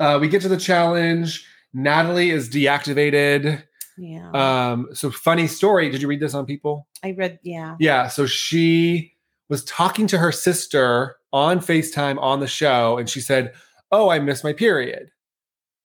Speaker 1: uh, we get to the challenge. Natalie is deactivated.
Speaker 2: Yeah.
Speaker 1: Um, so funny story. Did you read this on People?
Speaker 2: I read yeah.
Speaker 1: Yeah. So she was talking to her sister on Facetime on the show, and she said, "Oh, I missed my period."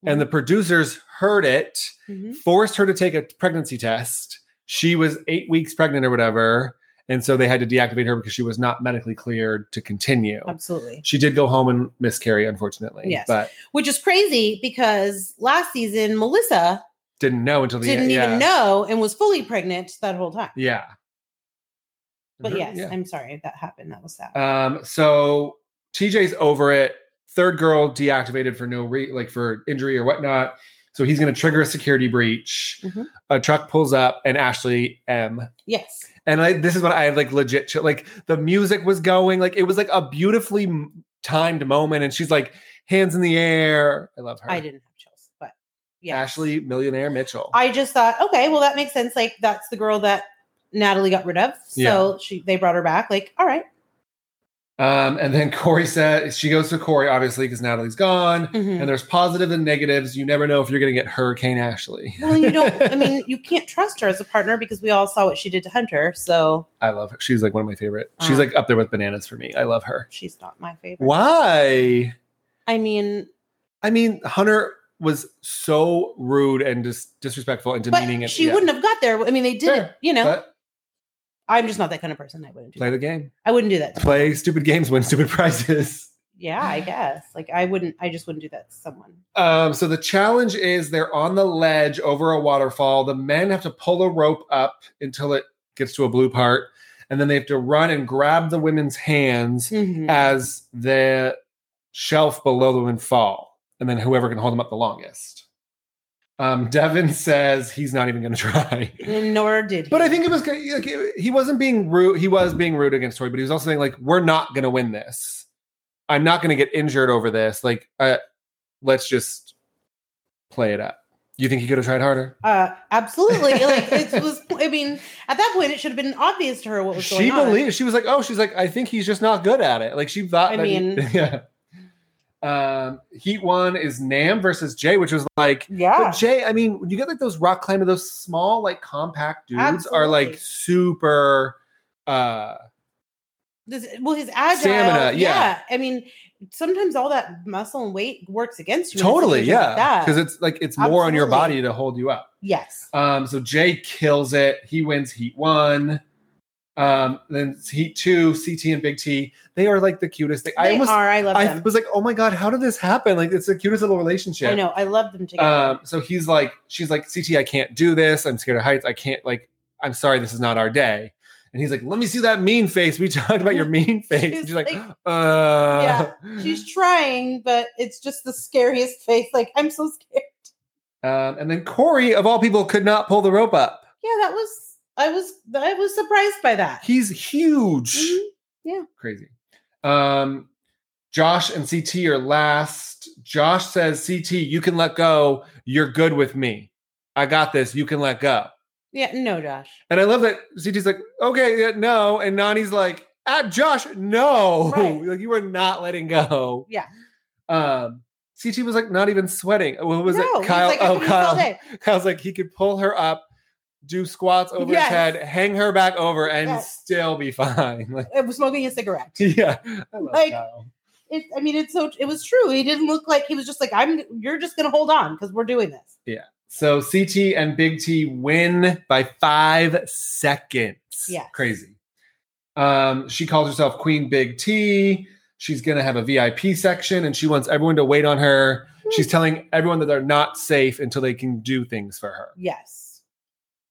Speaker 1: And the producers heard it
Speaker 2: Mhm.
Speaker 1: forced her to take a pregnancy test. She was eight weeks pregnant or whatever. And so they had to deactivate her because she was not medically cleared to continue.
Speaker 2: absolutely.
Speaker 1: She did go home and miscarry, unfortunately.
Speaker 2: Yes.
Speaker 1: But
Speaker 2: Which is crazy because last season Melissa
Speaker 1: didn't know until the
Speaker 2: didn't
Speaker 1: end. Oh, yeah.
Speaker 2: even know and was fully pregnant that whole time.
Speaker 1: Yeah.
Speaker 2: But
Speaker 1: Mhm,
Speaker 2: yes,
Speaker 1: yeah.
Speaker 2: I'm sorry if that happened. That was sad.
Speaker 1: Um, so TJ's over it. Third girl deactivated for no re like for injury or whatnot. So he's gonna trigger a security breach.
Speaker 2: Mhm.
Speaker 1: A truck pulls up and Ashley M
Speaker 2: yes.
Speaker 1: and I, this is what I had like legit chill. like the music was going like it was like a beautifully m- timed moment and she's like hands in the air I love her
Speaker 2: I didn't have chills, but yeah.
Speaker 1: Ashley millionaire Mitchell
Speaker 2: I just thought, okay, well that makes sense. Like that's the girl that Natalie got rid of. So
Speaker 1: Yeah.
Speaker 2: she they brought her back. Like, all right.
Speaker 1: um and then Corey said she goes to Corey obviously because Natalie's gone
Speaker 2: Mhm.
Speaker 1: and there's positive and negatives you never know if you're gonna get Hurricane Ashley
Speaker 2: Well, you don't. I mean, you can't trust her as a partner because we all saw what she did to Hunter. So
Speaker 1: I love her she's like one of my favorite she's
Speaker 2: Uh.
Speaker 1: like up there with bananas for me I love her
Speaker 2: she's not my favorite.
Speaker 1: why
Speaker 2: I mean,
Speaker 1: I mean Hunter was so rude and just disrespectful and
Speaker 2: but
Speaker 1: demeaning and-
Speaker 2: she
Speaker 1: yeah.
Speaker 2: wouldn't have got there. I mean, they did.
Speaker 1: Fair.
Speaker 2: it. You know,
Speaker 1: But
Speaker 2: I'm just not that kind of person. I wouldn't do.
Speaker 1: play
Speaker 2: That.
Speaker 1: the game
Speaker 2: I wouldn't do
Speaker 1: <sighs>
Speaker 2: that. to-
Speaker 1: play stupid games, win stupid <laughs> prizes.
Speaker 2: Yeah, I guess. Like, I wouldn't. I just wouldn't do that to someone.
Speaker 1: Um, so the challenge is they're on the ledge over a waterfall. The men have to pull a rope up until it gets to a blue part, and then they have to run and grab the women's hands
Speaker 2: Mm-hmm. Uh,
Speaker 1: as the shelf below the women fall, and then whoever can hold them up the longest. Um, Devin <laughs> says he's not even going to <laughs> try.
Speaker 2: Mhm. Nor did he.
Speaker 1: But I think it was like, he wasn't being rude. He was being rude against Tori, but he was also saying like, "We're not going to win this. I'm not going to get injured over this. Like, uh, let's just play it up." You think he could have tried harder?
Speaker 2: Uh,
Speaker 1: <laughs>
Speaker 2: absolutely. Like it was. I mean, at that point, it should have been obvious to her what was going
Speaker 1: She
Speaker 2: on.
Speaker 1: believed. She was like, "Oh, she's like, I think he's just not good at it." Like she thought.
Speaker 2: I
Speaker 1: that he-
Speaker 2: mean-
Speaker 1: <laughs> yeah. Um, heat one is Nam versus Jay, which was like
Speaker 2: Yeah.
Speaker 1: But Jay, I mean, when you get like those rock climbing, those small, like compact dudes are
Speaker 2: Absolutely.
Speaker 1: like super uh
Speaker 2: This, well, his agile.
Speaker 1: Stamina, yeah.
Speaker 2: I mean, sometimes all that muscle and weight works against you. in a
Speaker 1: totally,
Speaker 2: situation like
Speaker 1: yeah.
Speaker 2: that.
Speaker 1: Because it's like it's more on your
Speaker 2: Absolutely.
Speaker 1: body to hold you up.
Speaker 2: yes.
Speaker 1: Um, so Jay kills it, he wins heat one. Um, then it's heat two, CT and Big T, they are like the cutest thing. I
Speaker 2: They
Speaker 1: almost
Speaker 2: are. I love
Speaker 1: I
Speaker 2: them.
Speaker 1: was like, oh my god, how did this happen? Like it's the cutest little relationship.
Speaker 2: I know. I love them together.
Speaker 1: Um, so he's like, she's like, CT, I can't do this. I'm scared of heights. I can't, like, I'm sorry, this is not our day. And he's like, let me see that mean face. We <laughs> talked about your
Speaker 2: <laughs>
Speaker 1: mean face.
Speaker 2: She's
Speaker 1: She's like,
Speaker 2: like-
Speaker 1: uh.
Speaker 2: She's trying, but it's just the scariest face. Like I'm so scared.
Speaker 1: <laughs> Um, and then Corey, of all people, could not pull the rope up.
Speaker 2: Yeah, that was. I was. I was surprised by that.
Speaker 1: He's huge.
Speaker 2: Mhm.
Speaker 1: Crazy. Um, Josh and CT are last. Josh says, CT, you can let go. You're good with me. I got this. You can let go.
Speaker 2: Yeah. No, Josh.
Speaker 1: And I love that CT's like, okay, yeah, no. And Nani's like, ah, Josh, no.
Speaker 2: Right.
Speaker 1: <laughs> Like, you are not letting go.
Speaker 2: Yeah.
Speaker 1: Um, CT was like, not even sweating. What was
Speaker 2: no,
Speaker 1: it?
Speaker 2: he's
Speaker 1: Kyle.
Speaker 2: like, I could
Speaker 1: oh,
Speaker 2: do this all
Speaker 1: Kyle.
Speaker 2: day.
Speaker 1: <laughs> Kyle's like, he could pull her up, do squats over
Speaker 2: Yes.
Speaker 1: his head, hang her back over, and
Speaker 2: Yes.
Speaker 1: still be fine. <laughs> Like,
Speaker 2: I was smoking a cigarette.
Speaker 1: yeah. I love
Speaker 2: Like-
Speaker 1: Kyle.
Speaker 2: It, I mean, it's so. It was true. He didn't look like he was just like I'm. You're just gonna hold on because we're doing this.
Speaker 1: So CT and Big T win by five seconds.
Speaker 2: Yes.
Speaker 1: Crazy. Um, she calls herself Queen Big T. She's going to have a VIP section and she wants everyone to wait on her.
Speaker 2: Hmm.
Speaker 1: She's telling everyone that they're not safe until they can do things for her.
Speaker 2: Yes.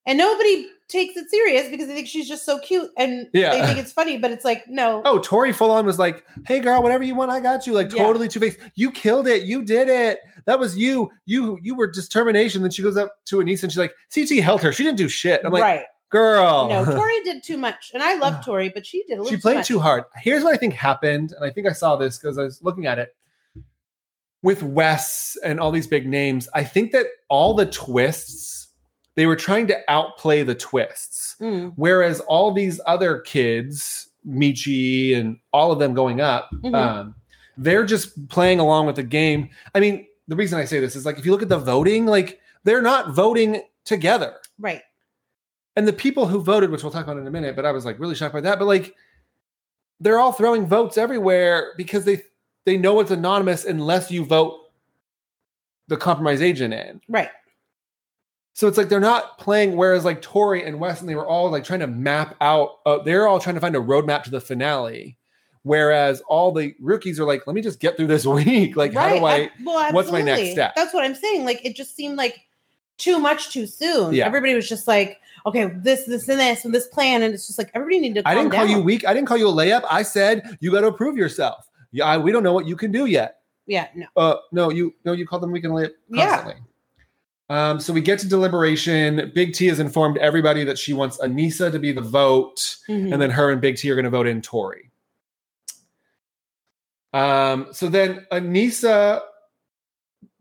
Speaker 2: And nobody takes it serious because they think she's just so cute and they
Speaker 1: Yeah.
Speaker 2: think it's funny, but it's like, no.
Speaker 1: Oh, Tori full on was like, hey, girl, whatever you want, I got you. Like,
Speaker 2: Yeah.
Speaker 1: totally two faced. You killed it. You did it. That was you. You you were determination. Then she goes up to Anissa and she's like, CT held her. She didn't do shit. I'm like,
Speaker 2: right.
Speaker 1: girl. <laughs>
Speaker 2: No, Tori did too much. And I love Tori, but she did a little
Speaker 1: Oh. Ah. she played
Speaker 2: much.
Speaker 1: too hard. Here's what I think happened, and I think I saw this because I was looking at it with Wes and all these big names. I think that all the twists they were trying to outplay the twists,
Speaker 2: Mm,
Speaker 1: whereas all these other kids, Michi and all of them going up,
Speaker 2: mhm.
Speaker 1: um, they're just playing along with the game. I mean, the reason I say this is like if you look at the voting, like they're not voting together
Speaker 2: right.
Speaker 1: and the people who voted, which we'll talk about in a minute, but I was like really shocked by that. But like, they're all throwing votes everywhere because they they know it's anonymous unless you vote the compromise agent in.
Speaker 2: Right.
Speaker 1: So it's like they're not playing. Whereas like Tori and Weston, they were all like trying to map out. Uh, they're all trying to find a roadmap to the finale. Whereas all the rookies are like, let me just get through this <laughs> week. Like,
Speaker 2: right.
Speaker 1: how do I?
Speaker 2: well,
Speaker 1: what's my next
Speaker 2: absolutely.
Speaker 1: step?
Speaker 2: That's what I'm saying. Like it just seemed like too much too soon.
Speaker 1: Yeah.
Speaker 2: Everybody was just like, okay, this, this, and this, and this plan. And it's just like everybody needed to
Speaker 1: I
Speaker 2: calm
Speaker 1: didn't call
Speaker 2: down.
Speaker 1: you weak. I didn't call you a layup. I said you got to prove yourself. Yeah, I, we don't know what you can do yet.
Speaker 2: Yeah, no.
Speaker 1: Uh, no, you no, you call them weekend layup
Speaker 2: Yeah.
Speaker 1: constantly. Um, so we get to deliberation. Big T has informed everybody that she wants Anissa to be the vote,
Speaker 2: Mhm.
Speaker 1: and then her and Big T are going to vote in Tori. Um, so then Anissa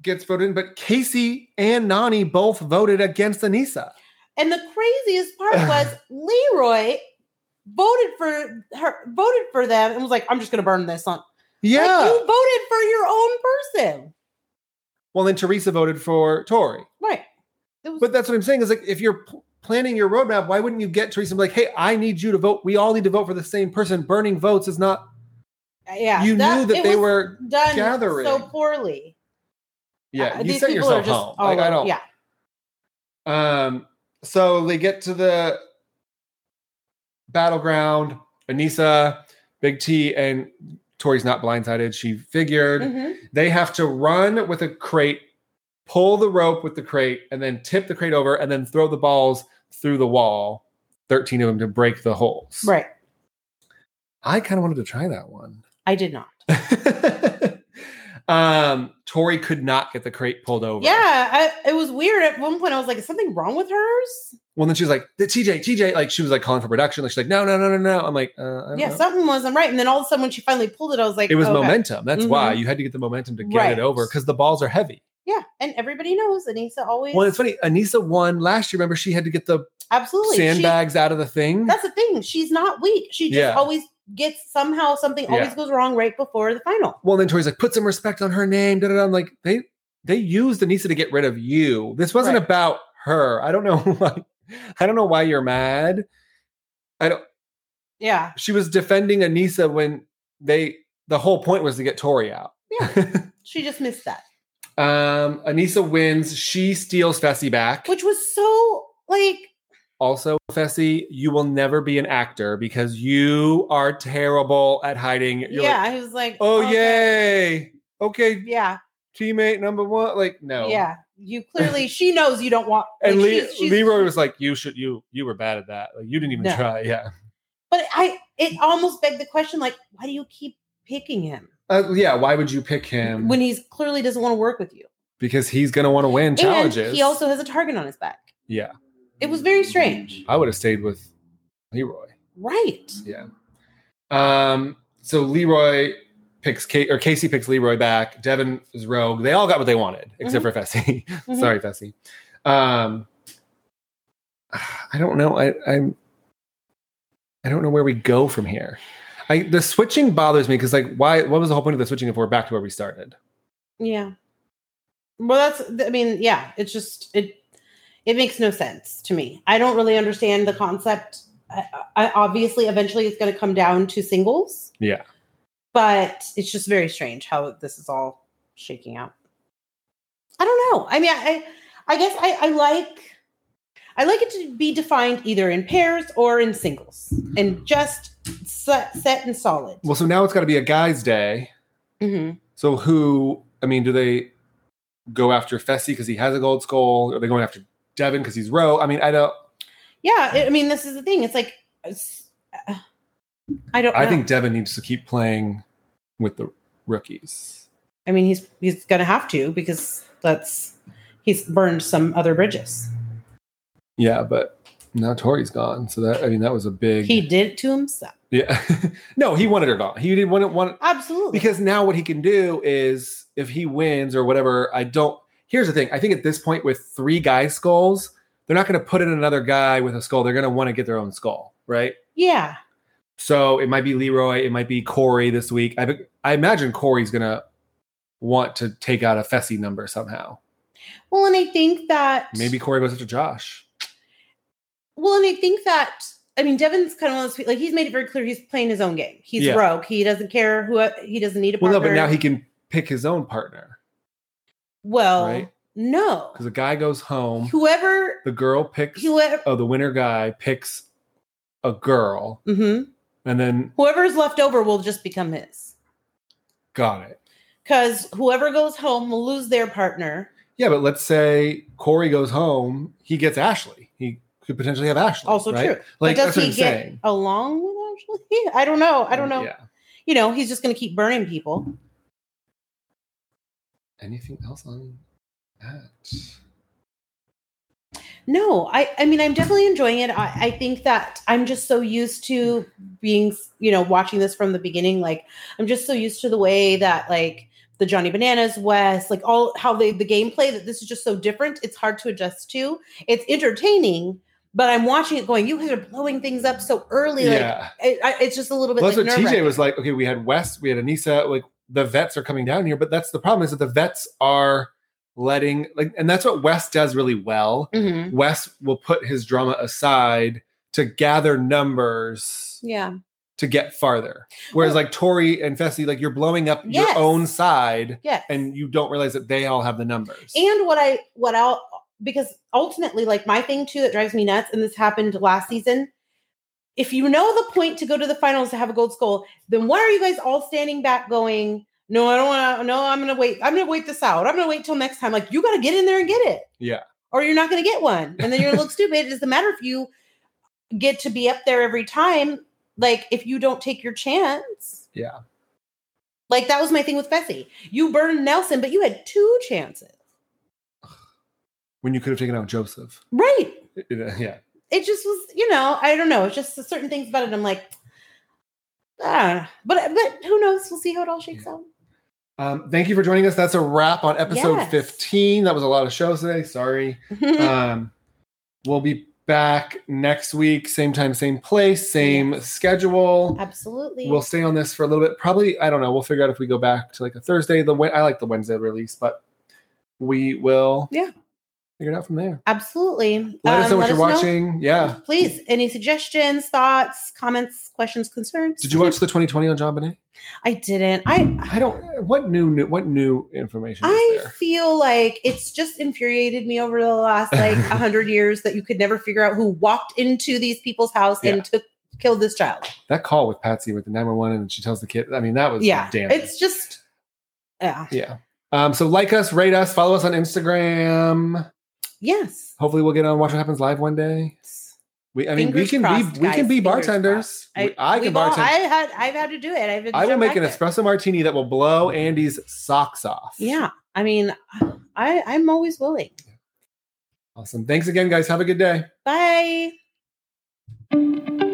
Speaker 1: gets voted in, but Casey and Nani both voted against Anissa.
Speaker 2: And the
Speaker 1: <sighs>
Speaker 2: craziest part was Leroy voted for her, voted for them, and was like, "I'm just going to burn this on."
Speaker 1: Yeah.
Speaker 2: Like, you voted for your own person,
Speaker 1: well, then Teresa voted for Tori.
Speaker 2: right? It was,
Speaker 1: But that's what I'm saying is like if you're pl- planning your roadmap, why wouldn't you get Teresa and be like, hey, I need you to vote. We all need to vote for the same person. Burning votes is not.
Speaker 2: yeah,
Speaker 1: you knew that
Speaker 2: it
Speaker 1: they
Speaker 2: was
Speaker 1: were
Speaker 2: done
Speaker 1: gathering.
Speaker 2: so poorly.
Speaker 1: Yeah,
Speaker 2: Uh,
Speaker 1: you
Speaker 2: these
Speaker 1: set
Speaker 2: people are
Speaker 1: yourself
Speaker 2: just
Speaker 1: home.
Speaker 2: all
Speaker 1: Like I don't.
Speaker 2: over- Yeah,
Speaker 1: Um. So they get to the battleground. Anissa, Big T, and Tori's not blindsided. She figured
Speaker 2: Mhm.
Speaker 1: they have to run with a crate, pull the rope with the crate, and then tip the crate over, and then throw the balls through the wall 13 of them to break the holes.
Speaker 2: Right.
Speaker 1: I kind of wanted to try that one.
Speaker 2: I did not.
Speaker 1: <laughs> um, Tori could not get the crate pulled over.
Speaker 2: Yeah, I, it was weird. At one point, I was like, "Is something wrong with hers?"
Speaker 1: Well, then she was like, the TJ, TJ, like she was like calling for production. Like she's like, no, no, no, no, no. I'm like, uh, I don't
Speaker 2: Yeah,
Speaker 1: know.
Speaker 2: something wasn't right. And then all of a sudden, when she finally pulled it, I was like,
Speaker 1: it was
Speaker 2: "Okay."
Speaker 1: momentum. That's why
Speaker 2: Mhm.
Speaker 1: you had to get the momentum to get
Speaker 2: Right.
Speaker 1: it over because the balls are heavy.
Speaker 2: Yeah, and everybody knows Anissa always
Speaker 1: Well, it's funny. Anissa won last year. Remember, she had to get the
Speaker 2: absolutely she-
Speaker 1: sandbags out of the thing.
Speaker 2: that's the thing. She's not weak. She just
Speaker 1: Yeah.
Speaker 2: always gets somehow something always
Speaker 1: Yeah.
Speaker 2: goes wrong right before the final.
Speaker 1: Well, then Tori's like, put some respect on her name. Da, da, da. I'm like, they they used Anissa to get rid of you. This wasn't
Speaker 2: Right.
Speaker 1: about her. I don't know <laughs> why. I don't know why you're mad.
Speaker 2: Yeah,
Speaker 1: She was defending Anissa when they the whole point was to get Tori out.
Speaker 2: she just missed that,
Speaker 1: Um, Anissa wins. She steals Fessy back.
Speaker 2: which was so like
Speaker 1: also, Fessy, you will never be an actor because you are terrible at hiding. You're
Speaker 2: yeah.
Speaker 1: Like,
Speaker 2: I was like,
Speaker 1: oh
Speaker 2: okay.
Speaker 1: yay. Okay,
Speaker 2: yeah,
Speaker 1: teammate number one. Like no.
Speaker 2: yeah. You
Speaker 1: <laughs>
Speaker 2: clearly she knows you don't want
Speaker 1: And
Speaker 2: like,
Speaker 1: Le-
Speaker 2: she's- she's-
Speaker 1: Leroy was like, "You should you you were bad at that. Like, you didn't even
Speaker 2: No.
Speaker 1: try." Yeah,
Speaker 2: But I it almost begged the question like, why do you keep picking him
Speaker 1: uh, yeah. Why would you pick him?
Speaker 2: when he's clearly doesn't want to work with you?
Speaker 1: because he's gonna want to win challenges.
Speaker 2: And he also has a target on his back.
Speaker 1: yeah, Mm-hmm.
Speaker 2: It was very strange.
Speaker 1: I would have stayed with Leroy.
Speaker 2: Right.
Speaker 1: Yeah. Um. So Leroy picks Kate or Casey picks Leroy back. Devin is rogue. They all got what they wanted except for Fessy. <laughs>
Speaker 2: Mhm.
Speaker 1: Sorry, Fessy. Um. I don't know. I I'm. I don't know where we go from here. I the switching bothers me because like why? What was the whole point of the switching if we're back to where we started?
Speaker 2: Yeah. Well, that's I mean, yeah, it's just it it makes no sense to me. I don't really understand the concept. I, I obviously eventually it's going to come down to singles.
Speaker 1: Yeah.
Speaker 2: But it's just very strange how this is all shaking out. I don't know. I mean, I I guess I, I like I like it to be defined either in pairs or in singles and just set, set and solid.
Speaker 1: Well, so now it's got to be a guy's day.
Speaker 2: hmm
Speaker 1: So who? I mean, do they go after Fessy because he has a gold skull? Are they going after Devin because he's rogue? I mean, I don't.
Speaker 2: Yeah, I I mean, this is the thing. It's like, it's- uh, I don't.
Speaker 1: I
Speaker 2: know.
Speaker 1: think Devin needs to keep playing with the rookies.
Speaker 2: I mean, he's he's gonna have to because that's he's burned some other bridges.
Speaker 1: Yeah, but now Tori's gone. So that I mean, that was a big.
Speaker 2: He did it to himself.
Speaker 1: <laughs> yeah. <laughs> no, he wanted her gone. He didn't want it. Want
Speaker 2: Absolutely.
Speaker 1: because now what he can do is if he wins or whatever i don't here's the thing i think at this point with three guy skulls they're not going to put in another guy with a skull they're going to want to get their own skull right
Speaker 2: yeah,
Speaker 1: so it might be leroy it might be corey this week i, I imagine corey's going to want to take out a fessy number somehow
Speaker 2: well, and I think that
Speaker 1: maybe corey goes after josh
Speaker 2: Well, and I think that I mean Devin's kind of one of those pe- like he's made it very clear he's playing his own game. He's
Speaker 1: Yeah.
Speaker 2: rogue. He doesn't care who he doesn't need a
Speaker 1: well
Speaker 2: partner.
Speaker 1: no but now he can pick his own partner
Speaker 2: well
Speaker 1: right?
Speaker 2: no
Speaker 1: because the guy goes home
Speaker 2: whoever
Speaker 1: the girl picks
Speaker 2: whoever
Speaker 1: oh the winner guy picks a girl
Speaker 2: hmm
Speaker 1: and then
Speaker 2: whoever's left over will just become his.
Speaker 1: got it
Speaker 2: because whoever goes home will lose their partner.
Speaker 1: Yeah, but let's say Corey goes home, he gets Ashley. He could potentially have Ashley.
Speaker 2: Also
Speaker 1: right?
Speaker 2: true.
Speaker 1: Like
Speaker 2: but
Speaker 1: that's
Speaker 2: does
Speaker 1: what
Speaker 2: he
Speaker 1: I'm
Speaker 2: get
Speaker 1: saying. Um,
Speaker 2: along with Ashley? <laughs> I don't know. I don't know.
Speaker 1: Yeah.
Speaker 2: You know, he's just going to keep burning people.
Speaker 1: Anything else on that?
Speaker 2: No, I. I mean, I'm definitely enjoying it. I, I think that I'm just so used to being, you know, watching this from the beginning. Like, I'm just so used to the way that like the Johnny Bananas West, like all how they the gameplay that this is just so different. It's hard to adjust to. It's entertaining. But I'm watching it going, you guys are blowing things up so early. Like,
Speaker 1: yeah.
Speaker 2: it, I, it's just a little bit
Speaker 1: Well, that's
Speaker 2: like
Speaker 1: what TJ
Speaker 2: nerve-wracking.
Speaker 1: was like. Okay, we had West, we had Anissa. Like the vets are coming down here, but that's the problem is that the vets are letting like, and that's what West does really well.
Speaker 2: Mhm.
Speaker 1: West will put his drama aside to gather numbers
Speaker 2: Yeah.
Speaker 1: to get farther. Whereas
Speaker 2: Well-
Speaker 1: like Tori and Fessy, like you're blowing up
Speaker 2: Yes.
Speaker 1: your own side
Speaker 2: Yes.
Speaker 1: and you don't realize that they all have the numbers.
Speaker 2: and what I what I'll because ultimately like my thing too that drives me nuts and this happened last season. If you know the point to go to the finals to have a gold skull, then why are you guys all standing back going, "No, I don't want to. No, I'm going to wait. I'm going to wait this out. I'm going to wait till next time." Like you got to get in there and get it.
Speaker 1: Yeah.
Speaker 2: <laughs> Or you're not going to get one, and then you're going to look stupid. It doesn't matter if you get to be up there every time, like if you don't take your chance.
Speaker 1: Yeah.
Speaker 2: Like that was my thing with Bessie. You burned Nelson, but you had two chances.
Speaker 1: when you could have taken out Joseph. <laughs>
Speaker 2: Right.
Speaker 1: Yeah.
Speaker 2: It just was, you know, I don't know. It's just certain things about it. I'm like, ah, but but who knows? We'll see how it all shakes out.
Speaker 1: Um, thank you for joining us. That's a wrap on episode
Speaker 2: Yes. Mm-hmm.
Speaker 1: 15. That was a lot of shows today. Sorry. um, we'll be back next week, same time, same place, same schedule.
Speaker 2: <laughs> Absolutely.
Speaker 1: We'll stay on this for a little bit. Probably, I don't know. We'll figure out if we go back to like a Thursday. The Wed- I like the Wednesday release, but we will
Speaker 2: Yeah.
Speaker 1: figure it out from there.
Speaker 2: Absolutely.
Speaker 1: Let us
Speaker 2: Um,
Speaker 1: know what you're
Speaker 2: know.
Speaker 1: watching. Yeah.
Speaker 2: Please, any suggestions, thoughts, comments, questions, concerns?
Speaker 1: Did you watch the 2020 on John Bonet?
Speaker 2: I didn't. I
Speaker 1: I don't. What new? new what new information is
Speaker 2: I
Speaker 1: there?
Speaker 2: feel like it's just infuriated me over the last
Speaker 1: <laughs>
Speaker 2: like a hundred years that you could never figure out who walked into these people's house
Speaker 1: Yeah.
Speaker 2: and took killed this child.
Speaker 1: That call with Patsy with the 911 and she tells the kid. I mean, that was
Speaker 2: yeah,
Speaker 1: Damn.
Speaker 2: it's just yeah,
Speaker 1: Yeah. Um, so like us, rate us, follow us on Instagram.
Speaker 2: yes.
Speaker 1: Hopefully, we'll get on Watch What Happens Live one day. We, I mean,
Speaker 2: Fingers
Speaker 1: we can
Speaker 2: crossed,
Speaker 1: be we
Speaker 2: guys.
Speaker 1: can be
Speaker 2: Fingers
Speaker 1: bartenders. We- I, can
Speaker 2: we've all- I
Speaker 1: bartend.
Speaker 2: had I've had to do it. I've been
Speaker 1: I will
Speaker 2: shown
Speaker 1: make an
Speaker 2: like it.
Speaker 1: espresso martini that will blow Andy's socks off.
Speaker 2: Yeah, I mean, I I'm always willing.
Speaker 1: Awesome. Thanks again, guys. Have a good day.
Speaker 2: Bye.